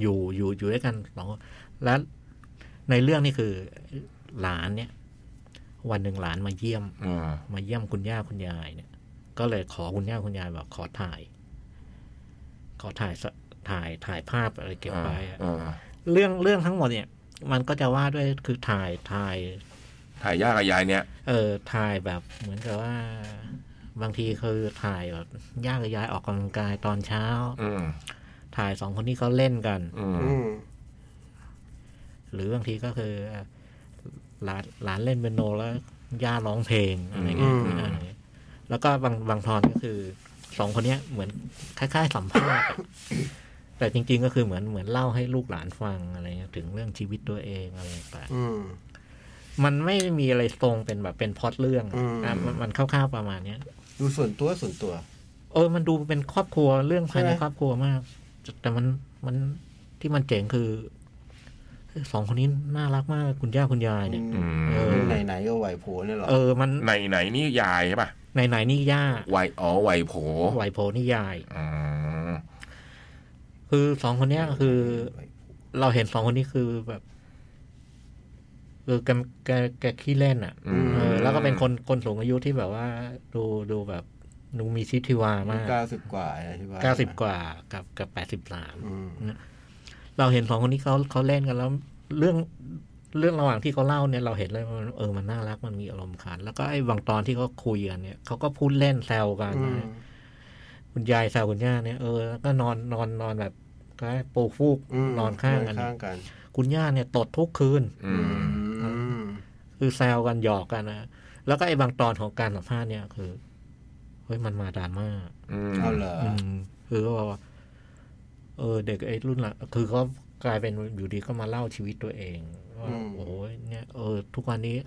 S1: อยู่อยู่อยู่ด้วยกันสองคนและในเรื่องนี่คือหลานเนี่ย วันหนึ่งหลานมาเยี่ยม
S3: อืม
S1: มาเยี่ยมคุณย่าคุณยายเนี่ย ก็เลยขอคุณย่าคุณยายบอกขอถ่าย ขอถ่ายสถ่ายถ่ายภาพอะไรเก็บไว้อะ
S3: อ่า
S1: เรื่องเรื่องทั้งหมดเนี่ย มันก็จะว่าด้วยคือถ่ายถ่าย
S3: ถ่ายย่ากับยายเนี่ย
S1: เออถ่ายแบบเหมือนกับว่า บางทีคือถ่ายแบบย่ากับยายออกกำลังกายตอนเช้า
S3: อืม
S1: ถ่ายสองคนนี้เขาเล่นกัน
S3: อืม
S2: อืม
S1: หรือบางทีก็คือหลานหลานเล่นเปียโนแล้วย่าร้องเพลงอะไรเงี้ยอะไรเงี้ยแล้วก็บางบางทอนก็คือสองคนเนี้ยเหมือนคล้าย ๆ สัมภาษณ์อะแต่จริง ๆ ก็คือเหมือนเหมือนเล่าให้ลูกหลานฟังอะไรเงี้ยถึงเรื่องชีวิตตัวเองอะไรต่าง
S2: อืม
S1: ๆมันไม่มีอะไรตรงเป็นแบบเป็นพล็อตเรื่องอะ
S2: อืม
S1: อ่ะมันมันคร่าวๆประมาณเนี้ย
S2: ดูส่วนตัวส่วนตัว
S1: เออ มันดูเป็นครอบครัวเรื่องภายใน
S2: ใช่ไหม
S1: ครอบครัวมาก แต่มันมันที่มันเจ๋งคือสองคนนี้น่ารักมากคุณย่าคุณยายเนี่ย
S3: อืม
S1: เออ
S2: ไหนไหนๆก็ไหวโผล่เนี่ยหรอ
S1: เออ มัน
S3: ไหนไหนนี่ยายใช่ป่ะ
S1: ไหนไหนๆนี่ย่า
S3: วัยอ๋อวัยโผ
S1: ไหวโพนี่ยาย
S3: อืม
S1: คือสองคนเนี้ยคือ เราเห็นสองคนนี้คือแบบคือแกแกแกขี้เล่นอ่ะ
S3: อืม
S1: เออแล้วก็เป็นคนคนสูงอายุที่แบบว่า ดูดูแบบดูมีชีวิตชีวามาก
S2: เก้าสิบกว่าอะไรใช่ปะ
S1: เก้าสิบกว่ากับกับแปดสิบสาม
S2: อืม
S1: เราเห็นสองคนนี้เขาเขาเล่นกันแล้วเรื่องเรื่องระหว่างที่เขาเล่าเนี่ยเราเห็นเลยว่ามันเออมันน่ารักมันมีอารมณ์ขัน แล้วก็ไอ้บางตอนที่เขาคุยกันเนี่ยเขาก็พูดเล่นแซวกัน
S2: อืม
S1: นะคุณยายแซวคุณย่าเนี่ยเออแล้วก็นอนนอนนอนแบบคล้ายๆปูฟูก
S2: ม
S1: นอนข้างกัน
S2: ข้างกัน
S1: คุณย่าเนี่ยตดทุกคืน
S3: อืม
S2: อืม
S1: คือแซวกันหยอกกันนะแล้วก็ไอ้บางตอนของการสัมภาษณ์เนี่ยคือเฮ้ยมันมาดราม่า
S3: อืม
S2: เอาเหรออ
S1: อืมคือก็บอกว่าเออ เด็กไอ้รุ่นหละคือเขากลายเป็นอยู่ดีก็มาเล่าชีวิตตัวเองว่าโอ้โหเนี่ยเออ ทุกวันนี้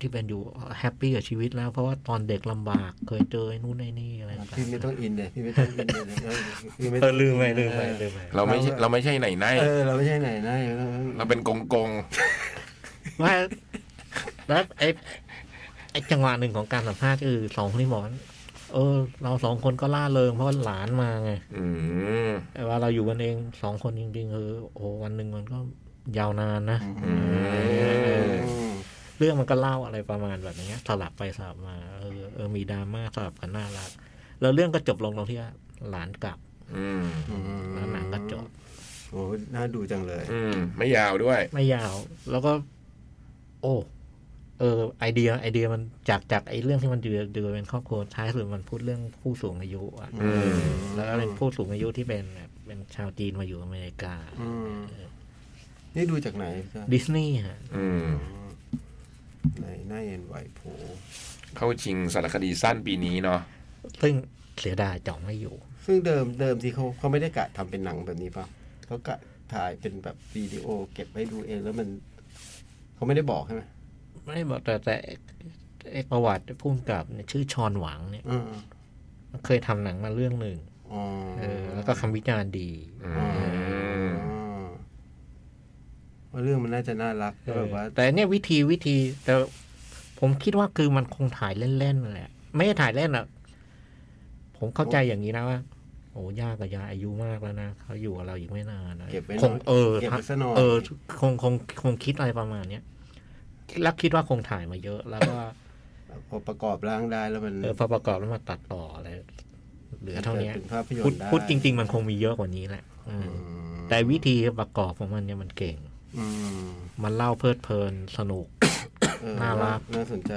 S1: ที่เป็นอยู่แฮปปี้กับชีวิตแล้ว เพราะว่าตอนเด็กลำบาก เคยเจอไอ้นู่นไอ้นี่อะไร
S2: พี่ไม่ต้องอินเลยพี่ไม่ต้องอินเลยพี่ไม่
S1: เอ
S2: ต้ง
S1: อลืมไปลืมไปลืมไป
S3: เราไม่ใช่เราไม่ใช่ไหนไหน
S2: เออเราไม่ใช่ไหนไหน
S3: เราเป็นกงกง
S1: ว่าแล้วไอ้ไอ้จังหวะหนึ่งของการสัมภาษณ์คือสองคนที่บอกว่าเออ เราสองคนก็ล่าเริงเพราะว่าหลานมาไง
S3: อืม
S1: แต่ว่าเราอยู่กันเองสองคนจริงๆคือโอ้โหวันหนึ่งมันก็ยาวนานนะ
S3: อืม
S2: อืม
S1: เรื่องมันก็เล่าอะไรประมาณแบบนี้สลับไปสลับมาเออเออมีดราม่าสลับกันน่ารักแล้วเรื่องก็จบลงตรงที่ว่าหลานกลับ
S3: อืม
S2: อืม
S1: แล้วหนังก็จบ
S2: โอ้น่าดูจังเลย
S3: อืมไม่ยาวด้วย
S1: ไม่ยาว แล้วก็ โอ้เออ ไอเดีย ไอเดียมันจากจากไอเรื่องที่มันเดือดเดือดเป็นครอบครัวท้ายสุดมันพูดเรื่องผู้สูงอายุอ่ะ
S3: อืม
S1: แล้วก็เป็นผู้สูงอายุที่เป็นแบบเป็นชาวจีนมาอยู่อเมริกา
S2: อืม นี่ดูจากไหนจ๊ะ
S1: ดิสนีย์ฮะ
S3: อืม
S2: ไหนหน้าเอ็นไหวโผล่
S3: เข้าชิงสารคดีสั้นปีนี้เนาะ
S1: ซึ่งเสียดายจ่องไม่อยู่
S2: ซึ่งเดิมเดิมที่เขาเขาไม่ได้กะทำเป็นหนังแบบนี้ป่ะเขากะถ่ายเป็นแบบวิดีโอ เก็บไว้ดูเองแล้วมันเขาไม่ได้บอกใช่ไหม
S1: ไม่บอกแต่แต่ไอประวัติพุ่มกับเนี่ยชื่อชอนหวังเนี่ย
S2: อืม
S1: เคยทำหนังมาเรื่องหนึ่ง
S2: อ๋อ
S1: เออ แล้วก็คำวิจารณ์ดี
S3: อืม
S2: อ๋อว่าเรื่องมันน่าจะน่ารัก
S1: เอ
S2: แบ
S1: อบ
S2: ว่า
S1: แต่เนี่ยวิธีวิธีแต่ผมคิดว่าคือมันคงถ่ายเล่นๆนั่นแหละ ไม่ได้ถ่ายเล่นอ่ะ ผมเข้าใจอย่างนี้นะว่า โอ้ย่ากับยายอายุมากแล้วนะเขาอยู่กับเราอีกไม่นานนะ
S2: เก็บไว้
S1: คงเออ
S2: เก็บไว้ซะหน่อย
S1: เออคงคงคงคิดอะไรประมาณเนี้ยแล้วคิดว่าคงถ่ายมาเยอะ แล้วก็
S2: พอประกอบร่างได้แล้วมัน
S1: เออพอประกอบแล้วมาตัดต่ออะไรเหลือเท่านี้
S2: กิดป็นภาพยน
S1: พูด
S2: ตร์ได้
S1: พูดจริง ๆ มันคงมีเยอะกว่านี้แหละอืม
S2: อืม
S1: แต่วิธีประกอบของมันเนี่ยมันเก่ง
S2: อืม
S1: มันเล่าเพลิดเพลินสนุก
S2: เออ
S1: น่ารัก
S2: น่าสนใจ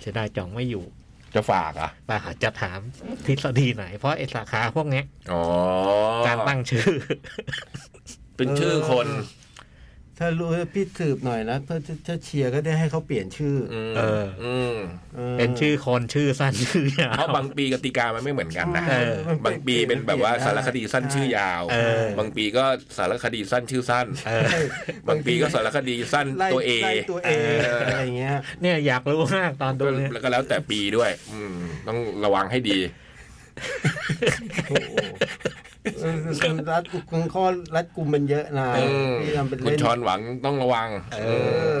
S1: เสียดายจ่องไม่อยู่
S3: จะฝากอ่ะ
S1: แต่จะถามทฤษฎีไหน เพราะไอสาขาพวกเนี้ย
S3: อ๋อ
S1: การตั้งชื่อ
S3: เป็นชื่อคน
S2: ถ้ารู้พี่สืบหน่อยนะเพื่อถ้าเชียร์ก็ได้ให้เขาเปลี่ยนชื่ออ
S3: อืม
S1: เออ
S3: อืม
S1: เป็นชื่อคนชื่อสั้นชื่อ
S3: เพ
S1: ยาว
S3: ราะบางปีกติกามันไม่เหมือนกันนะ
S1: เออ
S2: มัน
S3: บางปีเป็นแบบว่าสารคดีสั้นชื่อยาว
S1: เออ
S3: บางปีก็สารคดีสั้นชื่อสั้น
S1: เออ
S2: ใช่
S3: บางปีก็สารคดีสั้น
S2: ไล่
S3: ตัวเอ
S2: ไล่ตัวเอ
S3: เอออ
S2: อะไรเงี้ย
S1: เนี่ยอยากรู้มากตอนดูเนี่ย
S3: แล้วก็แล้วแต่ปีด้วย อืมต้องระวังให้ดี
S2: โอ้โหเออคุณรัดคุณข้อรัดกลุ่มมันเยอะนะ
S3: อืม
S2: พี่ทำเป็น
S3: คุณ
S2: เล่น
S3: ชอนหวังต้องระวัง
S2: เออ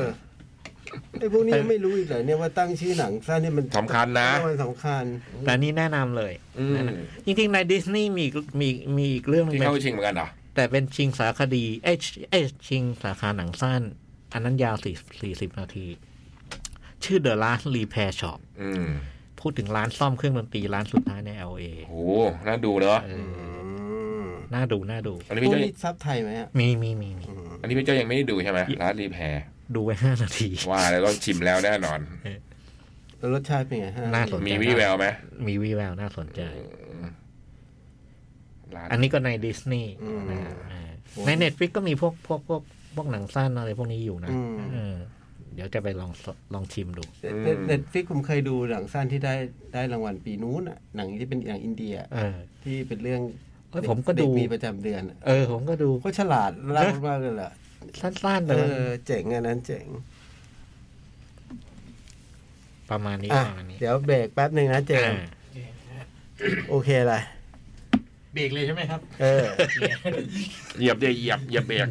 S2: ไอ้พวกนี้ยังไม่รู้อีกเหรอเนี่ยว่าตั้งชื่อหนังสั้นเนี่ยมัน
S3: สำคัญนะ
S2: มันสำคัญ
S1: แต่นี่แนะนำเลย
S3: อืม
S1: จริงๆในดิสนีย์มีอีกมีอีกมีอีกเรื่องหนึง
S3: ที่เข้าชิงเหมือนกันเหรอ
S1: แต่เป็นชิงสารคดีเอ้ยเอ้ยชิงสาขาหนังสั้น อันนั้นยาวสี่สี่สิบนาที ชื่อ The Last Repair Shop
S3: อืม
S1: พูดถึงร้านซ่อมเครื่องดนตรีร้านสุดท้ายใน LA
S3: โหน่าดูเนาะ
S1: เอ
S2: อื
S1: อ
S2: ม
S1: น่าดูน่าดู
S3: อันนี้
S2: พ
S3: พี่
S2: วก
S3: เจ้า
S2: นี้ซับไทยไหมอ่ะ
S1: มีมีมีมี
S2: อืม
S3: อันนี้พี่เจ้ายังไม่ได้ดูใช่ไหมร้านรีแพร์
S1: ดูไว้ห้านาที
S3: ว่าแล้วต้องชิมแล้วแน่นอน
S2: แล้วรสชาติเป็นไงฮะ
S1: น่าสนใจ
S3: มีวี่แววไหม
S1: มีวีแววน่าสนใจ
S3: ร้าน
S1: อันนี้ก็ในดิสนีย์นะฮะอ่าในเน็ตฟิกก็มีพวกพวกพวกพวกหนังสั้นอะไรพวกนี้อยู่นะ
S2: อืม
S1: เออเดี๋ยวจะไปลองลองชิมดู
S2: เน็ตฟิกผมเคยดูหนังสั้นที่ได้ได้รางวัลปีนู้นอ่ะหนังที่เป็นอย่างอินเดีย
S1: เออ
S2: ที่เป็นเรื่อง
S1: เอ้ยผมก็ดู
S2: เมีประจำเดือนอะ
S1: เออ ผมก็ดู
S2: โคตรฉลาดเล่ามากเลยล่ะ
S1: สั้นๆ
S2: เอ
S1: แต่มัน
S2: อเจ๋งอันนั้นเจ๋ง
S1: ประมาณนี้
S2: อ่ะ
S1: ประมาณนี้
S2: เดี๋ยวเบรกแป๊บหนึ่งนะเจม
S1: อ่า
S2: ส์โอเคเลย
S10: เบรกเลยใช่ไหมครับ
S2: เออ
S3: เหยียบเดียวเหยียบเหยียบเบรก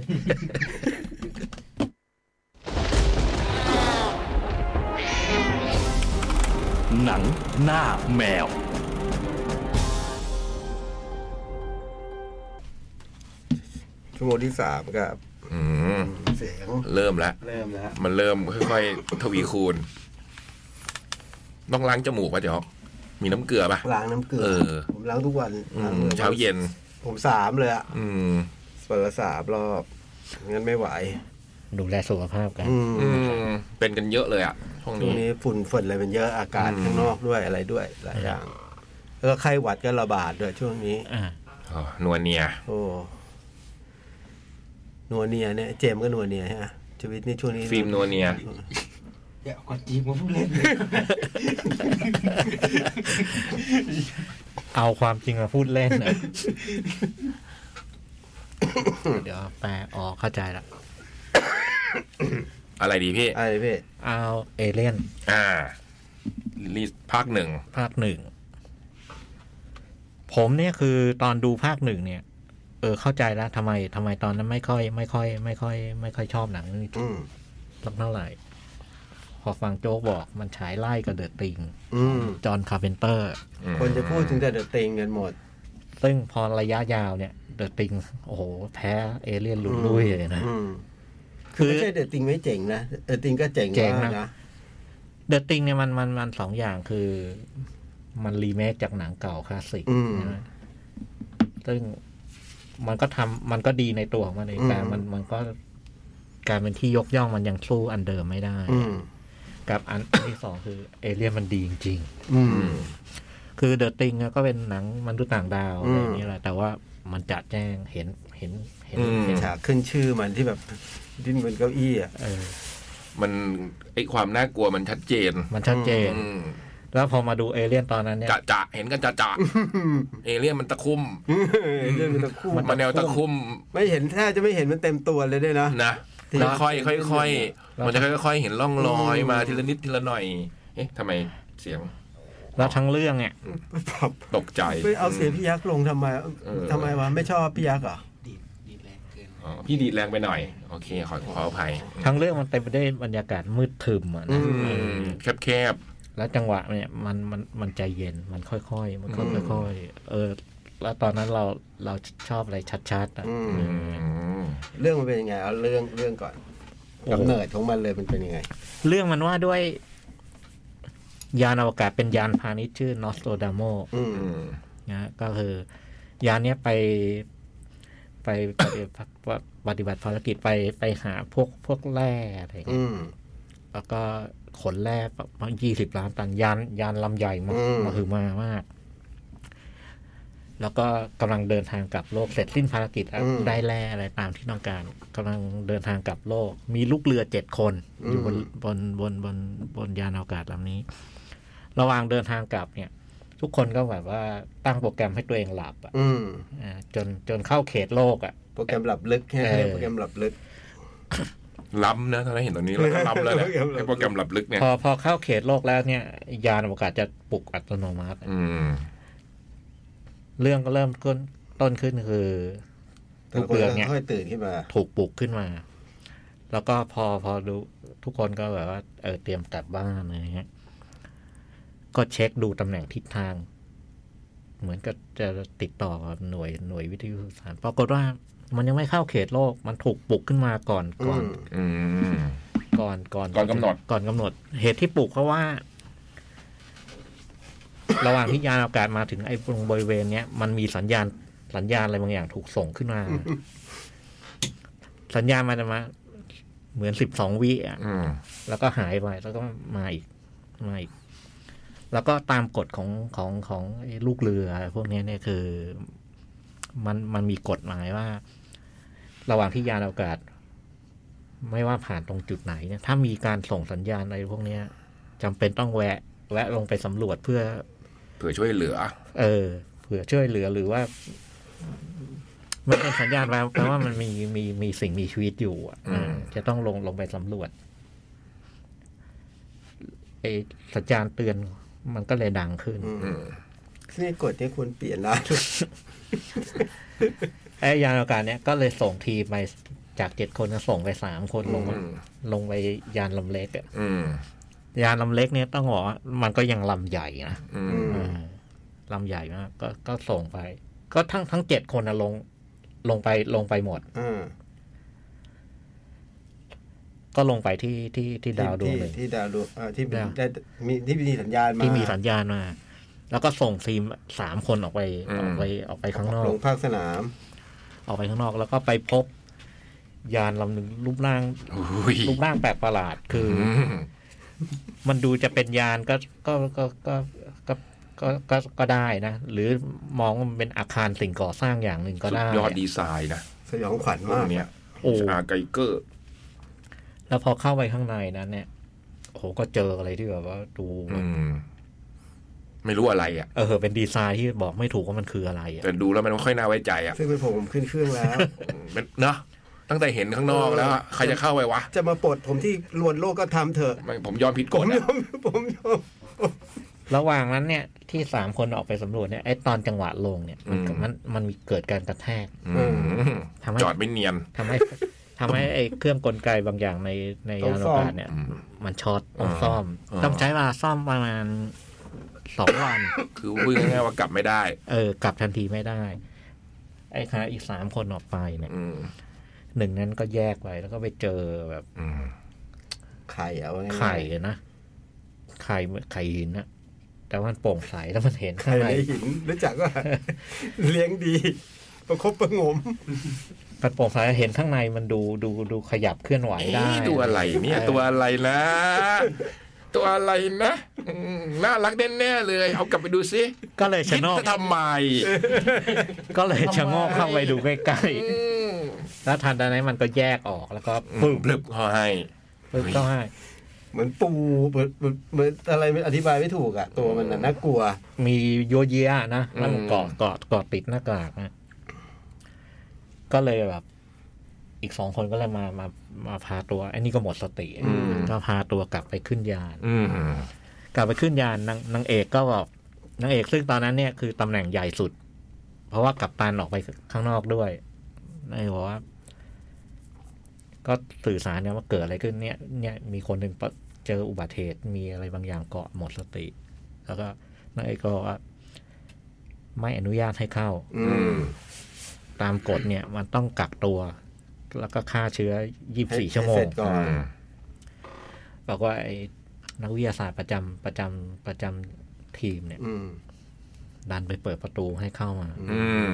S11: หนังหน้าแมว
S2: ชั่วโมงที่สามครับ
S3: อืม
S2: เสียง
S3: เริ่มละ
S2: เริ่มแล้ว
S3: มันเริ่มค่อยๆ ทวีคูณ ต้องล้างจมูกป่ะเดี๋ยวมีน้ำเกลือป่ะ
S2: ล้างน้ำเกลื
S3: เออ
S2: ผมล้างทุกวัน
S3: อื
S2: ล้าง
S3: ม
S2: มือ
S3: เช้าเย็น
S2: ผมสามเลยอ่ะ
S3: อืม
S2: เปิดละสามรอบงั้นไม่ไหว
S1: ดูแลสุขภาพกัน
S2: อืม
S3: อืม เป็นกันเยอะเลยอ่ะช่วง
S2: ช่วง
S3: นี้
S2: นี้ฝุ่นฝนอะไรเป็นเยอะอากาศ
S3: อืม
S2: ข้างนอกด้วยอะไรด้วยหลายอย่าง แล้วก็ไข้หวัดก็ระบาดด้วยช่วงนี้
S1: อ่า
S3: อ๋อนวเนีย
S2: โอ้นัวเนียเนี่ย เจมส์ก็นัวเนียฮะชีวิตนี่ช่วงนี้
S3: ฟิล์มนัวเนีย
S10: อย่าเอากดจีบมาพูดเล่น
S1: เอาความจริงมาพูดเล่น นะ เดี๋ยวแปลออกเข้าใจละ
S3: อะไรดีพี่
S2: อะไรพี่
S1: เอาเอเลี่ยน
S3: อ่ารีสภาคหนึ่ง
S1: ภาคหนึ่ง ผมเนี่ยคือตอนดูภาคหนึ่งเนี่ย เออเข้าใจแล้วทำไมทำไมตอนนั้นไม่ค่อย ไม่ค่อย ไม่ค่อย ไม่ค่อยชอบหนังเรื่องนี้
S2: อืม
S1: สักเท่าไหร่ พอฟังโจ๊กบอกมันฉายไล่กับเดอะติง
S2: อืม
S1: จอห์นคาร์เพนเตอร์
S2: คนจะพูดถึงแต่เดอะติงกันหมด
S1: ซึ่งพอระยะยาวเนี่ยเดอะติงโอ้โห แพ้เอเลี่ยนลุนลุยเลยนะ
S2: อืม
S1: คือ
S2: ไม่ใช่เดอะติงไม่เจ๋งนะเดอะติงก็เจ๋ง
S1: เจ๋ง
S2: มาก
S1: นะ
S2: นะ
S1: เดอะติงเนี่ยมันมันมันสองอย่างคือมันรีเมคจากหนังเก่าคลาสสิก
S2: อืม
S1: ใช่ไหมซึ่งมันก็ทำมันก็ดีในตัวของมันเอง
S2: อืม
S1: แต่มันมันก็กลายเป็นที่ยกย่องมันยังสู้อันเดิมไม่ได้
S2: อืม
S1: กับอัน อันที่สองคือเอเลียนมันดีจริง
S2: อืม
S1: ๆ คือเดอะติงก็เป็นหนังมนุษย์ต่างดาว
S2: อื
S1: อะไร
S2: ม
S1: อย่างนี้ยแหละแต่ว่ามันจะแจ้งเห็นเห็นเห็น
S3: อืม
S1: เห็น
S2: ฉากขึ้นชื่อมันที่แบบ ดิ้นบนเก้าอี้อ่ะ
S1: เออ
S3: มันไอความน่ากลัวมันชัดเจน
S1: มันชัดเจน
S3: อืม
S1: แล้วพอมาดูเอเลี่ยนตอนนั้นเนี่ย
S3: จะจะเห็นกันจะจะเอเลี่ยนมันตะคุ่ม
S2: เรื่องมันตะคู่
S3: มันแนวตะคุ่ม
S2: ไม่เห็นแทบจะไม่เห็นมันเต็มตัวเลยด้วยนะ
S3: นะ
S2: ที่เรา
S3: ค่อยๆค่อยๆ
S1: เรามั
S3: มันจะค่อยๆเห็นร่องรอย
S2: อืม
S3: มาทีละนิดทีละหน่อย เอ๊ะทำไมเสียง
S1: แล้วทั้งเรื่องเนี่ย
S2: ปรับ
S3: ตกใจ
S2: ไปเอาเสียงพี่ยักษ์ลงทำไมทำไมวะไม่ชอบพี่ยักษ์เหรอ
S10: ดีดดีดแรงเกิน
S3: อ๋อพี่ดีดแรงไปหน่อย โอเค ขอขออภัย
S1: ทั้งเรื่องมันเต็มไปด้วยบรรยากาศมืดทึมอะ
S2: อื
S1: นะ
S2: ม
S1: เอ
S3: อื
S1: อ
S3: มแคบ
S1: แล้วจังหวะเนี่ยมันมันมันใจเย็นมันค่อยๆ มันค่อยๆค่อยๆเออ แล้วตอนนั้นเราเราชอบอะไรชัดๆอ่ะ
S2: อืม
S1: เอ
S3: ๆอื
S1: อ
S3: ม
S2: เรื่องมันเป็นยังไง เอาเรื่องเรื่องก่อนกำเนิดของมันเลยมันเป็นยังไง
S1: เรื่องมันว่าด้วย ยานอวกาศเป็นยานพาณิชย์ชื่อนอสโตดามโม
S2: อืม
S3: อืม
S1: นะฮะก็คือ ยานเนี้ยไป ไปปฏิบัติปฏิบัติภารกิจไปไปหาพวกพวกแร่อะไรอย่างเงี้ย
S2: อืม
S1: แล้วก็ขนแร่ประมาณยี่สิบล้านตันยานยานลำใหญ่มา
S2: อืม
S1: มาคือมามาก แล้วก็กำลังเดินทางกลับโลกเสร็จสิ้นภารกิจแล้วได้แร่อะไรตามที่ต้องการกำลังเดินทางกลับโลก มีลูกเรือเจ็ดคน อยู่บนบนบนบนบนยานอวกาศลำนี้ ระหว่างเดินทางกลับเนี่ย ทุกคนก็แบบว่าตั้งโปรแกรมให้ตัวเองหลับอะ
S2: อืม
S1: อ่าจนจนเข้าเขตโลกอ่ะ
S2: โปรแกรมหลับลึกแค่
S1: เออ
S2: เขาเรียกโปรแกรมหลับลึก
S3: ล้ำนะตอนนั้นเห็นตอนนี้เราก็ล้ำแล้วนะ
S2: โปรแกรมหลับลึก
S3: ไอ้โปรแกรมหลับลึกเนี่ย
S1: พอพอเข้าเขตโลกแล้วเนี่ย ยานอวกาศจะปลุกอัตโนมัติ
S3: อืม
S1: เรื่องก็เริ่มต้นต้นขึ้นคือ
S2: แต่
S1: ลู
S2: ละ
S1: ก
S2: คน
S1: เรือ
S2: ก็
S1: เนี่ย
S2: ค่อยตื่นขึ้นมา
S1: ถูกปลุกขึ้นมา แล้วก็พอพอดูทุกคนก็แบบว่าเออเตรียมกลับบ้านอะไรเงี้ยก็เช็คดูตำแหน่งทิศทาง เหมือนกับจะติดต่อกับหน่วยหน่วยวิทยุสื่อสารปรากฏว่ามันยังไม่เข้าเขตโลก มันถูกปลุกขึ้นมาก่อนก่อน
S2: อืม
S3: อืม
S1: ก่อนก่อน
S3: ก่อนกำหนด
S1: ก่อนกำหนด เหตุที่ปลูกเพราะว่า ระหว่างที่ยานอวกาศมาถึงไอ้ตรงบริเวณเนี้ยมันมีสัญญาณสัญญาณอะไรบางอย่างถูกส่งขึ้นมา สัญญาณมันจะมา เหมือนสิบสองวิอ่ะ
S3: อืม
S1: แล้วก็หายไปแล้วก็มาอีกมาอีก แล้วก็ตามกฎของของของไอ้ลูกเรือ พวกเนี้ยเนี่ยคือ มันมันมีกฎหมายว่า ระหว่างที่ยานอวกาศ ไม่ว่าผ่านตรงจุดไหนเนี่ย ถ้ามีการส่งสัญญาณอะไรพวกเนี้ยจำเป็นต้องแวะ แวะลงไปสำรวจเพื่อ
S3: เผื่อช่วยเหลือ
S1: เออเผื่อช่วยเหลือหรือว่า มันเป็นสัญญาณแปลแปลว่ามันมีมีมีสิ่งมีชีวิตอยู่อะ
S3: อืม
S1: เออจะต้องลงลงไปสำรวจไอสัญญาณเตือนมันก็เลยดังขึ้น
S2: อืม
S3: อืม
S2: ซึ่งไอ้กฎนี้ควรเปลี่ยนแล้ว
S1: ไอยานอวกาศเนี้ยก็เลยส่งทีมไปจากเจ็ดคนนะส่งไปสามคนลง
S3: อืม
S1: ลงไปยานลำเล็กอะ
S3: อืม
S1: ยานลำเล็กเนี่ยต้องบอกว่ามันก็ยังลำใหญ่นะ
S3: อื
S2: อื
S3: ม
S2: ม
S1: เออลำใหญ่มากก็ก็ส่งไป ก็ทั้งทั้งเจ็ดคนนะลง ลงไปลงไปหมด
S2: อ่า
S1: ก็ลงไปที่ที่ที่ดาวดวงหนึ่ง
S2: ที่ที่ดาวดวงอ่าที่มี
S1: ดาว
S2: ได้มีที่มีสัญญาณมา
S1: ที่มีสัญญาณมา แล้วก็ส่งทีมสามคนออกไปออกไปออกไปข้างนอก
S2: ลงภาคสนาม
S1: ออกไปข้างนอก แล้วก็ไปพบ ยานลำหนึ่งรูปร่าง
S3: อุ้ย
S1: รูปร่างแปลกประหลาด คือ
S3: อื
S1: อ
S3: ม
S1: มันดูจะเป็นยานก็ก็ก็ก็ก็ก็ก็ก็ได้นะ หรือมองว่ามันเป็นอาคารสิ่งก่อสร้างอย่างหนึ่งก็
S3: สุด
S1: ได้
S3: ยอดดีไซน์นะ
S2: สยองขวัญ
S3: พว
S2: มาก ก
S3: เนี้ย
S1: โอ้
S3: อาไกเกอร์
S1: แล้วพอเข้าไปข้างในนั้นเนี่ยโอ้โหก็เจออะไรที่แบบว่าดู
S3: อืม ไม่รู้อะไรอ่ะ
S1: เออเป็นดีไซน์ที่บอกไม่ถูกว่ามันคืออะไรอะ
S3: แต่ดูแล้วมันไม่ค่อยน่าไว้ใจอ่ะ
S2: ซึ่งเป็นผมผมขึ้นเครื่องแล้ว
S3: มันเนาะตั้งแต่เห็นข้างนอกแล้วอะใครจะเข้าไปวะ
S2: จะมาปลดผมที่ลวนโลกก็ทำเถอะ
S3: ไม่ผมยอมผิดก
S2: ผ
S3: ฎ
S2: มย
S3: อะ
S2: อมผมยอม
S1: ระหว่างนั้นเนี่ย ที่สามคนออกไปสำรวจเนี่ยไอ้ตอนจังหวะลงเนี่ย มันก็มันมันมีเกิดการกระแทก
S3: อืม
S1: ทำให้
S3: จอดไม่เนียน
S1: ทำให้ ทำให้ไอ้เครื่องกลไกบางอย่างในในยานอวกาศเนี่ย
S3: อืม
S1: มันช็อตต้อง
S3: อ่า
S1: ซ่อม
S3: อ่า
S1: ต้องใช้เวลาซ่อมประมาณสองวัน
S3: คือพูดง่ายๆว่ากลับไม่ได้
S1: เออกลับทันทีไม่ได้ ไอ้คณะอีกสามคนออกไปเนี่ย
S3: อืม
S1: หนึ่งนั้นก็แยกไปแล้วก็ไปเจอแบบ
S3: อืม
S2: ไข่เอาง่ายๆ
S1: ไข่นะไข่ไข่หินนะแต่ว่ามันโปร่งใสแล้วมันเห็น
S2: ไข่
S1: ข้างใน
S2: ในหินรู้จักว่า เลี้ยงดี ประคบประหงม
S1: มันโปร่งใสเห็นข้างในมันดูดูดูขยับเคลื่อนไหวได้
S3: เอ๊ะตัวอะไรเนี่ย
S1: เออ
S3: ตัวอะไรนะ ตัวอะไรนะอืมน่ารักแน่ๆเลย เอากลับไปดูซิ
S1: ก็เลย
S3: คิ
S1: ชะ
S3: ด
S1: โงอก
S3: จะทำไม
S1: ก็เลยชะโงอกเข้าไปดูใกล้
S3: อื
S1: ๆ
S3: ม
S1: แล้วทันใดนั้นมันก็แยกออกแล้วก็
S3: ปึ
S1: ปึ๊บบ
S3: เขาให้
S1: ปึ๊บก็ให้
S2: เหมือนปูเหมือนเหมือนเหมือนอะไรไม่อธิบายไม่ถูกอ่ะ ตัวมันน่ะน่ากลัว
S1: มีโยเยะนะแล้วมัน
S3: อืม
S1: เกาะเกาะเกาะติดหน้ากากนะก็เลยแบบ อีกสองคนก็เลยมามามาพาตัวไอ้นี่ก็หมดสติ
S3: อืม
S1: ก็พาตัวกลับไปขึ้นยาน
S3: อืม
S1: กลับไปขึ้นยานนางนางเอกก็บอกนางเอกซึ่งตอนนั้นเนี่ยคือตำแหน่งใหญ่สุด เพราะว่ากัปตันออกไปข้างนอกด้วยนางเอกบอกว่า ก็สื่อสารเนี่ยว่าเกิดอะไรขึ้นเนี่ย เนี่ยมีคนหนึ่งประเจออุบัติเหตุมีอะไรบางอย่างเกาะหมดสติ แล้วก็นางเอกก็บอกว่า ไม่อนุญาตให้เข้า
S2: อื
S3: อื
S2: ม
S3: ม
S1: ตามกฎเนี่ย มันต้องกักตัว แล้วก็ฆ่าเชื้อ
S2: ให้
S1: 24 ชั่วโม
S2: ให้เส
S1: ง
S2: ร็จก่อน
S1: บอกว่าไอ้นักวิทยาศาสตร์ประจำประจำประจำทีมเนี่ย
S2: อืม
S1: ดันไปเปิดประตูให้เข้ามา
S2: อื
S3: อืม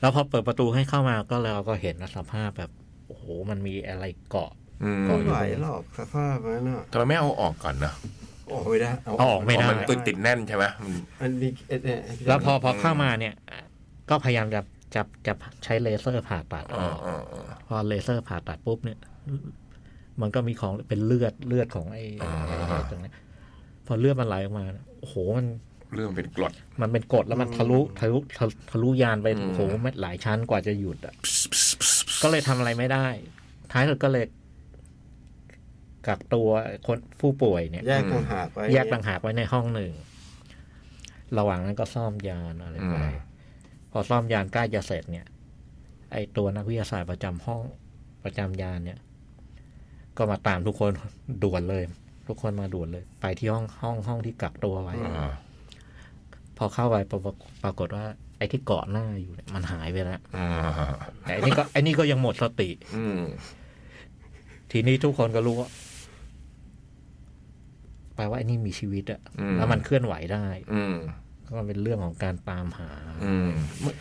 S1: แล้วพอเปิดประตูให้เข้ามาก็เราก็เห็นนะสภาพแบบ โอ้โห มันมีอะไรเกาะ
S3: อืม
S1: ก่อน
S2: ไม่
S1: ยู่
S2: ไหวหรอกสภาพมันน่ะ
S3: ทำไมไม่เอาออกก่อนเนอะ
S2: ออกไม่ได้เา
S1: เอาออกไม่ได้
S3: มันติดติดแน่นใช่ไหมมัน
S2: มันมีเอ่อเอ่อ
S1: แล้วพอพอเข้ามาเนี่ย ก็พยายามจะจะจะใช้เลเซอร์ผ่าตัดออกพอเลเซอร์ผ่าตัดปุ๊บเนี่ย มันก็มีของเป็นเลือดเลือดของไอ้
S3: อ่า
S1: ไอ้ตรงเนี้ยพอเลือดมันไหลออกมา โอ้โหมัน
S3: เรื่องเป็นกรด
S1: มันเป็นกรดแล้วมันทะลุทะลุทะทะลุยานไป
S3: อืม
S1: โอ้โหมันหลายชั้นกว่าจะหยุดอ่ะ ก็เลยทำอะไรไม่ได้ ท้ายสุดก็เลยกักตัวคนผู้ป่วยเนี่ย
S2: แยกต่างหากไว้
S1: แยกต่างหากไว้ในห้องหนึ่ง ระหว่างนั้นก็ซ่อมยานอะไร
S3: อื
S1: ไป
S3: ม
S1: พอซ่อมยานใกล้จะเสร็จเนี่ย ไอตัวนักวิทยาศาสตร์ประจำห้องประจำยานเนี่ย ก็มาตามทุกคนด่วนเลย ทุกคนมาด่วนเลย ไปที่ห้องห้องห้องที่กักตัวไว้
S3: อ่า
S1: พอเข้าไปปรากฏปรากฏว่า ไอที่เกาะหน้าอยู่เนี่ยมันหายไปแล้ว
S3: อ่า
S1: แต่ไอนี่ก็ไอนี่ก็ยังหมดสติ
S3: อืม
S1: ทีนี้ทุกคนก็รู้ว่า ลว่าไอ้นี่มีชีวิตอะ
S3: อืม
S1: แล้วมันเคลื่อนไหวได้
S3: อืม
S1: ก็เป็นเรื่องของการตามหา
S3: อืม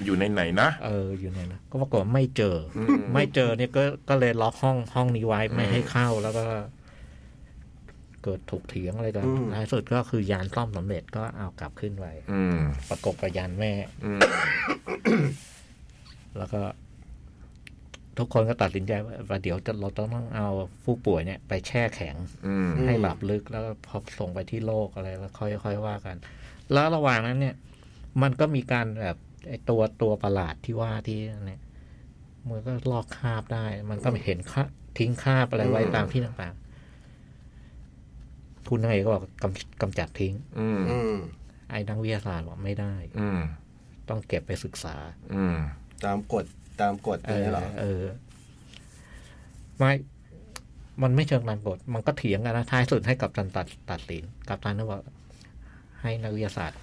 S3: อยู่ในไหนนะ
S1: เอออยู่เนี่ยนะก็ปรากฏว่าไม่เจออ
S3: ม
S1: ไม่เจอเนี่ยก็ก็เลยล็อกห้องห้องนี้ไว้ไม่
S3: อืม
S1: ให้เข้าแล้วก็ เกิดถกเถียงอะไรกัน
S2: อืม
S1: ท้ายสุดก็คือยานซ่อมสำเร็จก็เอากลับขึ้นไป
S3: อืม
S1: ประกบกับยานแม่
S3: อืม
S1: แล้วก็ ทุกคนก็ตัดสินใจว่าว่าเดี๋ยวจะเราต้องเอาผู้ป่วยเนี่ยไปแช่แข็ง
S3: อืม
S2: อืม
S1: ให้หลับลึกแล้วพอส่งไปที่โลกอะไรแล้วค่อยค่อยว่ากัน แล้วระหว่างนั้นเนี่ย มันก็มีการแบบไอตัวตัวประหลาดที่ว่าที่เนี่ยมันก็ลอกคราบได้ มันก็เห็นคราบทิ้งคราบอะไรไว้
S3: อืม
S1: ตามที่ต่างๆ คุณนายเอกก็บอกกำกำจัดทิ้ง
S3: อืม
S2: อืม
S1: ไอ้นักวิทยาศาสตร์บอกไม่ได้
S3: อืม
S1: ต้องเก็บไปศึกษา
S3: อืม
S2: ตามกฎตามกฎ
S1: เอ
S2: นี่าง
S1: อ
S2: เงี้ยเหรอ
S1: เออ ไม่ มันไม่เชิงนันกฎมันก็เถียงกันนะท้ายสุดให้กับตันตัดตัดสินกับตันก็บอกให้นักวิทยาศาสตร์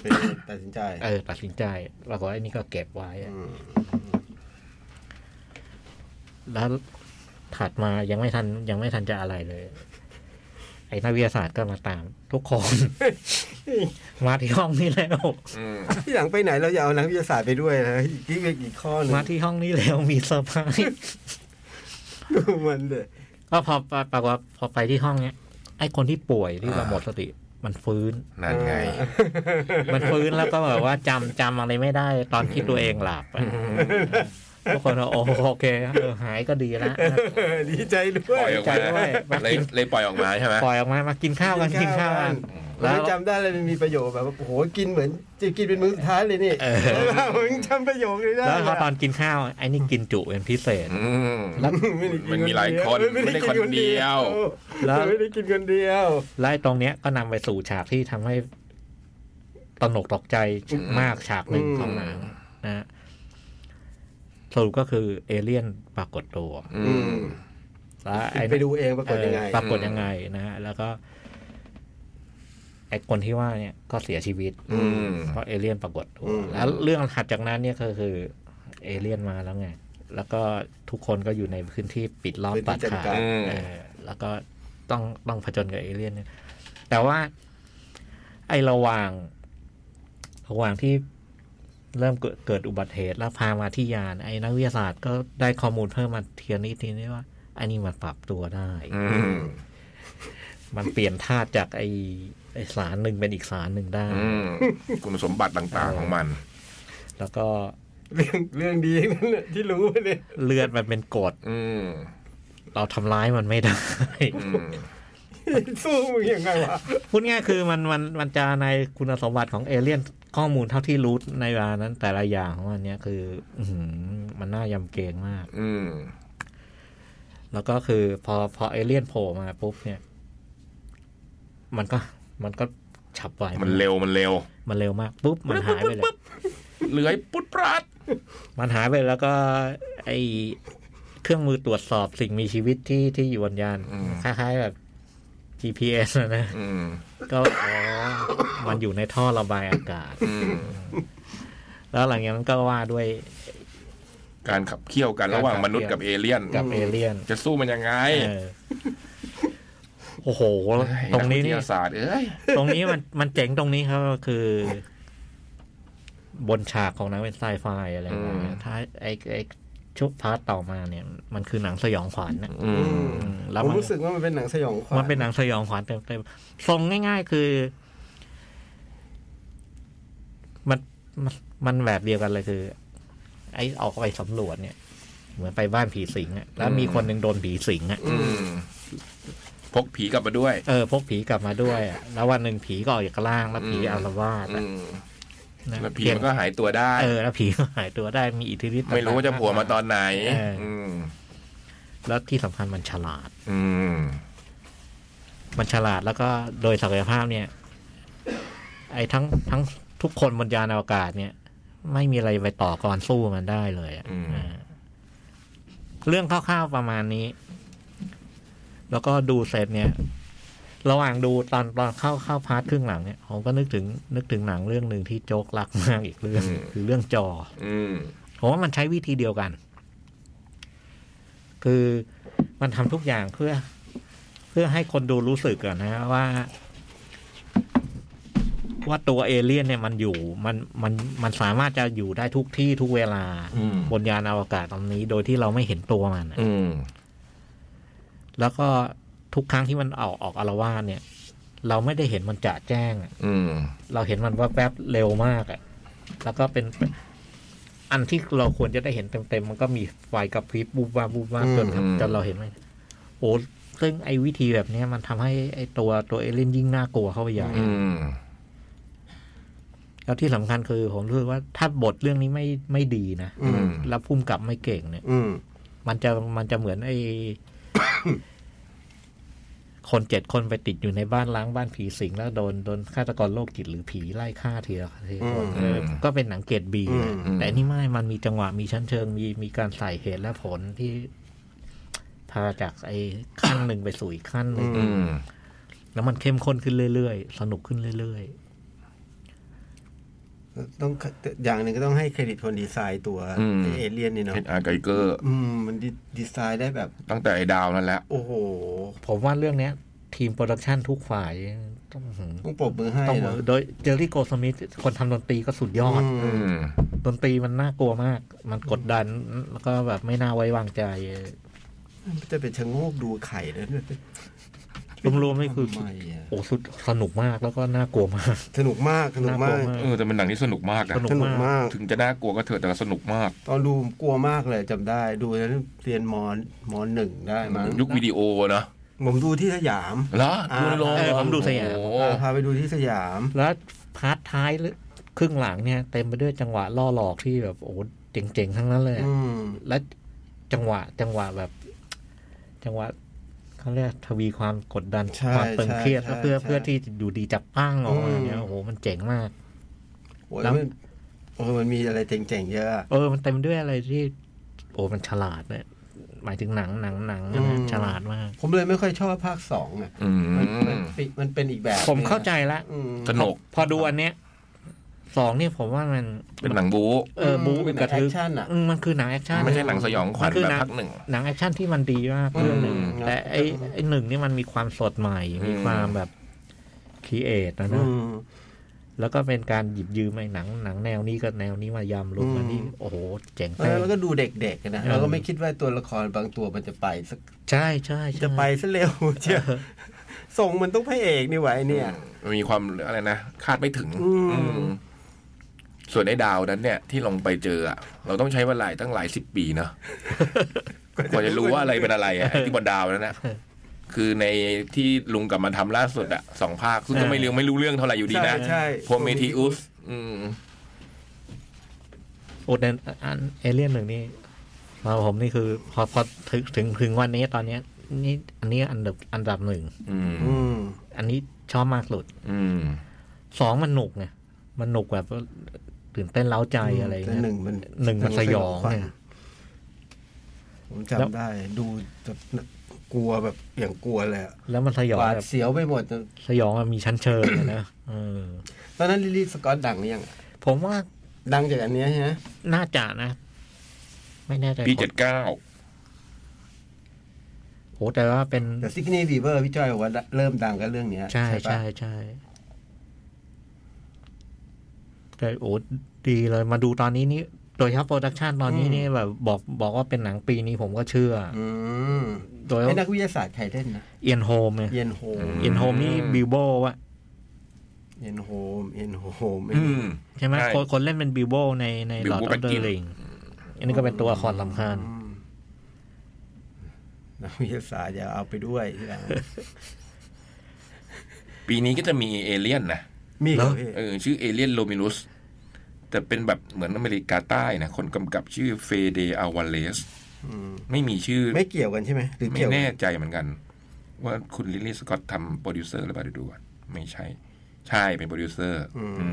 S2: เป็นตัดสินใจ
S1: เออ ตัดสินใจปรากฏว่าไอ้นี่ก็เก็บไว้อะ
S2: ม
S1: แล้วถัดมายังไม่ทัน ยังไม่ทันจะอะไรเลย ไอ้นักวิทยาศาสตร์ก็มาตาม ทุกคน มาที่ห้องนี้แล้ว
S3: อืม
S2: ที่หลังไปไหนเราอย่าเอานักวิทยาศาสตร์ไปด้วยนะอีกที่เป็นอีกข้อหนึง
S1: มาที่ห้องนี้แล้วมีเซอร์ไพรส์
S2: ดูมันเด้อ
S1: ก็พอปรากฏว่าพอไปที่ห้องเนี้ย ไอ้คนที่ป่วยที่เรา
S3: อ่า
S1: หมดสติ มันฟื้น
S3: นั่นไง
S1: มันฟื้นแล้วก็แบบว่าจำจำอะไรไม่ได้ตอนที่ตัวเองหลับอะทุกคนว่าโอ้โหโอเคเออหายก็ดีละ
S2: เออดีใจด้ว
S3: ป
S2: ย
S3: ล่อยออกมา
S1: ใจด้วยมา
S3: เลย
S1: กิน
S3: เลยปล่อยออกมาใช่ไหม
S1: ปล่อยออกมามากินข้าวกันกินข้าวกัน แล้
S2: แล้ว วจำได้เลยมันมีประโยชน์แบบว่าโอ้โหกินเหมือนจะกินเป็นมื้อสุดท้ายเลยนี่มึงจำประโยคนี้ได้
S1: แล้วพอต
S2: ะ
S1: อนกินข้าวไอ้นี่กินจุเป็นพิเศษ
S3: อืม
S1: แล้ว
S2: ไได้กิ
S3: มันมีหลายคน
S2: ไม่ได้กินคนเดียว
S1: แล้ว
S2: ไม่ได้กินคนเดียว
S1: ไล่ตรงเนี้ยก็นำไปสู่ฉากที่ทำให้ตนกตกใจมากฉากหนึ่ง
S2: อืม
S1: ของหนังนะฮะสรุปก็คือเอเลี่ยนปรากฏตัว
S3: อื
S2: อื
S3: ม
S2: ม
S1: แล้วอ้
S2: ไปดูเองปรากฏยังไง
S1: เออปรากฏยังไงนะฮะ แล้วก็ไอ้คนที่ว่าเนี่ยก็เสียชีวิต
S3: อืม
S1: เพราะเอเลี่ยนปรากฏตัว
S2: อืม
S1: แล้วเรื่องถัดจากนั้นเนี่ยก็คือเอเลี่ยนมาแล้วไง แล้วก็ทุกคนก็อยู่ในพื้นที่ปิดล้อมตัดขาด
S3: อืม
S1: เออแล้วก็ต้องต้องผจญกับเอเลี่ยนเนี่ยแต่ว่า ไอ้ระหว่าง ระหว่างที่เริ่มเกิดเกิดอุบัติเหตุแล้วพามาที่ยาน ไอ้นักวิทยาศาสตร์ก็ได้ข้อมูลเพิ่มมาเทียนิดทีนี้ว่าไอ้นี่มันปรับตัวได้
S3: อืม
S1: มันเปลี่ยนธาตุจากไอ้ไอ้สารหนึ่งเป็นอีกสารหนึ่งได้
S3: อืม คุณสมบัติต่างๆของมัน
S1: แล้วก็
S2: เรื่องเรื่องดีทั้งนั้นน่ะที่รู้เนี่ย
S1: เลือดมันเป็นกรด
S3: อืม
S1: เราทำร้ายมันไม่ได้
S3: อืม
S2: สู้มึงยังไงวะ
S1: พูดง่ายคือมันมันมันจะในคุณสมบัติของเอเลี่ยนข้อมูลเท่าที่รู้ในเวลานั้นแต่ละอย่างของมันเนี้ยคือ อื้อหือมันน่ายำเกรงมาก
S3: อืม
S1: แล้วก็คือพอพอเอเลี่ยนโผล่มาปุ๊บเนี่ย มันก็มันก็ฉับไว
S3: มันเร็วมันเร็ว
S1: มันเร็วมากปุ๊บมันหายไปเลย
S3: เลื้อยปุ๊ดปราด
S1: มันหายไปแล้วก็ไอเครื่องมือตรวจสอบสิ่งมีชีวิตที่ที่อยู่บนยาน
S3: อืม
S1: คล้ายๆแบบ GPS นะนะ
S3: อืม
S1: ก็อ๋อมันอยู่ในท่อระบายอากาศ
S3: อืม
S1: แล้วหลังจากนั้นก็ว่าด้วย
S3: การขับเคี่ยวกันระหว่างมนุษย์กับเอเลี่ยน
S1: กับเอเลี่ยน
S3: จะสู้มันยังไง
S1: เออโอ้โห ต
S3: ต
S1: ร
S3: รง ง
S1: นี้
S3: นี้
S1: นี่
S3: นี่ศาสตร์เอ้ย
S1: ตรงนี้มันมันเจ๋งตรงนี้ครับก็คือ บนฉากของหนังเป็นไซไฟอะไรอย่างเงี้
S3: อืม
S1: ยถ้าไอไอชุดพาร์ตต่อมาเนี่ย มันคือหนังสยองขวัญนะ
S3: อืม
S2: ม
S1: อืมแล้ว
S2: ผม
S1: มัน
S2: รู้สึกว่ามันเป็นหนังสยองขวัญ
S1: มันเป็นหนังสยองขวัญเต็มๆทรงง่าย ๆ คือ มันมันมันแบบเดียวกันเลยคือ ไอ้ออกไปสำรวจเนี่ย เหมือนไปบ้านผีสิงอะแล้วมี
S3: อืม
S1: คนหนึ่งโดนผีสิงอะ
S3: อืม พกผีกลับมาด้วย
S1: เออพวกผีกลับมาด้วยอะแล้ววันหนึ่งผีก็ออกจากร่างแล้วผี
S3: อืม
S1: อารวาส
S3: อื
S1: อะ
S3: ม
S1: นะ
S3: แล้วผีมันก็หายตัวได้
S1: เออแล้วผีก็หายตัวได้มีอิทธิฤทธิ์
S3: ไม่รู้ว่าจะโผัวมาตอนไหน อืม
S1: แล้วที่สำคัญมันฉลาด
S3: อืม
S1: มันฉลาดแล้วก็โดยศักยภาพเนี่ย ไอ้ทั้งทั้งทุกคนบนยานอวกาศเนี่ย ไม่มีอะไรไปต่อกรสู้มันได้เลยอะ
S3: อืม
S1: อ่าเรื่องคร่าวๆประมาณนี้ แล้วก็ดูเสร็จเนี่ย ระหว่างดูตอนตอนเข้าเข้าพาร์ทครึ่งหลังเนี่ยผมก็นึกถึง นึกถึงหนังเรื่องหนึ่งที่โจ๊กรักมากอีกเรื่อง คือเรื่องจอ
S3: อืม
S1: ผมว่ามันใช้วิธีเดียวกัน คือมันทำทุกอย่างเพื่อ เพื่อให้คนดูรู้สึกอะนะว่า ว่าตัวเอเลี่ยนเนี่ยมันอยู่มันมันมันสามารถจะอยู่ได้ทุกที่ทุกเวลา
S3: อืม
S1: บนยานอวกาศตอนนี้ โดยที่เราไม่เห็นตัวมันอะ
S3: อืม
S1: แล้วก็ทุกครั้งที่มันออกออกอารวาสเนี่ย เราไม่ได้เห็นมันจะแจ้งอะ
S3: อืม
S1: เราเห็นมันว่าแป๊บเร็วมากอะ่ะ แล้วก็เป็นอันที่เราควรจะได้เห็นเต็มๆ มันก็มีไฟกับพริบบูบวาบบูบวาบ
S2: อืม
S1: จนครับ
S3: อืม
S1: จนเราเห็นไหมนโอ้ซึ่งไอ้วิธีแบบเนี้ยมันทำให้ไอ้ตัวตัวเอเลี่ยนยิ่งน่ากลัวเข้าไปใหญ่
S3: อืม
S1: แล้วที่สำคัญคือผมรู้สึกว่าถ้าบทเรื่องนี้ไม่ไม่ดีนะ
S2: อืม
S1: แล้วพุ่มกับไม่เก่งเนี่ย
S2: อืม
S1: มันจะมันจะเหมือนไอ้ คนเจ็ดคนไปติดอยู่ในบ้านล้างบ้านผีสิงแล้วโดนโดนฆาตกรโรคจิตหรือผีไล่ฆ่าทีละทีละค
S2: อื
S1: น
S2: ม
S1: เออก็เป็นหนังเกรดบี
S2: อืม
S1: นะแต่อันนี่ไม่มันมีจังหวะมีชั้นเชิง มีมีการใส่เหตุและผลที่ พาจากไอ้ขั้นหนึ่งไปสู่อีกขั้นหนึ่ง
S3: อืม
S1: แล้วมันเข้มข้นขึ้นเรื่อยๆ สนุกขึ้นเรื่อย
S2: ต้องอย่างหนึ่งก็ต้องให้เครดิตคนดีไซน์ตัว
S3: อืม
S2: ไอ้เอเลี่ยนนี่เนาะ
S3: เฮดอาร์ไกเกอร์
S2: อืม มันดีดีไซน์ได้แบบ
S3: ตั้งแต่ไอ้ดาวนั่นแหละ
S2: โอ้โห
S1: ๆ ผมว่าเรื่องเนี้ย ทีมโปรดักชันทุกฝ่ายต้อง
S2: ต้องปรบมือให้
S1: ต้อง
S2: เนาะ
S1: โดยเจอรี่โกสมิธคนทำดนตรีก็สุดยอด
S2: อื
S3: อื
S2: ม
S3: ม
S1: ดนตรีมันน่ากลัวมาก มันกดดัน แล้วก็แบบไม่น่าไว้วางใจ
S2: จะไปชะโงกดูไข่แล้วเนี่ย
S1: รวมๆนี่คือ
S2: ทำไมอะ
S1: โอ้สุดสนุกมากแล้วก็น่ากลัวมาก
S2: สนุกมาก สนุกมาก
S1: น่ากลัวมาก
S3: เออแต่มันหนังที่สนุกมากอะ
S1: สนุ
S2: สนุกมาก
S3: ถึงจะน่ากลัวก็เถอะแต่ก็สนุกมาก
S2: ตอนดูผมกลัวมากเลยจำได้ ดูแล้วเรียนมอนมอนหนึ่งได้มั้ง
S3: ยุควิดีโอนะ
S2: ผมดูที่สยาม
S3: เหรอ
S2: อ่า
S3: ดูในโรง
S1: เออผมดูสยาม
S3: โอ้โห
S2: พาไปดูที่สยาม
S1: แล้วพาร์ทท้ายหรือครึ่งหลังเนี่ยเต็มไปด้วยจังหวะล่อหลอกที่แบบโอ้โหเจ๋งๆ ทั้งนั้นเลยอะ
S2: อืม
S1: และจังหวะจังหวะแบบ จังหวะเขาเรียกทวีความกดดัน
S2: ใช่
S1: ความตึงเครียด
S2: ใช่
S1: แล้วเพื่อ
S2: ใช่
S1: เพื่อที่อยู่ดีจับปั้งออกมาเนี่ย
S2: อืม
S1: โอ้โหมันเจ๋งมาก
S2: โอ้ย
S1: แล้ว
S2: มันโอ้ยมันมีอะไรเจ๋งๆเยอะอะ
S1: เออ มันเต็มด้วยอะไรที่ โอ้มันฉลาดเนี่ยหมายถึงหนังหนังหนังนะ
S2: อืม
S1: ฉลาดมาก
S2: ผมเลยไม่ค่อยชอบภาคสองอ่ะ
S3: อื
S2: มันมัน
S3: ม
S2: ปิมันเป็นอีกแบบ
S1: ผมเข้าใจละ
S2: อืม
S3: สนุก
S1: พอดูอันเนี้ยสองเนี่ยผมว่ามัน
S3: เป็นหนังบู๊
S1: เออ
S2: อืม
S1: บู๊
S2: เป็นหนัง
S1: กระทึก
S2: แอคชั่นอะ
S1: อืมมันคือหนังแอคชั่น
S3: ไม่ใช่หนังสยองขวัญ
S1: มันคือ
S3: แบบ
S1: หนัง
S3: พักหนึ่ง
S1: หนังแอคชั่นที่มันดีมาก
S2: อืม
S1: เรื่องหนึ่ง
S2: ครับ
S1: แต่ไอ้ไอ้หนึ่งนี่มันมีความสดใหม่ มี
S3: อืม
S1: ความแบบครีเอทนะ
S2: อื
S1: นะ
S2: ม
S1: แล้วก็เป็นการหยิบยืมไอ้หนังหนังแนวนี้กับแนวนี้มายำรวมกันนี่
S2: อืม
S1: โอ้โห เจ๋ง
S2: เพราะฉะ
S1: แท้
S2: นั้นมันก็ดูเด็กๆอะนะ
S1: เออ
S2: เราก็ไม่คิดว่าตัวละครบางตัวมันจะไปสัก
S1: ใช่ใช่ใช่
S2: จะไปซะเร็วเชียวส่งมันต้องพระเอกนี่ไหวะไอ้เนี่ย
S3: มันมีความอะไรนะคาดไม่ถึง
S2: อืม
S3: อืมส่วนไอ้ดาวนั้นเนี่ยที่ลงไปเจออะเราต้องใช้เวลาตั้งหลายสิบปีเนาะ กว่าจะรู้ว่าอะไรเป็นอะไรอะไอ้ที่บนดาวนั้นนะคือในที่ลุงกลับมาทำล่าสุดอะสองภาคซึ่งก็ไม่รู้ไม่รู้เรื่องเท่าไหร่อยู่ดี
S2: ใช่
S3: นะ
S2: ใช่
S3: พวเมทิอุสอืม
S1: โอ้แต่อันเอเลี่ยนหนึ่งนี่มาผมนี่คือ พอพอถึงถึงถึงวันนี้ตอนเนี้ยนี่อันนี้อันดับอันดับหนึ่ง
S3: อืม
S2: อืม
S1: อันนี้ชอบมากสุด
S3: อืม
S1: สองมันหนุกไงมันหนุกแบบว่าตื่นเต้นเล้าใจอะไรอย่าง
S2: แต่
S1: เงี้ย
S2: หนึ่งมัน
S1: หนึ่งมันสยอง
S2: ขวัญ
S1: ไง
S2: ผม
S1: แล้ว
S2: จำได้ดูแบบกลัวแบบอย่างกลัวเลยอะ
S1: แล้วมันสยอง
S2: หวาด
S1: แบบ
S2: เสียวไปหมด
S1: สยองมันมีชั้นเชิงอะนะเออ
S2: ตอนนั้นลิลลี่สกอตดังหรือยังอะ
S1: ผมว่า
S2: ดังจากอันเนี้ยใช่ไหม
S1: น่าจะนะ ไม่แน่ใจ
S3: ปีเจ็ดเก้า
S1: โหแต่ว่าเป็น
S2: แต่ซิกนี่บีเบอร์พี่จ้อยบอกว่าเริ่มดังกันเรื่องเนี้ย
S1: ใช่
S2: ปะ
S1: ใช่ใช่แต่โอ้ดีเลยมาดูตอนนี้นี่โดยเฉพาะโปรดักชันตอนนี้นี่แบบบอกบอกว่าเป็นหนังปีนี้ผมก็เชื่อ
S2: อืม
S1: โดย
S2: ไอ้นักวิทยาศาสตร์ใครเล่นนะ
S1: เอียนโฮมเนี่ย
S2: เย็นโฮม
S1: เอียนโฮมนี่บิวโบวะ
S2: เย็นโฮมเย็นโฮม
S3: อืม
S1: ใช่ไหม
S3: ใช่
S1: คนคนเล่นเป็นบิวโบในใน
S3: Bilbo
S1: Lord of the
S3: Baggins
S1: Ring อันนี้ก็เป็นตัวละครสำคัญ
S2: อืม นักวิทยาศาสตร์อย่าเอาไปด้วยที่หลัง
S3: ปีนี้ก็จะมีเอเลี่ยนนะ
S2: มีเหรอ
S1: เหรอ
S2: พี่
S3: เออชื่อเอเลี่ยนโ m มิ u ุสแต่เป็นแบบเหมือนอเมริกาใต้นะ คนกำกับชื่อเฟเดอาวาเลส
S2: ม
S3: ไม่มีชื่อ
S2: ไม่เกี่ยวกันใช่ไหมหรือ
S3: ไม่
S2: เกี่ยวกั
S3: แน่
S2: น
S3: ใจเหมือนกัน ว่าคุณลิลลี่สกอตทำโปรดิวเซอร์หรือเปล่าเดี๋ยวดูก่อนไม่ใช่ ใช่เป็นโปรดิวเซอร์
S2: อืม
S3: อื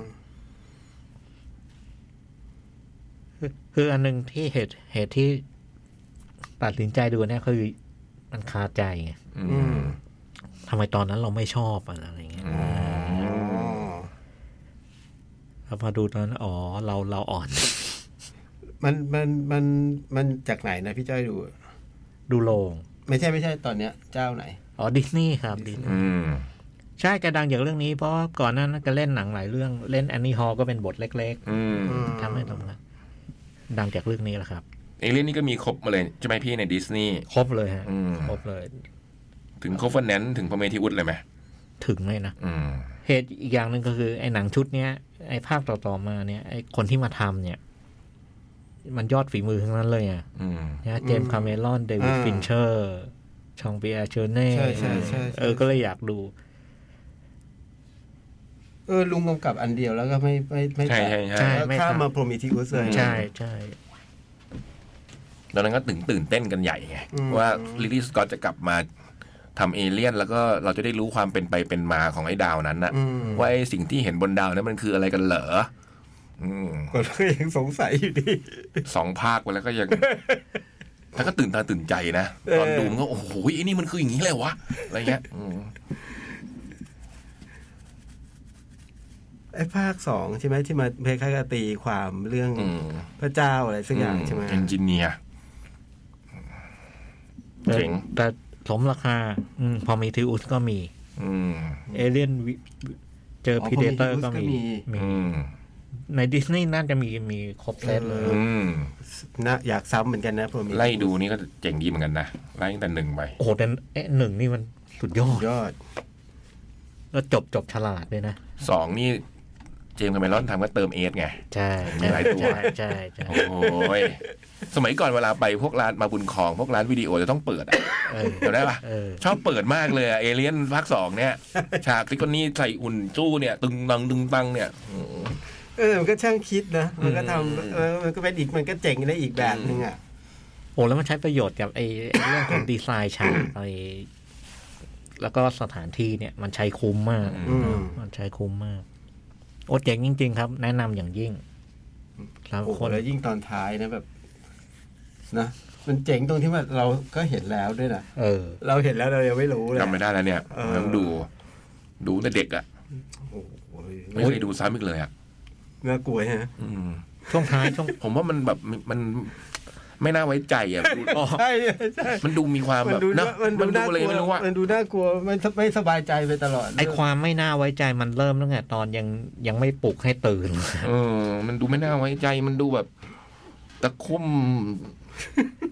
S3: ม
S1: คือคืออันหนึ่งที่เหตุเหตุที่ตัดสินใจดูเนี่ยคือมันคาใจไง
S3: อืม
S1: ทำไมตอนนั้นเราไม่ชอบอะอะไรเงี้ย
S2: อ๋อ
S1: แล้วพอดูตอนนั้นอ๋อเราเราอ่อน
S2: มันมันมันมันจากไหนนะพี่จ้อยดู
S1: ดูโรง
S2: ไม่ใช่ไม่ใช่ตอนเนี้ย เจ้าไหน
S1: เอ อ๋อดิสนีย์ครับดิสนีย์
S3: อืม
S1: ใช่แกดังอย่างเรื่องนี้เพราะก่อนหนั้านแกเล่นหนังหลายเรื่องเล่นแอนนี่ฮอลก็เป็นบทเล็ก
S3: อืม
S2: อืม
S1: ๆทำอะไรตรงนั้นดังจากเรื่องนี้แหละครับ
S3: เอเลี่ยนนี่ก็มีครบมาเลยใช่ไหมพี่ในดิสนีย์
S1: ครบเลยฮะ
S3: อืม
S1: ครบเลย
S3: ถึงโคฟเนนถึงพระเมธิอุสเลยไหม
S1: ถึงเลยนะ
S3: อืม
S1: เหตุอีกอย่างหนึ่งก็คือไอ้หนังชุดเนี้ยไอ้ภาคต่อๆมาเนี่ยไอ้คนที่มาทำเนี่ย มันยอดฝีมือทั้งนั้นเลยอ่ะ
S3: อืม
S1: นะเจมส์คาเมรอนเดวิด
S2: อ่า
S1: ฟินเชอร์ชองเปียร์เชอร์เน่
S2: ใช่ใช่ใช่ใช่
S1: เออก็เลยอยากดู
S2: เออลุงกำกับอันเดียวแล้วก็ไม่ไม่ไม่
S3: ใช่ใช่
S1: ใช่
S3: ใช่
S2: แล้ว
S1: ไม่
S2: ข้าม
S1: ทำ
S2: มาโพรมิทิอุสเลย
S1: ใช่ใช่
S3: ตอนนั้นก็ตื่นตื่นเต้นกันใหญ่ไง
S2: อืม
S3: ว่าลิลลี่สกอตจะกลับมาทำเอเลี่ยน แล้วก็เราจะได้รู้ความเป็นไปเป็นมาของไอ้ดาวนั้นนะ
S2: อืม
S3: ว่าไอ้สิ่งที่เห็นบนดาวนั้นมันคืออะไรกันเหรออืม
S2: ก็ยังสงสัยอยู่ดี
S3: สองภาคไปแล้วก็ ยัง แล้วก็ตื่นตาตื่นใจนะ
S2: เออ
S3: ตอนดูมันก็โอ้โหไอ้นี่มันคืออย่างนี้เลยวะ อะไรเงี้ยอืม
S2: ไอ้ภาคสองใช่ไหมที่มาเพคายๆกับตีความเรื่อง
S3: อืม
S2: พระเจ้าอะไรสักอย่างใช่ไหม
S3: เอนจิเนียร์
S1: แต่
S3: เจ๋ง
S1: แต่สมราคาอมพอมีทิอุสก็มี
S3: อืม
S1: เอเลียนเจอพีเดเตอร์ก็มีมี
S3: อืม
S1: ในดิสนีย์น่าจะมีมีครบเซตเลย
S3: อืม
S2: นะอยากซ้ำเหมือนกันนะโพรมิทิอุส
S3: ไล่ดูนี่ก็เจ๋งดีเหมือนกันนะ ไล่ตั้งแต่หนึ่งไป
S1: โอ้โหแต่เอ๊ะหนึ่งนี่มันสุดยอด
S2: ยอด
S1: แล้วจบจบฉลาดเลยนะ
S3: สองนี่ เจมส์คาเมรอนทำก็เติมเอสไง
S1: ใช่
S3: มีหลายตัว
S1: ใช่ใช่ใช่
S3: โอ้ย สมัยก่อนเวลาไปพวกร้านมาบุญของ พวกร้านวิดีโอจะต้องเปิดอะ
S1: เออ
S3: จำได้ปะ
S1: เออ
S3: ชอบเปิดมากเลยอะเอเลียนภาคสองเนี่ย ฉากที่คนนี้ใส่อุ่นจู้เนี่ย ตึงตังตึงตังเนี่ย
S2: เออ มันก็ช่างคิดนะ มันก็ท
S3: อืม
S2: ำเออมันก็เป็นอีก มันก็เจ๋งในอีกแบบหนึ่งอ่ะ
S1: โอ้แล้วมันใช้ประโยชน์กับไอ้ไอ้เรื่องของ ดีไซน์ฉากไอ้แล้วก็สถานที่เนี่ย มันใช้คุ้มมาก
S2: อืม
S1: มันใช้คุ้มมาก โอ้เจ๋งจริง ๆ ครับ แนะนำอย่างยิ่งสาม
S2: โอ้โห
S1: คน
S2: แล้วยิ่งตอนท้ายนะแบบ นะ มันเจ๋งตรงที่ว่าเราก็เห็นแล้วด้วยนะ
S1: เออ
S2: เราเห็นแล้วเรายังไม่รู้เลย
S3: จำไม่ได้แล้วเนี่ย
S2: เออ
S3: ต้องดู ดูตั้งแต่เด็กอะ
S2: โอ้โห
S3: ไม่เคยดูซ้ำอีกเลยอะ
S2: น่ากลัวฮะ
S3: อืม
S1: ช่วงท้ายช่วง
S3: ผมว่ามันแบบมันไม่น่าไว้ใจอะดู
S2: ใช่ใช่
S3: มันดูมีความ
S2: มัน
S3: แบบ
S2: ดู
S3: เนอะ
S2: มันดู
S3: มันดู
S2: น่า
S3: อะไร
S2: กลัว
S3: ไม่รู้ว่า
S2: มันดูน่ากลัว มันไม่สบายใจไปตลอด
S1: ไอความไม่น่าไว้ใจมันเริ่มตั้งแต่ตอนยังยังไม่ปลุกให้ตื่น
S3: เออ มันดูไม่น่าไว้ใจ มันดูแบบตะคุ่ม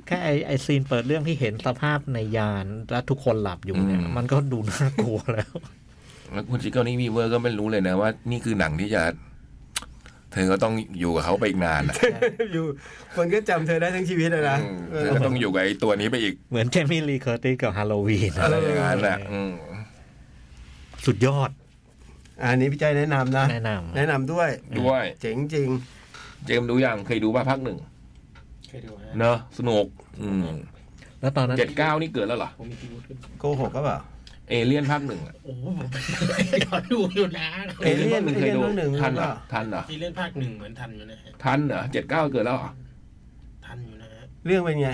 S1: แค่ไอไอซีนเปิดเรื่องที่เห็นสภาพในยานและทุกคนหลับอยู่เนี่ย
S3: อืม
S1: มันก็ดูน่ากลัวแล้ว
S3: แล้วคุณซิกเกิลนี่วีเวอร์ก็ไม่รู้เลยนะว่า นี่คือหนังที่จะ เธอก็ต้องอยู่กับเขาไปอีกนานอะ
S2: อยู่ คนก็จำเธอได้ทั้งชีวิตเลยนะเออ
S3: ก็ต้องอยู่กับไอ้ตัวนี้ไปอีก
S1: เหมือนเจมี่ลีเคอร์ติสกับฮาโลวีน
S3: อะไรอย่างนั้นแหละอืม
S1: สุดยอด
S2: อันนี้พี่ใจแนะนำนะ
S1: แนะนำ
S2: แนะนำด้วย
S3: ด้วย
S2: เจ๋งจริง
S3: เจมส์ดูยังเคยดูป่ะภาคหนึ่ง
S6: เคยดูฮะ
S3: เนอะสนุก
S1: แล้วตอนนั้น
S3: เจ็ดเก้านี่เกิดแล้วเหรอ
S6: ผมมีทีวูดขึ้น
S2: โกหกก็เปล่า
S3: เอเลี่ยนภาคหนึ่งอะ
S6: โอ้โหผมไป ย้อนดูอยู่นะ
S2: เอเลี่ยน
S3: ภาคหนึ่งเคยดู
S2: เอเลี่ยนภาคหนึ่ง
S3: ทันเหร
S2: หรือ
S3: อทั
S2: เปล่า
S3: นเหรอ
S6: ที่เล่นภาคหนึ่งเหมือนทันอยู่นะฮะ
S3: ทันเหรอเจ็ดเก้าเกิดแล้วเหรอ
S6: ทันอยู่นะฮะ
S2: เรื่องเป็นไง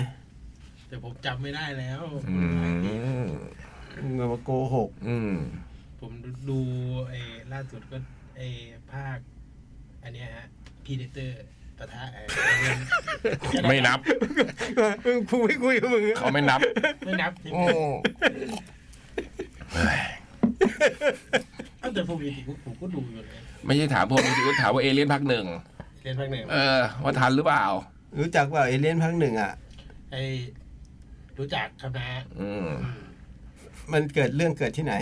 S6: แต่ผมจำไม่ได้แล้ว
S3: อืม
S2: มึงมาโกหก
S3: อืม
S6: ผมดูไอ้ล่าสุดก็ไอ้ภาค อันเนี้ยฮะพีเดเตอร์ปะทะไอ้
S3: ไม่นับ
S2: มึงพูดไม่คุยกับมึง
S3: เขาไม่นับ
S6: ไม่นับใช่ไหม
S3: โอ้เฮ้ย
S6: เอ้าแต่ผมมีทีวูดผมก็ดูอยู่นะ
S3: ไม่ใช่ถามผมคือถามว่าเอเลี่ยนภาคหนึ่ง
S6: เล่นภาคหนึ่ง
S3: เออ ว่าทันหรือเปล่า
S2: รู้จักเปล่าเอเลี่ยนภาคหนึ่งอ่ะ
S6: ไอ้รู้จักครับ นะฮะ
S3: อืม
S6: อืม
S2: มันเกิดเรื่องเกิดที่ไหน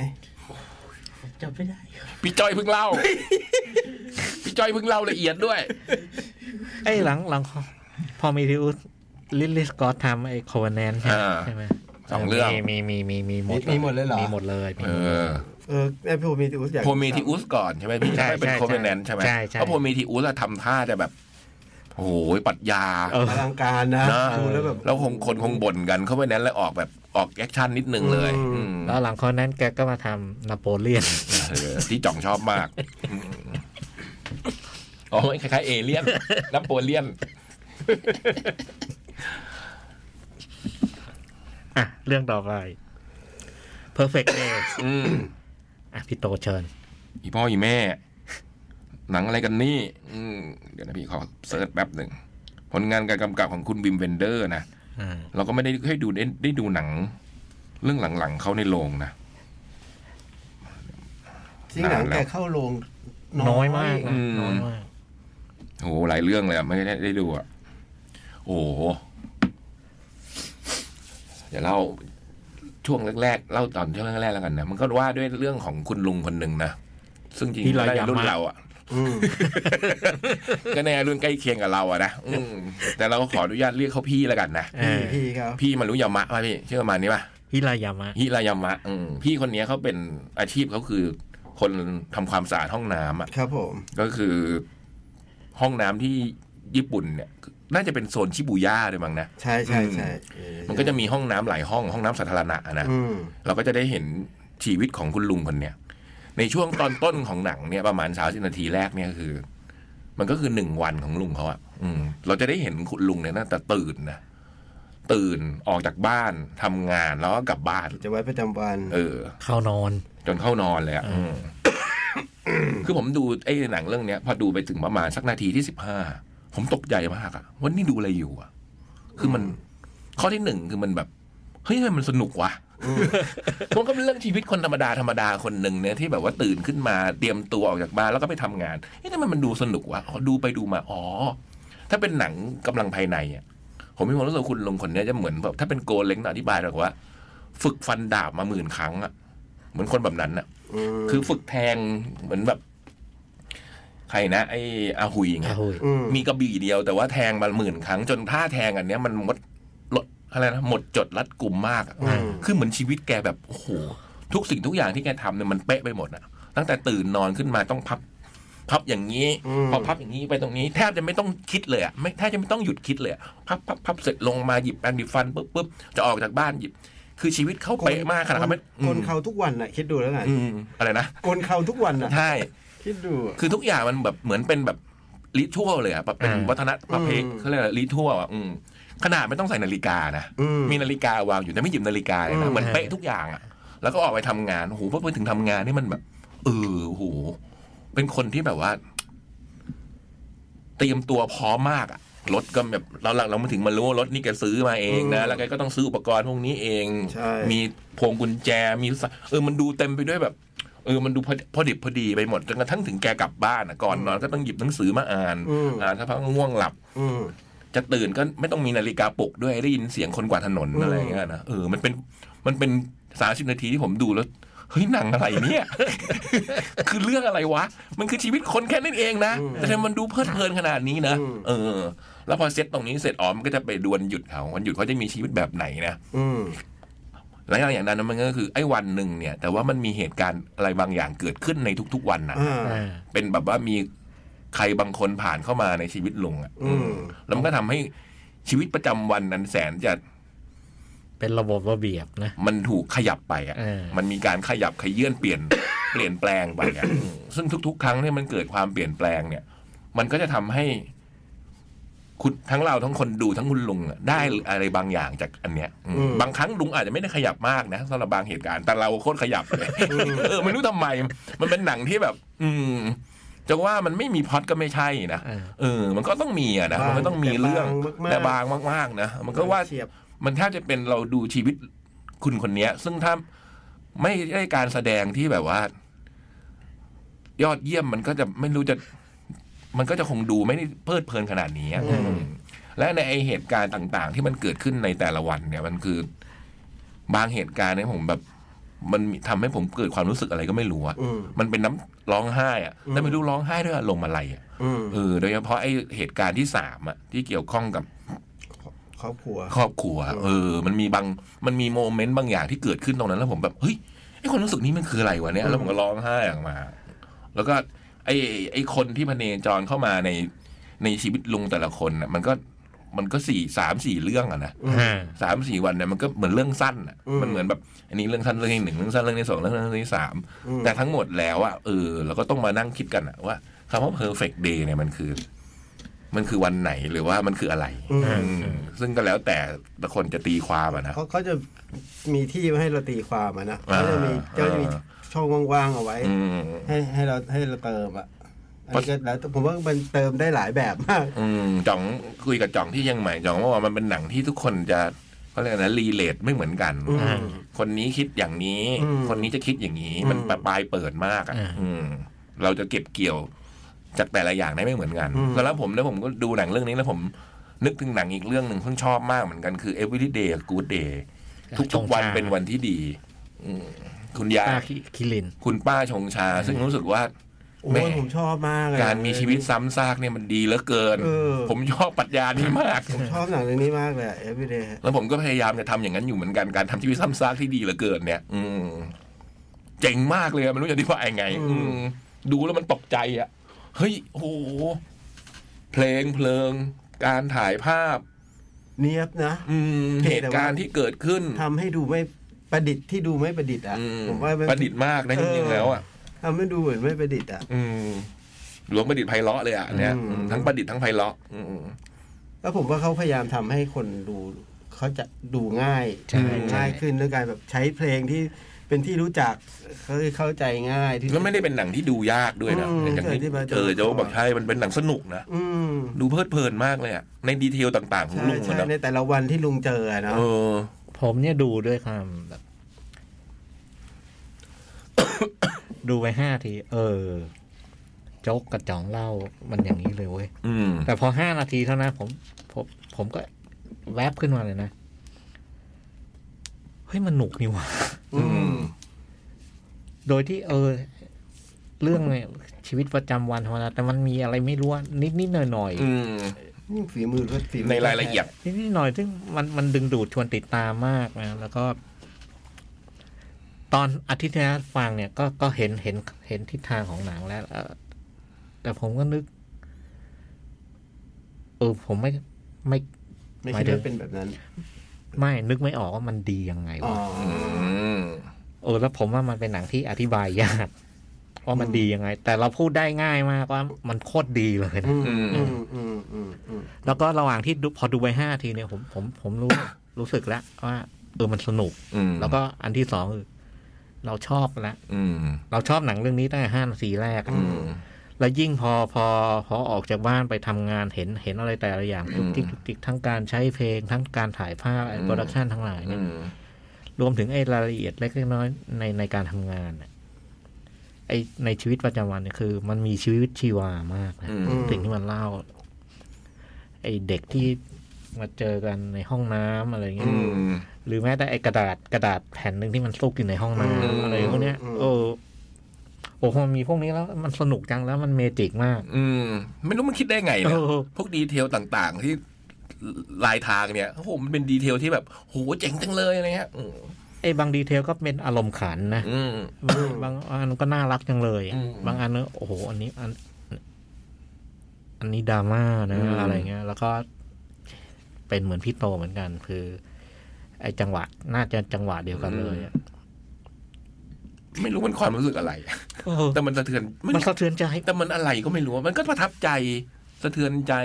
S6: ผมจำไม่ได้ครับ
S3: พี่จ้อยเพิ่งเล่า พี่จ้อยเพิ่งเล่าละเอียดด้วย
S1: ไอ้หลังหลังพอมีทิอุสลิลลิสกอตทำไอ้คอวนแนนใช่ไหม
S3: อ่า
S1: ใช่ไหม
S3: สองเรื่อง
S1: มีมีมีมี
S2: มีมีหมดเลยเหรอ
S1: มีหมดเลยมี
S3: เอ
S1: หมดเลย
S3: อ
S2: เออไอโพมีติอุสอยาก
S3: โพเมทิอุสก่อนใช่ไหมพี่
S1: ใช่
S3: ใช่เป็น
S1: ใช่
S3: โคเวแนนต์ใช่ไหม
S1: ใช่ใช่
S3: เพราะโพเมทิอุสอะทำท่าจะแบบโอ้ยปรัดยา
S1: เออ
S2: อลังการนะ
S3: นะ
S2: ดูแล้วแบบ
S3: แล้วคงคนคงบ่นกันเขาไปนั้นแล้วออกแบบออกแอคชั่นนิดนึงเลย
S2: อืม
S3: อืม
S1: แล้วหลังคอนั้นแกก็มาทำนโปเลียน
S3: เออที่จ่องชอบมากอืมอ๋อคล้ายๆเอเลี่ยนนโปเลียน
S1: อ่ะ เรื่องต่อไป perfect day
S3: อืม
S1: อ่ะ พี่โตเชิญ
S3: อีพ่ออีแม่ หนังอะไรกันนี่ อืมเดี๋ยวนะพี่ขอเซิร์ชแป๊บหนึ่งผลงานการกำกับของคุณบิมเวนเดอร์นะ
S1: อ่า
S3: เราก็ไม่ได้เคยดูได้ได้ดูหนัง เรื่องหลังๆเขาในโรงนะ
S2: จริงหนัง
S3: นานแล้ว
S2: แต่เข้าโรง
S1: น้อยมาก
S3: อื
S1: นะ
S3: ม
S1: น้อยมาก
S3: โอ้โหหลายเรื่องเลยอะไม่ได้ได้ดูอ่ะโอ้โหเดี๋ยวเล่าช่วงแรกๆเล่าตอนช่วงแรกๆแล้วกันนะมันก็ว่าด้วยเรื่องของคุณลุงคนหนึ่งนะซึ่งจริง
S1: ฮิ
S3: ๆน่าย
S1: ราามะ
S3: จะรุ่นเราอ่ะ
S2: อืม
S3: ก็ในรุ่นใกล้เคียงกับเราอ่ะนะอืมแต่เราก็ขออนุญาตเรียกเขาพี่แล้วกันนะ
S1: เอ
S2: พี่พี่
S1: อ
S2: เขา
S3: พี่มารู้ยามะป่ะพี่ชื่อประมาณนี้ป่ะ
S1: ฮิรายามะ
S3: ฮิรายามะอืมพี่คนเนี้ยเขาเป็นอาชีพเขาคือ คนทำความสะอาดห้องน้ำอ่ะ
S2: ครับผม
S3: ก็คือห้องน้ำที่ญี่ปุ่นเนี่ย น่าจะเป็นโซนชิบูย่าด้วยมั้งนะ
S2: ใช่ใช่ใช่
S3: มันก็จะมีห้องน้ำหลายห้องห้องน้ำสาธารณะนะ
S2: อืม
S3: เราก็จะได้เห็นชีวิตของคุณลุงคนเนี่ย ในช่วงตอนต้นของหนังเนี่ยประมาณสามสิบนาทีแรกเนี่ยคือ มันก็คือหนึ่งวันของลุงเขาอะอืมเราจะได้เห็นคุณลุงเนี่ยนะแต่ตื่นนะตื่นออกจากบ้านทำงานแล้วก็กลับบ้าน
S2: กิจะไว้ประจำวัน
S3: เออ
S1: เข้านอน
S3: จนเข้านอนเลยอะอืมคือผม ดูไอ้หนังเรื่องเนี้ย พอดูไปถึงประมาณสักนาทีที่สิบห้าผมตกใจมากอะว่านี่ดูอะไรอยู่อะคือมัน ข้อที่หนึ่งคือมันแบบ เฮ้ยทำไมมันสนุกวะมันก็เป็นเรื่องชีวิตคนธรรมดาธรรมดาคนหนึ่งเนี่ยที่แบบว่าตื่นขึ้นมาเตรียมตัวออกจากบ้านแล้วก็ไปทำงานเฮ้ยทำไมมันดูสนุกวะอ๋อดูไปดูมาอ๋อ ถ้าเป็นหนังกำลังภายในอะผมมีความรู้สึกว่าคุณลงคนเนี้ยจะเหมือนแบบถ้าเป็นโกเล้งนะอธิบายแบบว่า ฝึกฟันดาบมาหมื่นครั้งอะเหมือนคนแบบนั้นอะ
S2: ม
S3: คือฝึกแทงเหมือนแบบ ใครนะ ไอ้อาหุยอย่างเงี้ย
S1: อาหุย
S2: ม
S3: มีกระบี่เดียวแต่ว่าแทงมาหมื่นครั้ง จนท่าแทงอันเนี้ยมันหมดลดอะไรนะหมดจดรัดกลุ่มมากอะ
S2: อืม
S3: คือเหมือนชีวิตแกแบบโอ้โหทุกสิ่งทุกอย่างที่แกทำเนี่ยมันเป๊ะไปหมดอะตั้งแต่ตื่นนอนขึ้นมาต้องพับ พับอย่างนี้ พอพับอย่างนี้ไปตรงนี้ แทบจะไม่ต้องคิดเลยอะไม่แทบจะไม่ต้องหยุดคิดเลยอะพับพับพับเสร็จลงมาหยิบแปรงดิบฟันปุ๊บปุ๊บจะออกจากบ้านหยิบ คือชีวิตเขาเป๊ะมากขนาดเขาไม่อื
S2: ก
S3: ม
S2: ลเขาทุกวันน่ะ คิดดูแล้วกัน
S3: อืมอะไรนะ
S2: กลเขาทุกวันน่ะ
S3: ใช่
S2: คิดดูอะ
S3: คือทุกอย่างมันแบบเหมือนเป็นแบบริทัวเลยอะแบบเป็น
S1: อ่า
S3: วัฒนธรรมประเพ
S2: อืม
S3: เขาเรียกอะไรริทัวอะอืมขนาดไม่ต้องใส่นาฬิกานะ
S2: อืม
S3: มีนาฬิกาวางอยู่แต่ไม่หยิบนาฬิกาเลย
S2: อื
S3: นะ
S2: ม
S3: เหมือนเป๊ะทุกอย่างอะแล้วก็ออกไปทำงานโอ้โหพอไปถึงทำงานนี่มันแบบเออโอ้โหเป็นคนที่แบบว่า เตรียมตัวพร้อมมากอะรถก็แบบเราหลังเรามาถึงมารู้ว่ารถนี่แกซื้อมาเองนะ แล้วแกก็ต้องซื้ออุปกรณ์พวกนี้เอง
S2: ใช่
S3: มีพวงกุญแจมีสะเออมันดูเต็มไปด้วยแบบ เออมันดูพอพอดิบพอดีไปหมดจนกระทั่งถึงแกกลับบ้านอะก่อนนอนก็ต้องหยิบหนังสือมาอ่าน
S2: อืม
S3: อ่านถ้าพักก็ง่วงหลับ
S2: อืม
S3: จะตื่นก็ไม่ต้องมีนาฬิกาปลุกด้วยได้ยินเสียงคนกวาดถนน
S2: อืม
S3: อะไรอย่างเงี้ยนะเออมันเป็นมันเป็นสามสิบนาทีที่ผมดูแล้วเฮ้ยหนังอะไรเนี่ย คือเรื่องอะไรวะ มันคือชีวิตคนแค่นั้นเองนะแต่ทำไมมันดูเพลิดเพลินขนาดนี้นะเออ แล้วพอเซตตรงนี้เสร็จอ๋อมนก็จะไปดวนหยุดเขาวันหยุดเขาจะมีชีวิตแบบไหนนะ
S2: อืม
S3: หลังจากอย่างนั้นมันก็คือไอ้วันหนึ่งเนี่ย แต่ว่ามันมีเหตุการณ์อะไรบางอย่างเกิดขึ้นในทุกๆวันนะ
S2: อ่า
S1: อ่า
S3: เป็นแบบว่ามีใครบางคนผ่านเข้ามาในชีวิตลุงอ่ะ
S2: อืม
S3: แล้วมันก็ทำให้ชีวิตประจำวันนั้นแสนจะ
S1: เป็นระบบระเบียบนะ
S3: มันถูกขยับไปอ่ะ
S1: เออ
S3: มันมีการขยับขยื่นเปลี่ยน เปลี่ยนแปลงไปอ่ะอืมซึ่งทุก ๆ ครั้งที่มันเกิดความเปลี่ยนแปลงเนี่ย มันก็จะทำให้ คุณทั้งเราทั้งคนดูทั้งคุณลุงอะได้อะไรบางอย่างจากอันเนี้ยอืม
S2: อืม
S3: บางครั้งลุงอาจจะไม่ได้ขยับมากนะสำหรับบางเหตุการณ์แต่เราโคตรขยับเลย เออไม่รู้ทำไม มันเป็นหนังที่แบบ อืมจะว่ามันไม่มีพล็อดก็ไม่ใช่นะ
S1: เออ
S3: เออ มันก็ต้องมีอะนะมันก็ต้องมีเรื่อง
S2: แต่
S3: แต่บา
S2: บาง ง
S3: มากๆนะมันก็ว่า
S2: เฉียบ
S3: มันแทบจะเป็นเราดูชีวิตคุณคนเนี้ย ซึ่งถ้าไม่ได้การแสดงที่แบบว่า ยอดเยี่ยมมันก็จะไม่รู้จะ มันก็จะคงดูไม่ได้เพลิดเพลินขนาดนี้อะ
S2: อืม
S3: อืมและในไอ้เหตุการณ์ต่าง ๆ ที่มันเกิดขึ้นในแต่ละวัน เนี่ย มันคือบางเหตุการณ์เนี่ยผมแบบ มันมีทำให้ผมเกิดความรู้สึกอะไรก็ไม่รู้อะ
S2: อืม
S3: มันเป็นน้ำร้องไห้อะ
S2: อืม
S3: แต่ไม่รู้ร้องไห้ด้วยอารมณ์อะไรอะ
S2: อืม
S3: เออโดยเฉพาะไอ้เหตุการณ์ที่สามอะที่เกี่ยวข้องกับ
S2: ครอบครัว
S3: ครอบครัว เออ มันมีบาง มันมีโมเมนต์บางอย่างที่เกิดขึ้นตรงนั้น แล้วผมแบบ เฮ้ย ไอ้ความรู้สึกนี้มันคืออะไรวะเนี่ย แล้วผมก็ร้องไห้ออกมา แล้วก็ ไอ้ ไอ้คนที่พเนจรเข้ามาใน ในชีวิตลุงแต่ละคนน่ะ มันก็ มันก็สี่สามสี่เรื่องอะนะ
S1: อ่า
S3: สามสี่วันเนี่ยมันก็เหมือนเรื่องสั้นอ่ะ
S2: อืม
S3: มันเหมือนแบบ อันนี้เรื่องสั้นเรื่องที่หนึ่งเรื่องสั้นเรื่องที่สองเรื่องสั้นเรื่องที่สาม
S2: อืม
S3: แต่ทั้งหมดแล้วอ่ะเออเราก็ต้องมานั่งคิดกันอ่ะว่าคำว่า perfect day เนี่ยมันคือ มันคือวันไหนหรือว่ามันคืออะไร
S2: อืม
S3: อืมซึ่งก็แล้วแต่ละคนจะตีความอ่ะนะ
S2: เขาเขาจะมีที่ไว้ให้เราตีความอะนะ
S3: อ่า
S2: เขาจะมี
S3: อ่า
S2: เขาจะมีช่องว่างๆเอาไว้
S3: อืม
S2: ให้ให้เราให้เราเติมอ่ะอัน
S3: เพราะ
S2: นี้ก็แล้วแต่ผมว่ามันเติมได้หลายแบบมาก
S3: อืมจ่องคุยกับจ่องที่เชียังใหม่จ่องว่ามันเป็นหนังที่ทุกคนจะ เขาเรียกนะรีเลทไม่เหมือนกัน
S2: อืม
S3: คนนี้คิดอย่างนี้
S2: อืม
S3: คนนี้จะคิดอย่างนี้
S2: อืม
S3: มันปลายเปิดมากอ่ะ
S1: อ่า
S3: อืม เราจะเก็บเกี่ยวจากแต่ละอย่างได้ไม่เหมือนกัน
S2: อืม
S3: แล้วผมแล้วผมก็ดูหนังเรื่องนี้แล้วผม นึกถึงหนังอีกเรื่องหนึ่งเพิ่งชอบมากเหมือนกันคือ Everyday Good Day ทุกๆวันเป็นวันที่ดี อืมคุณยา
S1: ป้าคิคิริน
S3: คุณป้าชงชา ซึ่งรู้สึกว่า
S2: โอ้ยผมชอบมากเลย
S3: การมีชีวิตซ้ำซากเนี่ยมันดีเหลือเกิน
S2: เออ
S3: ผมชอบปรัชญานี้มาก
S2: ผมชอบหนังเรื่องนี้มากเลยเอฟวีเดย์
S3: แล้วผมก็พยายามจะทำอย่างนั้นอยู่เหมือนกันการทำชีวิตซ้ำซากที่ดีเหลือเกินเนี่ย อืมเจ๋งมากเลยอะมันรู้จะอธิบายยังไง อืมดูแล้วมันตกใจอ่ะ เฮ้ยโอ้โหเพลงเพลิง การถ่ายภาพ
S2: เนียบนะ
S3: อืม
S2: เพี
S3: เห
S2: ยงแต่
S3: ตุ
S2: ว่า
S3: การณ์ที่เกิดขึ้น
S2: ทำให้ดูไม่ประดิษฐ์ที่ดูไม่ประดิษฐ์อ่ะ
S3: อืม
S2: ผมว่ามัน
S3: ประดิษฐ์มากนะจริงๆแล้วอ่ะ
S2: ทำให้ดูเหมือนไม่ประดิษฐ์อ่ะ
S3: อืมหลวงประดิษฐ์ไพเราะเลยอ่ะเนี่ย
S2: อืม
S3: อืมทั้งประดิษฐ์ทั้งไพเราะอืม
S2: แล้วผมว่าเขาพยายามทำให้คนดูเขาจะดูง่าย
S1: ใช่ใช่
S2: ง่ายขึ้นด้วยการแบบใช้เพลงที่เป็นที่รู้จักเขาเข้าใจง่ายที่
S3: แล้วไม่ได้เป็นหนังที่ดูยากด้วยนะ
S2: อืม
S3: อย่างที่
S2: ใช่ที่มา
S3: เจอ
S2: จาก
S3: โจะบอกใช่มันเป็นหนังสนุกนะ
S2: อืม
S3: ดูเพลิดเพลินมากเลยอะในดีเทลต่างๆของ
S2: ใช่
S3: ลุง
S2: ใช่
S3: อะนะ
S2: ในแต่ละวันที่ลุงเจออะเนาะ
S3: เออ
S1: ผมเนี่ยดูด้วยความแบบ ดูไปห้าที เออ โจ๊กกระจ่องเล่ามันอย่างนี้เลยเว้ย
S3: อืม
S1: แต่พอห้านาทีเท่านั้นผมผมผมก็แวบขึ้นมาเลยนะ เฮ้ย มันหนุกนี่หว่า
S3: อืม
S1: โดยที่เออ เรื่องเนี่ยชีวิตประจำวันธรรมดาแต่มันมีอะไรไม่รู้นิดนิดๆหน่อยหน่อยๆ
S3: อืม
S2: นี่ฝีมือเขาฝีมือ
S3: ในรายละเอียด
S1: นิดนิดหน่อยๆซึ่งมันมันดึงดูดชวนติดตามมากนะ แล้วก็ ตอนอาทิตย์ที่แล้วฟังเนี่ย ก็ก็เห็นเห็นเห็นทิศทางของหนังแล้วเอ่อแต่ผมก็นึก เออ ผมไม่ไม่
S2: ไม่คิดว่าเป็นแบบนั้น
S1: ไม่นึกไม่ออกว่ามันดียังไง
S2: อ๋อ
S1: วะ
S3: อืม
S1: เออ แล้วผมว่ามันเป็นหนังที่อธิบายยากว่ามันดียังไง แต่เราพูดได้ง่ายมากว่ามันโคตรดีเลยนะ
S2: อืม
S3: อื
S2: อื
S3: ม
S2: มอืมอืมอืมอืม
S1: แล้วก็ระหว่างที่ดูพอดูไปห้าทีเนี่ยผมผมผมรู้ รู้สึกแล้วว่าเออมันสนุก
S3: อืม
S1: แล้วก็อันที่สองคือเราชอบละ
S3: อืม
S1: เราชอบหนังเรื่องนี้ตั้งแต่ห้านาทีแรก
S3: อืม
S1: แล้วยิ่งพอพอพอออกจากบ้านไปทำงานเห็นเห็นอะไรแต่ละอย่าง
S3: อื
S1: ทุ
S3: ม
S1: กทิกทุกทิกทั้งการใช้เพลง ทั้งการถ่ายภาพ
S3: อืม
S1: โปรดักชันทั้งหลาย
S3: อื
S1: เนี่ย
S3: ม
S1: รวมถึงไอ้รายละเอียดเล็กๆน้อยๆในในการทำงานน่ะไอ้ในชีวิตประจำวันเนี่ยคือ มันมีชีวิตชีวามากนะ
S3: อืม
S1: สิ่งที่มันเล่า ไอ้เด็กที่มาเจอกันในห้องน้ำอะไรอย่างเงี้
S3: อื
S1: ย
S3: ม
S1: หรือแม้แต่ไอ้กระดาษกระดาษแผ่นหนึ่งที่มันซุกอยู่ในห้องน้
S3: อืม
S1: ำอะไรพวกเนี้ย
S2: อืม
S1: เออโอ้โหมันมีพวกนี้แล้วมันสนุกจังแล้วมันเมจิกมาก
S3: อืม ไม่รู้มันคิดได้ไง
S1: เอ
S3: เนี่ย
S1: อ
S3: พวกดีเทลต่างๆ ที่ลายทางเนี่ยโอ้โหมันเป็นดีเทลที่แบบโหเจ๋งจังเลยอะไรเงี้ยอืม
S1: ไอ้บางดีเทลก็เป็นอารมณ์ขันนะ
S3: อืม
S1: บางบางอันก็น่ารักจังเลย
S3: อืม
S1: บางอันเนอะโอ้โห อันนี้อัน อันนี้ดราม่านะ
S3: อืม
S1: อะไรเงี้ย แล้วก็เป็นเหมือนพี่โตเหมือนกัน คือ ไอ้จังหวะน่าจะจังหวะเดียวกันเลยอะ
S3: ไม่รู้มันความรู้สึกอะไร
S1: เออ
S3: แต่มันสะเทือนมัน
S1: มันสะเทือนใจ
S3: แต่มันอะไรก็ไม่รู้อะมันก็ประทับใจสะเทือนใจ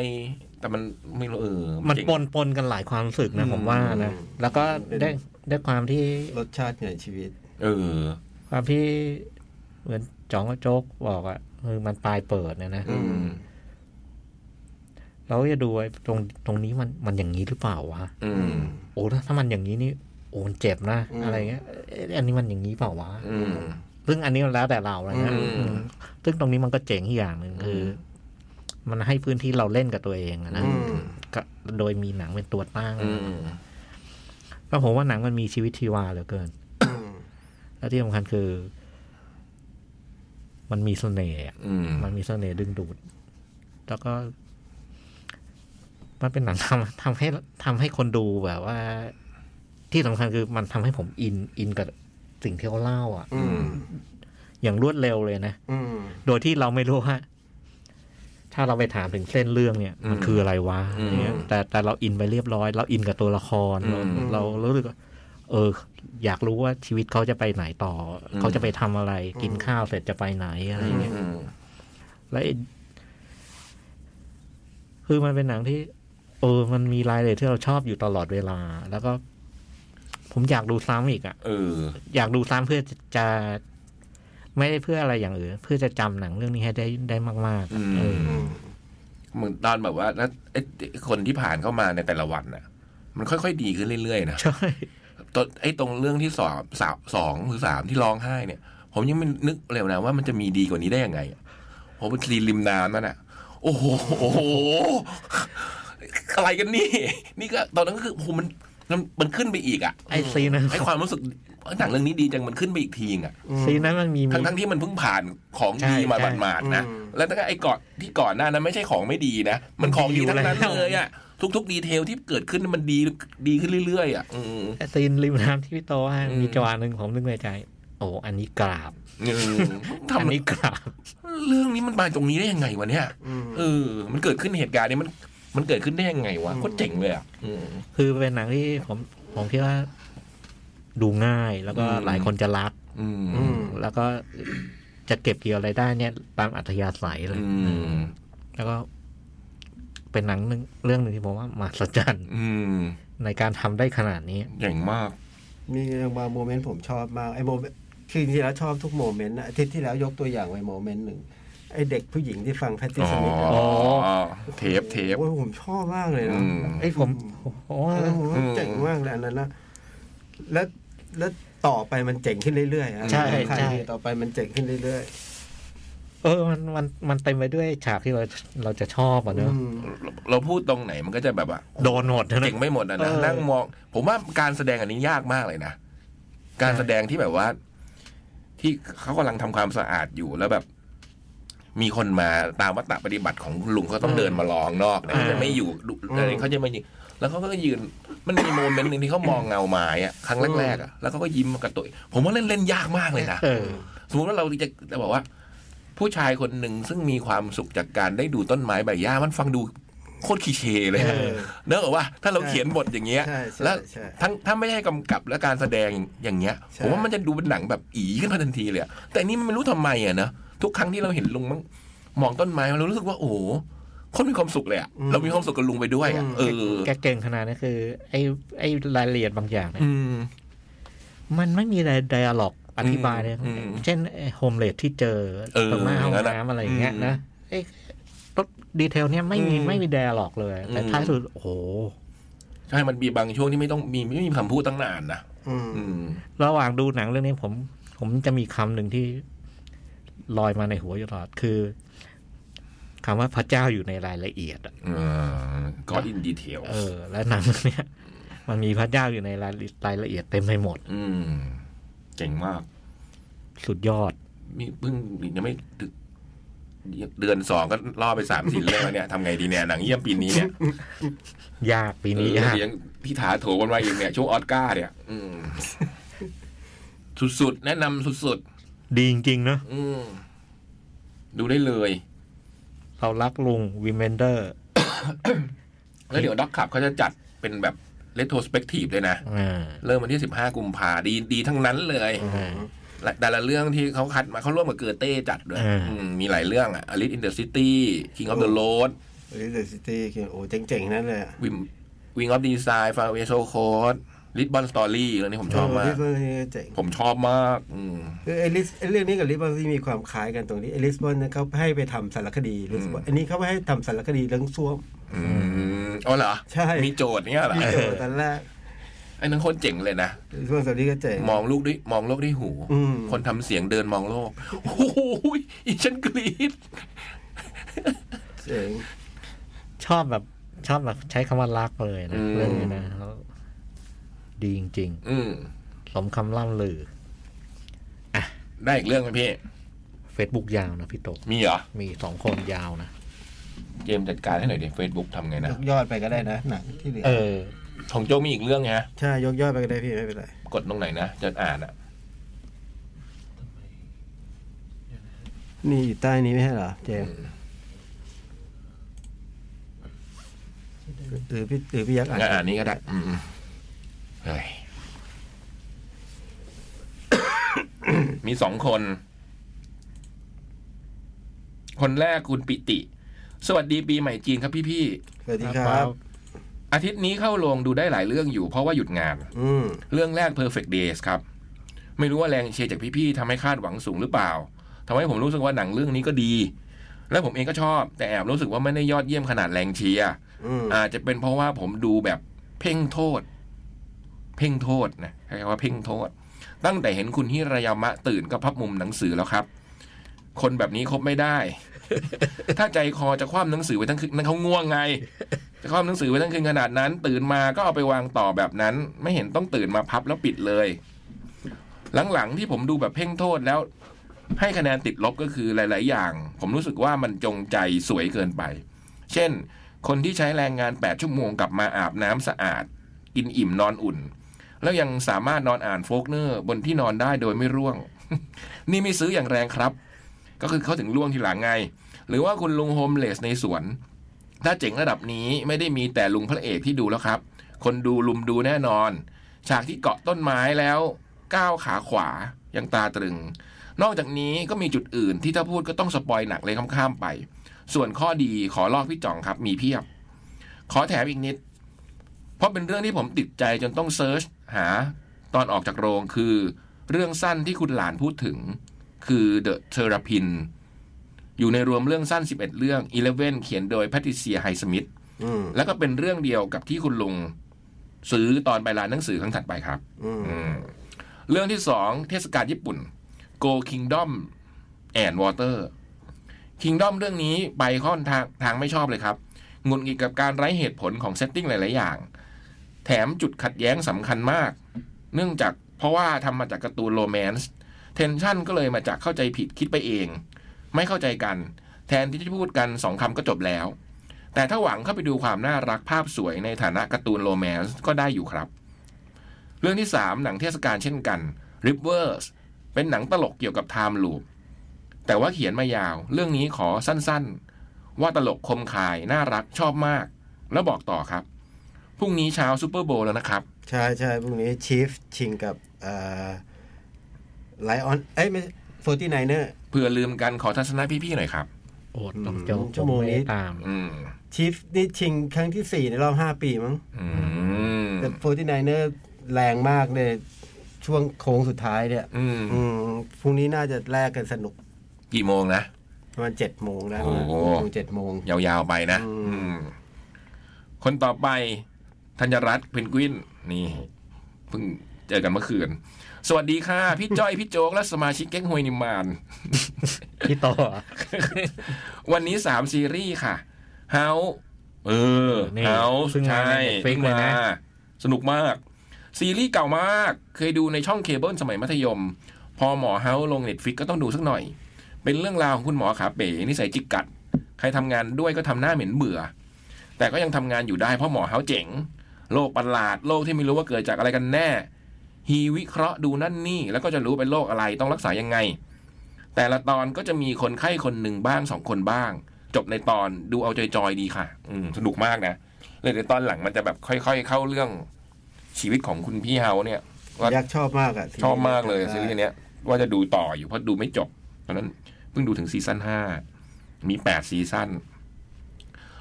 S3: แต่มันไม่รู้เออ
S1: มัน
S3: เจ๋ง
S1: ปนปนกันหลายความรู้สึกนะ ผมว่านะ
S2: อืม
S1: แล้วก็ได้ได้ความที่
S2: รสชาติในชีวิต
S3: เออ
S1: ความที่เหมือนจ๋องกับโจ๊กบอกอะคือมันปลายเปิดเนะนะ
S2: อืม
S1: เราก็จะดูไอ้ตรงตรงนี้มันมันอย่างนี้หรือเปล่าวะ
S3: อืม
S1: โอ้ถ้าถ้ามันอย่างนี้นี่โอ้มันเจ็บนะ
S2: อืม
S1: อะไรเงี้ยเอ๊ะอันนี้มันอย่างนี้เปล่าวะ
S3: อืม
S1: ซึ่งอันนี้มันแล้วแต่เราอะไรเงี้ย
S3: อืม
S1: อืมซึ่งตรงนี้มันก็เจ๋งอีกอย่างหนึ่งคืออ
S3: ม
S1: มันให้พื้นที่เราเล่นกับตัวเองอะนะ
S2: อืม
S1: ก็โดยมีหนังเป็นตัวตั้ง
S3: อืม
S1: ก็ผมว่าหนังมันมีชีวิตชีวาเหลือเกิน
S2: อืม
S1: และที่สำคัญคือ มันมีเสน่ห์อะ
S3: อืม
S1: มันมีเสน่ห์ดึงดูด แล้วก็ มันเป็นหนังท ำทำให้ทำให้คนดูแบบว่า ที่สำคัญคือมันทำให้ผมอินอินกับสิ่งที่เขาเล่าอ่ะ
S2: อืม
S1: อย่างรวดเร็วเลยนะ
S2: อืม
S1: โดยที่เราไม่รู้ว่าถ้าเราไปถามถึงเส้นเรื่องเนี่ย มัน
S3: อืม
S1: คืออะไรวะ
S3: อืม
S1: เนี่ยแต่แต่เราอินไปเรียบร้อย เราอินกับตัวละคร เรา
S3: อืม
S1: เรารู้สึกว่าเออ อยากรู้ว่าชีวิตเขาจะไปไหนต่ออ
S3: ม
S1: เขาจะไปทำอะไร กินข้าวเสร็จจะไปไหนอะไรเงี้ย
S3: อืม
S1: แล้วไอ้คือมันเป็นหนังที่ เออ มันมีรายละเอียดที่เราชอบอยู่ตลอดเวลา แล้วก็ ผมอยากดูซ้ำอีกอ่ะ
S3: เออ
S1: อยากดูซ้ำเพื่อจะจะ ไม่ได้เพื่ออะไรอย่างอื่น เพื่อจะจำหนังเรื่องนี้ให้ได้ได้มากๆ
S3: อื
S1: อะ
S3: ม
S1: เออ
S2: อืม
S3: เหมือนตอนแบบว่าแล้วไอ้คนที่ผ่านเข้ามาในแต่ละวันน่ะ มันค่อยๆ ดีขึ้นเรื่อยๆนะ
S1: ใช่
S3: ตอนไอ้ตรงเรื่องที่สอบสามสองหรือสามที่ร้องไห้เนี่ย ผมยังไม่นึกเลยนะว่ามันจะมีดีกว่านี้ได้ยังไงอะผมเป็นซีนริมน้ำนั่นอ่ะ โอ้โห อะไรกันนี่ นี่ก็ตอนนั้นก็คือโอ้โหมันมันมันขึ้นไปอีกอ่ะ
S1: ไอ้ซีนนั้น
S3: ไอ้ความรู้สึกเอ้ยหนังเรื่องนี้ดีจังมันขึ้นไปอีกทีอ่ะ
S1: ซีนนั้นมันมี
S3: ทั้งทั้งที่มันเพิ่งผ่านของ
S1: ใช่
S3: ดีมา
S1: ใช่
S3: หมาดๆนะ
S2: อืม
S3: แล้วก็ไอ้ก่อนที่ก่อนหน้านั้นไม่ใช่ของไม่ดีนะ มันของดีทั้งนั้น
S1: มันดีอยู่แล้ว
S3: เลยอะทุกๆดีเทลที่เกิดขึ้นมันดีดีขึ้นเรื่อยๆอะอืม
S1: ไอ้ซีนริมน้ำที่พี่โตว่า
S3: อืม
S1: มีจังหวะหนึ่งผมนึกในใจ โอ้อันนี้กราบ
S3: อืมทำ
S1: อันนี้กราบ
S3: เรื่องนี้มันมาตรงนี้ได้ยังไงวะเนี่ย
S2: อืม
S3: เออ มันเกิดขึ้นเหตุการณ์นี้มันมันเกิดขึ้นได้ยังไงวะ
S2: อืม
S3: โคตรเจ๋งเลยอะอืม
S1: คือเป็นหนังที่ผมผมคิดว่าดูง่ายแล้วก็
S3: อืม
S1: หลายคนจะรัก
S3: อืม
S2: อืม
S1: แล้วก็จะเก็บเกี่ยวอะไรได้เนี่ย ตามอัธยาศัยเลย
S3: อืม
S1: แล้วก็เป็นหนังหนึ่งเรื่องหนึ่งที่ผมว่ามาสจรรย์
S3: อืม
S1: ในการทำได้ขนาดนี้
S3: เจ๋งมาก
S2: มีบางโมเมนต์ผมชอบมากไอ้โมเมนต์คือจริงๆแล้วชอบทุกโมเมนต์นะอาทิตย์ที่แล้วยกตัวอย่างไว้โมเมนต์หนึ่งไอ้เด็กผู้หญิงที่ฟังแพทติ
S3: อ๋
S2: สมิธอะ
S1: อ๋อ
S3: อเทปเทป
S2: โอ้ยผมชอบมากเลยนะ
S3: อืม
S1: ไอ้ยผมผมว่า
S2: แล้วผมว่าเจ๋งมากเลยอันนั้นนะแล้วแล้วต่อไปมันเจ๋งขึ้นเรื่อยๆอะ
S1: ใช่
S2: สำคัญ
S1: ใช่
S2: คือต่อไปมันเจ๋งขึ้นเรื่อย
S1: เออมันมันมันเต็มไปด้วยฉากที่เราเราจะชอบอ่ะ
S2: ๆ
S1: เนอะ
S2: อืม
S3: เราพูดตรงไหนมันก็จะแบบว่า
S1: โดนหมดนะ
S3: เจ๋งไม่หมดอะ
S1: เอ
S3: นะ
S1: อ
S3: นั่งมองผมว่าการแสดงอันนี้ยากมากเลยนะ การแสดงที่แบบว่า ที่เขากำลังทำความสะอาดอยู่แล้วแบบ มีคนมาตามวัตถปฏิบัติของคุณลุงเขาต้องเดินมาลอข้างนอกนะ
S2: อ่า
S3: เขาจะไม่อยู่ดู
S2: อืม
S3: อะไรเขาจะไม่ยืนแล้วเขาก็ยืน มันมีโมเมนต์หนึ่งที่เขามองเงาไม้อะครั้งแรกๆอะแล้วเขาก็ยิ้มกระตุยผมว่าเล่นเล่นยากมากเลยนะ
S1: เออ
S3: สมมติว่าเราจะจะบอกว่า ผู้ชายคนหนึ่งซึ่งมีความสุขจากการได้ดูต้นไม้ใบหญ้ามันฟังดูโคตรคลีเช่เลยนะ
S2: เออ
S3: เนอะว่าถ้าเราเขียนบทอย่างเงี้ย
S2: ใช่ใช่
S3: แล้ว
S2: ใช่
S3: ทั้งถ้าไม่ใช่กำกับและการแสดงอย่างเงี้ย
S2: ใช่
S3: ผมว่ามันจะดูเป็นหนังแบบอีขึ้นมาทันทีเลยอะแต่อันนี่มันไม่รู้ทำไมอะนะทุกครั้งที่เราเห็นลุงมั้งมองต้นไม้เรารู้สึกว่าโอ้โหคนมีความสุขเลยอะเรามีความสุขกับลุงไปด้วยอะเออ
S1: แกเก่งขนาดนี้คือ ไอ้ไอ้รายละเอียดบางอย่างเนี่ย
S3: อืม
S1: มันไม่มีอะไรไดอะล็อกอธิบายเลย
S3: อืม
S1: เช่นโฮมเลดที่เจอ
S3: เออ
S1: ตรงหน้าห้อง
S3: อย่างนั้นอะ
S1: น้ำอะไรอย่างเงี้ย
S3: อืม
S1: นะไอ้รถดีเทลเนี่ยไม่มี
S3: อืม
S1: ไม่มีไดอะล็อกเลยแต่
S3: อืม
S1: ท้ายสุดโอ้โห
S3: ใช่มันมีบางช่วงที่ไม่ต้องมีไม่มีคำพูดตั้งนานนะ
S2: อืม
S3: อืม
S1: ระหว่างดูหนังเรื่องนี้ผม ผมจะมีคำหนึ่งที่ลอยมาในหัวอยู่ตลอดคือคำว่าพระเจ้าอยู่ในรายละเอียดอะ
S3: ก็อินดีเทล
S1: เออ และหนังเรื่องเนี้ยมันมีพระเจ้าอยู่ในรายรายละเอียดเต็มไปหมด
S3: อืมเจ๋งมาก
S1: สุดยอด
S3: มีเพิ่งยังไม่ถึงเดือนสองก็ล่อไปสามสี่เรื่องแล้วเนี่ยทำไงดีเนี่ยหนังเยี่ยมปีนี้เนี่ย
S1: ยากปีนี้ยาก
S3: เลี้ยงพี่ถาโถวันวายเองเนี่ยช่วงออสการ์เนี่ย อืมสุดๆ แนะนำสุด
S1: ดีจริงๆเนอะ
S3: ๆ อืมดูได้เลย
S1: เรารักลุงวิมเบนเดอร์
S3: แล้วเดี๋ยวด็อกขับเขาจะจัดเป็นแบบเลโทสเปกทีฟด้วยนะ
S1: อ่า
S3: เริ่มวันที่สิบห้ากุมภาดีดีทั้งนั้นเลย
S1: อ่า
S3: และแต่ละเรื่องที่เขาคัดมาเขาร่วมกับเกอเต้จัดด้วย
S1: อ่า
S3: อืมมีหลายเรื่องอะอลิสอินเดอะซิตี้คิงออฟเดอะโรด
S2: ลิเดอร์ซิตี้คือโอ้เจ๋งๆนั่นเลยอะ
S3: วิงวิงออฟดีไซน์ฟาเวโซโคดลิทบอลสตอรี่เรื่องนี้ผมชอบมาก
S2: เเรื่องนี้เจ๋ง
S3: ผมชอบมาก อืม
S2: คือไอลิสไอ้เรื่องนี้กับลิสบอนที่มีความคล้ายกันตรงนี้ไอลิสบอนเนี่ยเขาให้ไปทำสารคดีลิสบอนอันนี้เขาให้ทำสารคดีเรื่องซ่วม
S3: อืมอ๋อเหรอ
S2: ใช่
S3: มีโจทย์เนี้ยเหรอ
S2: ที่เจอตอนแรก
S3: ไอ้นั่นโคตรเจ๋งเลยนะ
S2: ลิสบอนสารคดีก็เจ๋ง
S3: มองลูกด้วยมองโลกด้วยหู
S2: อืม
S3: คนทำเสียงเดินมองโลก โอ้โหยอีฉันกรี๊ด
S2: เจ๋ง
S1: ชอบแบบชอบแบบใช้คำว่ารักเลยนะเรื่องนี้นะแล้วดีจริง
S3: อืม
S1: ๆ สมคำล่ำลือ
S3: ได้อีกเรื่องไหมพี่
S1: Facebook ยาวนะพี่โตก
S3: มีเหรอ
S1: มีสองคนยาวนะ
S3: เจมส์จัดการให้หน่อยดิเฟซบุ๊กทำไง
S2: ย
S3: นะ
S2: กยอดไปก็ได้นะหนังที่เหลือ
S1: เออ
S3: ของโจมีอีกเรื่องไงฮะ
S2: ใช่ยกยอดไปก็ได้พี่ไม่เป็นไร
S3: กดตรงไหนนะจะอ่านอ่ะ
S2: นี่อยู่ใต้นี้ไม่ใช่เหรอเจมส์หรือพี่หรือพี่ยักษ์อ่าน
S3: งานอ่านนี้ก็ได้ อืมเฮ้ย มีสองคน คนแรกคุณปิติ สวัสดีปีใหม่จีนครับพี่
S2: สวัสดีครับ
S3: ๆ อาทิตย์นี้เข้าโรงดูได้หลายเรื่องอยู่เพราะว่าหยุดงาน
S2: อืม
S3: เรื่องแรก Perfect Days ครับ ไม่รู้ว่าแรงเชียร์จากพี่ๆทำให้คาดหวังสูงหรือเปล่าทำให้ผมรู้สึกว่าหนังเรื่องนี้ก็ดี และผมเองก็ชอบ แต่แอบรู้สึกว่าไม่ได้ยอดเยี่ยมขนาดแรงเชียร์
S2: อืม
S3: อาจจะเป็นเพราะว่าผมดูแบบ เพ่งโทษ เพ่งโทษนะใช้คำว่าเพ่งโทษ ตั้งแต่เห็นคุณฮิรายามะตื่นก็พับมุมหนังสือแล้วครับ คนแบบนี้คบไม่ ได้ ถ้าใจคอจะคว่ำหนังสือไว้ทั้งคืนนั่นเขาง่วงไง จะคว่ำหนังสือไว้ทั้งคืนขนาดนั้น ตื่นมาก็เอาไปวางต่อแบบนั้น ไม่เห็นต้องตื่นมาพับแล้วปิดเลย หลังๆที่ผมดูแบบเพ่งโทษแล้ว ให้คะแนนติดลบก็คือหลาย ๆ อย่าง ผมรู้สึกว่ามันจงใจสวยเกินไป เช่น คนที่ใช้แรงงาน 8 ชั่วโมงกลับมาอาบน้ำสะอาด กินอิ่มนอนอุ่น แล้วยังสามารถนอนอ่านโฟกเนอร์บนที่นอนได้โดยไม่ร่วง นี่ไม่ซื้ออย่างแรงครับ ก็คือเขาถึงร่วงทีหลังไง หรือว่าคุณลุงโฮมเลสในสวน ถ้าเจ๋งระดับนี้ไม่ได้มีแต่ลุงพระเอกที่ดูแล้วครับ คนดูลุมดูแน่นอน ฉากที่เกาะต้นไม้แล้วก้าวขาขวายังตาตรึง นอกจากนี้ก็มีจุดอื่นที่ถ้าพูดก็ต้องสปอยหนักเลยข้ามๆไป ส่วนข้อดีขอลอกพี่จ่องครับ มีเพียบ ขอแถมอีกนิด เพราะเป็นเรื่องที่ผมติดใจจนต้องเซิร์ชหา ตอนออกจากโรงคือ เรื่องสั้นที่คุณหลานพูดถึง คือ The t e r a p i n อยู่ในรวมเรื่องสั้น 11 เรื่อง 11 เขียนโดยแพทิเซียไฮสมิธ
S2: อืม
S3: แล้วก็เป็นเรื่องเดียวกับที่คุณลุงซื้อตอนไปร้านหนังสือครั้งถัดไปครับ
S2: อืม
S3: อืมเรื่องที่สองเทศกาลญี่ปุ่น Go Kingdom and Water Kingdom เรื่องนี้ไปค่อนทางทางไม่ชอบเลยครับหงุดหงิดกับการไร้เหตุผลของเซตติ้งหลาย ๆ อย่าง แถมจุดขัดแย้งสำคัญมาก เนื่องจากเพราะว่าทำมาจากการ์ตูนโรแมนส์เทนชั่นก็เลยมาจากเข้าใจผิดคิดไปเอง ไม่เข้าใจกัน แทนที่จะพูดกันสองคำก็จบแล้ว แต่ถ้าหวังเข้าไปดูความน่ารักภาพสวยในฐานะการ์ตูนโรแมนส์ก็ได้อยู่ครับ เรื่องที่ 3 หนังเทศกาลเช่นกัน Rivers เป็นหนังตลกเกี่ยวกับ Time Loop แต่ว่าเขียนมายาว เรื่องนี้ขอสั้นๆ ว่าตลกคมคาย น่ารักชอบมาก แล้วบอกต่อครับ พรุ่งนี้เช้าซูเปอร์โบแล้วนะครับ
S2: ใช่ใช่พรุ่งนี้ชีฟชิงกับไลออนเอ้ยไม่โฟร์ตี้ไนเนอร์
S3: เพื่อลืมกันขอทัศนะพี่ๆหน่อยครับ
S1: โอดต้องโจก
S2: ชั่วโมงนี้
S1: ผไได้ตาม
S3: อืม
S2: ชีฟนี่ชิงครั้งที่สี่ในรอบห้าปีมั้ง
S3: อืม
S2: แต่โฟร์ตี้ไนเนอร์แรงมากในช่วงโค้งสุดท้ายเนี่ย
S3: อืม
S2: อืมพรุ่งนี้น่าจะแลกกันสนุก
S3: กี่โมงนะ
S2: ประมาณเจ็ดโมงนะ
S3: โอ้โห
S2: เจ็ดโมง
S3: ยาวๆไปนะ
S2: อืม
S3: อืม คนต่อไปธัญรัตน์เพนกวิน นี่เพิ่งเจอกันเมื่อคืน สวัสดีค่ะ พี่จ้อย พี่โจ๊ก และสมาชิกแก๊งฮวยนิมาน
S1: พี่ต่อ
S3: วันนี้สามซีรีส์ค่ะ เฮาเออ
S1: นี่
S3: เฮา
S1: ซึ่งมา
S3: ใช่
S1: ในฟิกเลยนะ
S3: มาสนุกมาก ซีรีส์เก่ามาก เคยดูในช่องเคเบิลสมัยมัธยม พอหมอเฮาลงเน็ตฟิกก็ต้องดูสักหน่อย เป็นเรื่องราวของคุณหมอขาเป๋นิสัยจิกกัด ใครทำงานด้วยก็ทำหน้าเหม็นเบื่อ แต่ก็ยังทำงานอยู่ได้เพราะหมอเฮาเจ๋ง โลกประหลาดโลกที่ไม่รู้ว่าเกิดจากอะไรกันแน่ ฮีวิเคราะห์ดูนั่นนี่ แล้วก็จะรู้เป็นโรคอะไรต้องรักษายังไง แต่ละตอนก็จะมีคนไข้คนหนึ่งบ้างสองคนบ้าง จบในตอนดูเอาจอยๆดีค่ะ อืมสนุกมากนะเลยเดี๋ยวตอนหลังมันจะแบบค่อยๆ เข้าเรื่องชีวิตของคุณพี่เฮาเนี่ย ว่า
S2: ยักษ์ชอบมากอ่ะ
S3: ชอบมากเลยซีรีส์เนี้ยว่าจะดูต่ออยู่เพราะดูไม่จบตอนนั้นเพิ่งดูถึงซีซั่นห้ามีแปดซีซั่น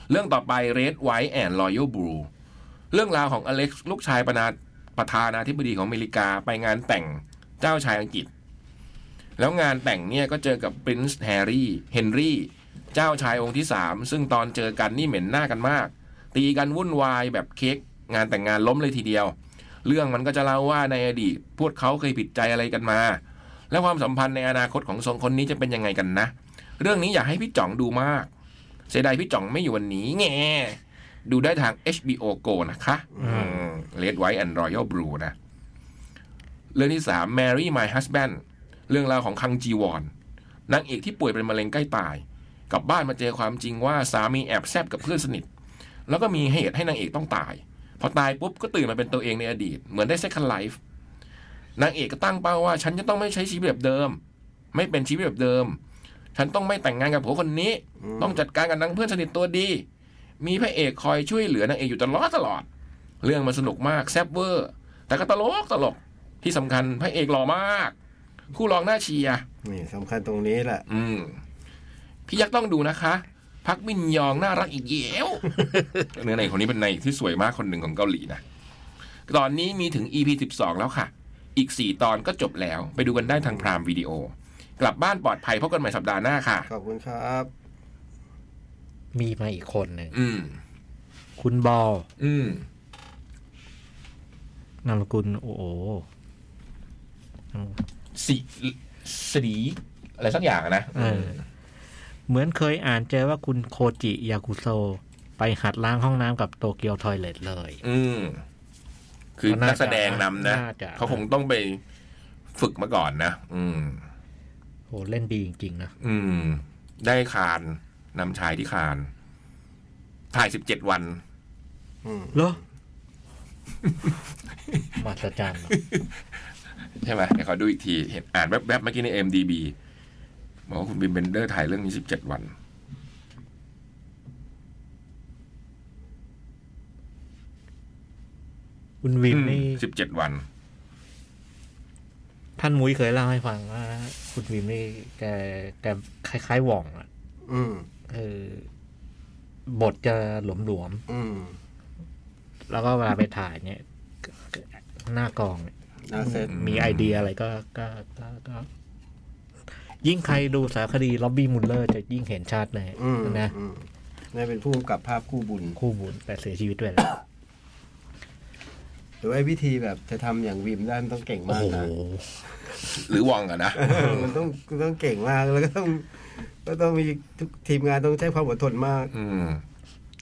S3: เรื่องต่อไป Red White and Royal Blue เรื่องราวของอเล็กซ์ลูกชายประนาประธานาธิบดีของอเมริกาไปงานแต่งเจ้าชายอังกฤษ แล้วงานแต่งเนี่ยก็เจอกับ Prince Harry Henry เจ้าชายองค์ที่ 3 ซึ่งตอนเจอกันนี่เหม็นหน้ากันมาก ตีกันวุ่นวายแบบเค้กงานแต่งงานล้มเลยทีเดียว เรื่องมันก็จะเล่าว่าในอดีตพวกเขาเคยผิดใจอะไรกันมา และความสัมพันธ์ในอนาคตของสองคนนี้จะเป็นยังไงกันนะ เรื่องนี้อยากให้พี่จ่องดูมาก เสียดายพี่จ่องไม่อยู่วันนี้แง่ดูได้ทาง HBO Go นะคะ
S1: อืม
S3: เลดไวท์แอนด์รอยัลบลูนะ เรื่องที่สาม Mary My Husband เรื่องราวของคังจีวอนนางเอกที่ป่วยเป็นมะเร็งใกล้ตาย กลับบ้านมาเจอความจริงว่าสามีแอบแซบกับเพื่อนสนิท แล้วก็มีเหตุให้นางเอกต้องตาย พอตายปุ๊บก็ตื่นมาเป็นตัวเองในอดีต เหมือนได้ second life นางเอกก็ตั้งเป้าว่า ฉันจะต้องไม่ใช้ชีวิตแบบเดิม ไม่เป็นชีวิตแบบเดิม ฉันต้องไม่แต่งงานกับผัวคนนี้ ต้องจัดการกับนางเพื่อนสนิทตัวดี มีพระเอกคอยช่วยเหลือนางเอกอยู่ตลอดตลอด เรื่องมันสนุกมากแซ่บเวอร์ แต่ก็ตลกตลกที่สำคัญพระเอกหล่อมาก คู่รองหน้าเชียร์
S2: นี่สำคัญตรงนี้แหละ
S3: อืม พี่ยักษ์ต้องดูนะคะ พักมินยองน่ารักอีกเย้ว เนื้อในคนนี้เป็นในที่สวยมากคนหนึ่งของเกาหลีนะ ตอนนี้มีถึง EP 12 แล้วค่ะ อีก 4 ตอนก็จบแล้ว ไปดูกันได้ทางพรามวิดีโอ กลับบ้านปลอดภัยพบกันใหม่สัปดาห์หน้าค่ะ
S2: ขอบคุณครับ
S1: มีมาอีกคนหนึ่ง
S3: อืม
S1: คุณบอล
S3: อืม
S1: นามสกุลโอ้โห
S3: สีสีอะไรสักอย่างอะนะ
S1: เออ เหมือนเคยอ่านเจอว่าคุณโคจิยากุโซ ไปหัดล้างห้องน้ำกับโตเกียวทอยเลทเลย
S3: อืม คือนักแสดงนำนะ
S1: น่าจะ
S3: เขาคงต้องไปฝึกมาก่อนนะอืม
S1: โหเล่นดีจริงๆนะ
S3: อืม ได้คานนำชายที่คานถ่ายสิบเจ็ดวัน
S2: อืม
S1: เหรอ มหัศจรรย์เนอะ
S3: ใช่ไหมเดี๋ยวขอดูอีกทีเห็นอ่านแวบๆเมื่อกี้ใน MDB บอกว่าคุณบิมเบนเดอร์ถ่ายเรื่องนี้สิบเจ็ดวัน
S1: คุณวินนี่
S3: สิบเจ็ดวัน
S1: ท่านมุ้ยเคยเล่าให้ฟังว่า คุณวิมนี่แกแกคล้ายๆหว่องอ่ะ
S2: อืม
S1: คือบทจะหลวม
S2: อืม
S1: ๆแล้วก็เวลาไปถ่ายเนี่ยหน้ากองเนี่ย
S2: นาเซต
S1: มีไอเดียอะไรก็ก็ก็ก็ ยิ่งใครดูสารคดีล็อบบี้มุลเลอร์จะยิ่งเห็นชัดเลย
S2: อืม
S1: นะ
S2: อืมนี่เป็นผู้กำกับภาพคู่บุญ
S1: คู่บุญแต่เสียชีวิตด้วยแล้ว
S2: หรือไอ้วิธีแบบจะทำอย่างวิมได้มันต้องเก่ง
S1: โอ้
S2: มากน
S1: โห
S2: ะ
S3: หรือวองอะนะ
S2: เออมันต้องต้องเก่งมากแล้วก็ต้องก็ต้องมีทุกทีมงานต้องใช้ความอดทนมาก
S3: อืม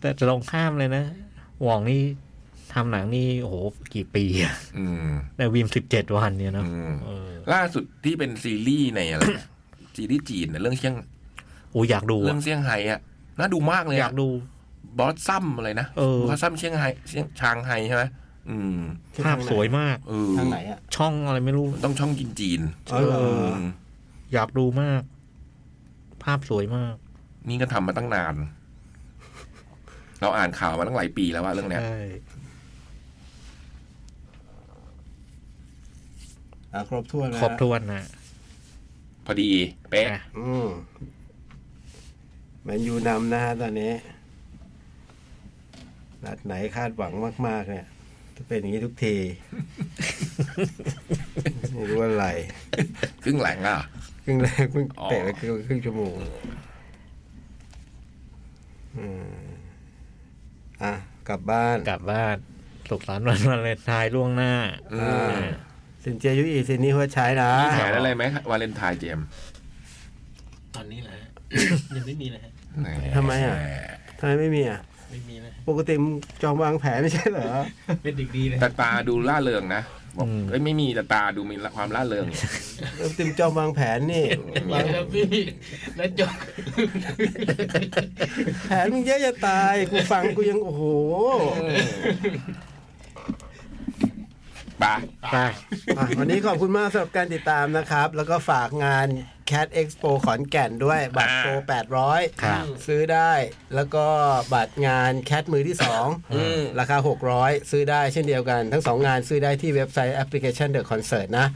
S1: แต่จะลงข้ามเลยนะหว่องนี่ทำหนังนี่โอ้โหกี่ปีอะ
S3: อืม
S1: แต่วิมสิบเจ็ดวันเนี่ยเนาะ
S3: อืม
S1: เออ
S3: ล่าสุดที่เป็นซีรีส์ในอะไรนะ ซีรีส์จีนนะเรื่องเซี่ยง
S1: โอ้อยากดู
S3: เรื่
S1: อะ
S3: องเซี่ยงไฮ้อะน่าดูมากเลย
S1: อยากดู
S3: บอสซัมอะไรนะ
S1: เออ
S3: บอสซัมเซี่ยงไฮ้เซี่ยงชางไฮ้ใช่ไหมอืม
S1: ภาพสวยมาก
S3: เออ
S2: ทางไหนอ่ะ
S1: ช่องอะไรไม่รู้
S3: ต้องช่องกินจีน
S2: อ๋อเหรอ
S3: อืม
S1: อยากดูมาก ภาพสวยมาก
S3: นี่ก็ทำมาตั้งนาน เราอ่านข่าวมาตั้งหลายปีแล้วว่าเรื่องเนี้ย
S1: ใช่
S2: อ่ะครบถ้วนแล้ว
S1: ครบถ้วนนะ
S3: พอดี เป๊ะ
S1: อ่ะ
S2: อืมแมนยูนำนะฮะตอนนี้นัดไหนคาดหวังมาก ๆ เนี่ยจะเป็นอย่างนี้ทุกที ไม่รู้อะไร
S3: ครึ่งหลังอ่ะ
S2: ครึ่งแรกเพิ่ง
S3: อ๋อ
S2: เตะไปครึ่งครึ่งชั่วโมงอืมอ่ะ กลับบ้าน
S1: กลับบ้านสุขสันต์วันวาเลนไทน์ล่วงหน้า
S3: อื
S2: อ่
S3: มา
S2: สินเจยยุอีสินนี่หัวใช้นะ
S3: แขนอะไรไหมวาเลนไทน์เจมส์
S6: ตอนนี้เหรอ ฮะ ยังไม่มีนะฮะ
S2: ทำไมอ่ะ ทำไมไม่มีอ่ะ
S6: ไม่มีนะฮะ
S2: ปกติมึงจองวางแผนไม่ใช่เหรอ
S6: เป็นเด็กดีเลย
S3: แต่ตาดูล่าเริงนะบอกเอ้ยไม่มีแต่ตาดูมีความล่าเริง
S2: ปกติมึงจองวางแผนนี่
S6: วางแล้วพี่แล้ว จบ
S2: แผนมึงเยอะจะตาย กูฟังกูยังโอ้โห
S6: Eh.
S3: ปะ
S1: ไป
S2: อ่ะวันนี้ขอบคุณมากสำหรับการติดตามนะครับ แล้วก็ฝากงาน Cat Expo ขอนแก่นด้วยบัตรโปร800
S1: ครับ
S2: ซื้อได้ แล้วก็บัตรงาน Cat มือที่ 2 ราคา 600 ซื้อได้เช่นเดียวกัน ทั้งสองงานซื้อได้ที่เว็บไซต์แอปพลิเคชัน The Concert นะ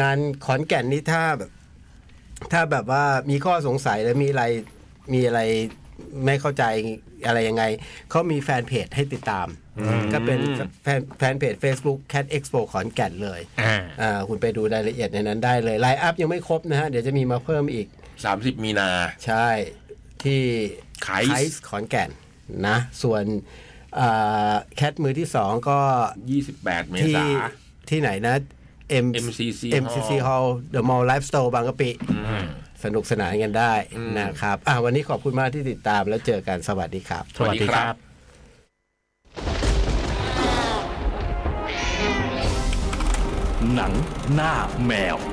S2: งานขอนแก่นนี่ถ้าแบบ ถ้าแบบว่ามีข้อสงสัยและมีอะไรมีอะไรไม่เข้าใจอะไรยังไง เขามีแฟนเพจให้ติดตาม ก็เป็นแฟนแฟนเพจ Facebook Cat Expo ขอนแก่นเลย
S1: อ่า
S2: อ่าคุณไปดูรายละเอียดในนั้นได้เลยไลน์อัพยังไม่ครบนะฮะ เดี๋ยวจะมีมาเพิ่มอีก
S3: สามสิบมีนา
S2: ใช่ ที่
S3: ไค
S2: ไอ
S3: ส์
S2: ซ์ขอนแก่นนะ ส่วนแคทมือที่สองก็
S3: ยี่สิบแปดเม
S2: ที่
S3: ษา
S2: ที่ไหนนะ M
S3: MCC
S2: MCC Hall The Mall Lifestyle บางกะปิ สนุกสนานกันได้นะครับ อ่ะวันนี้ขอบคุณมากที่ติดตามแล้วเจอกันสวัสดีครับ
S1: สวัสดีครับ
S12: หนังหน้าแมว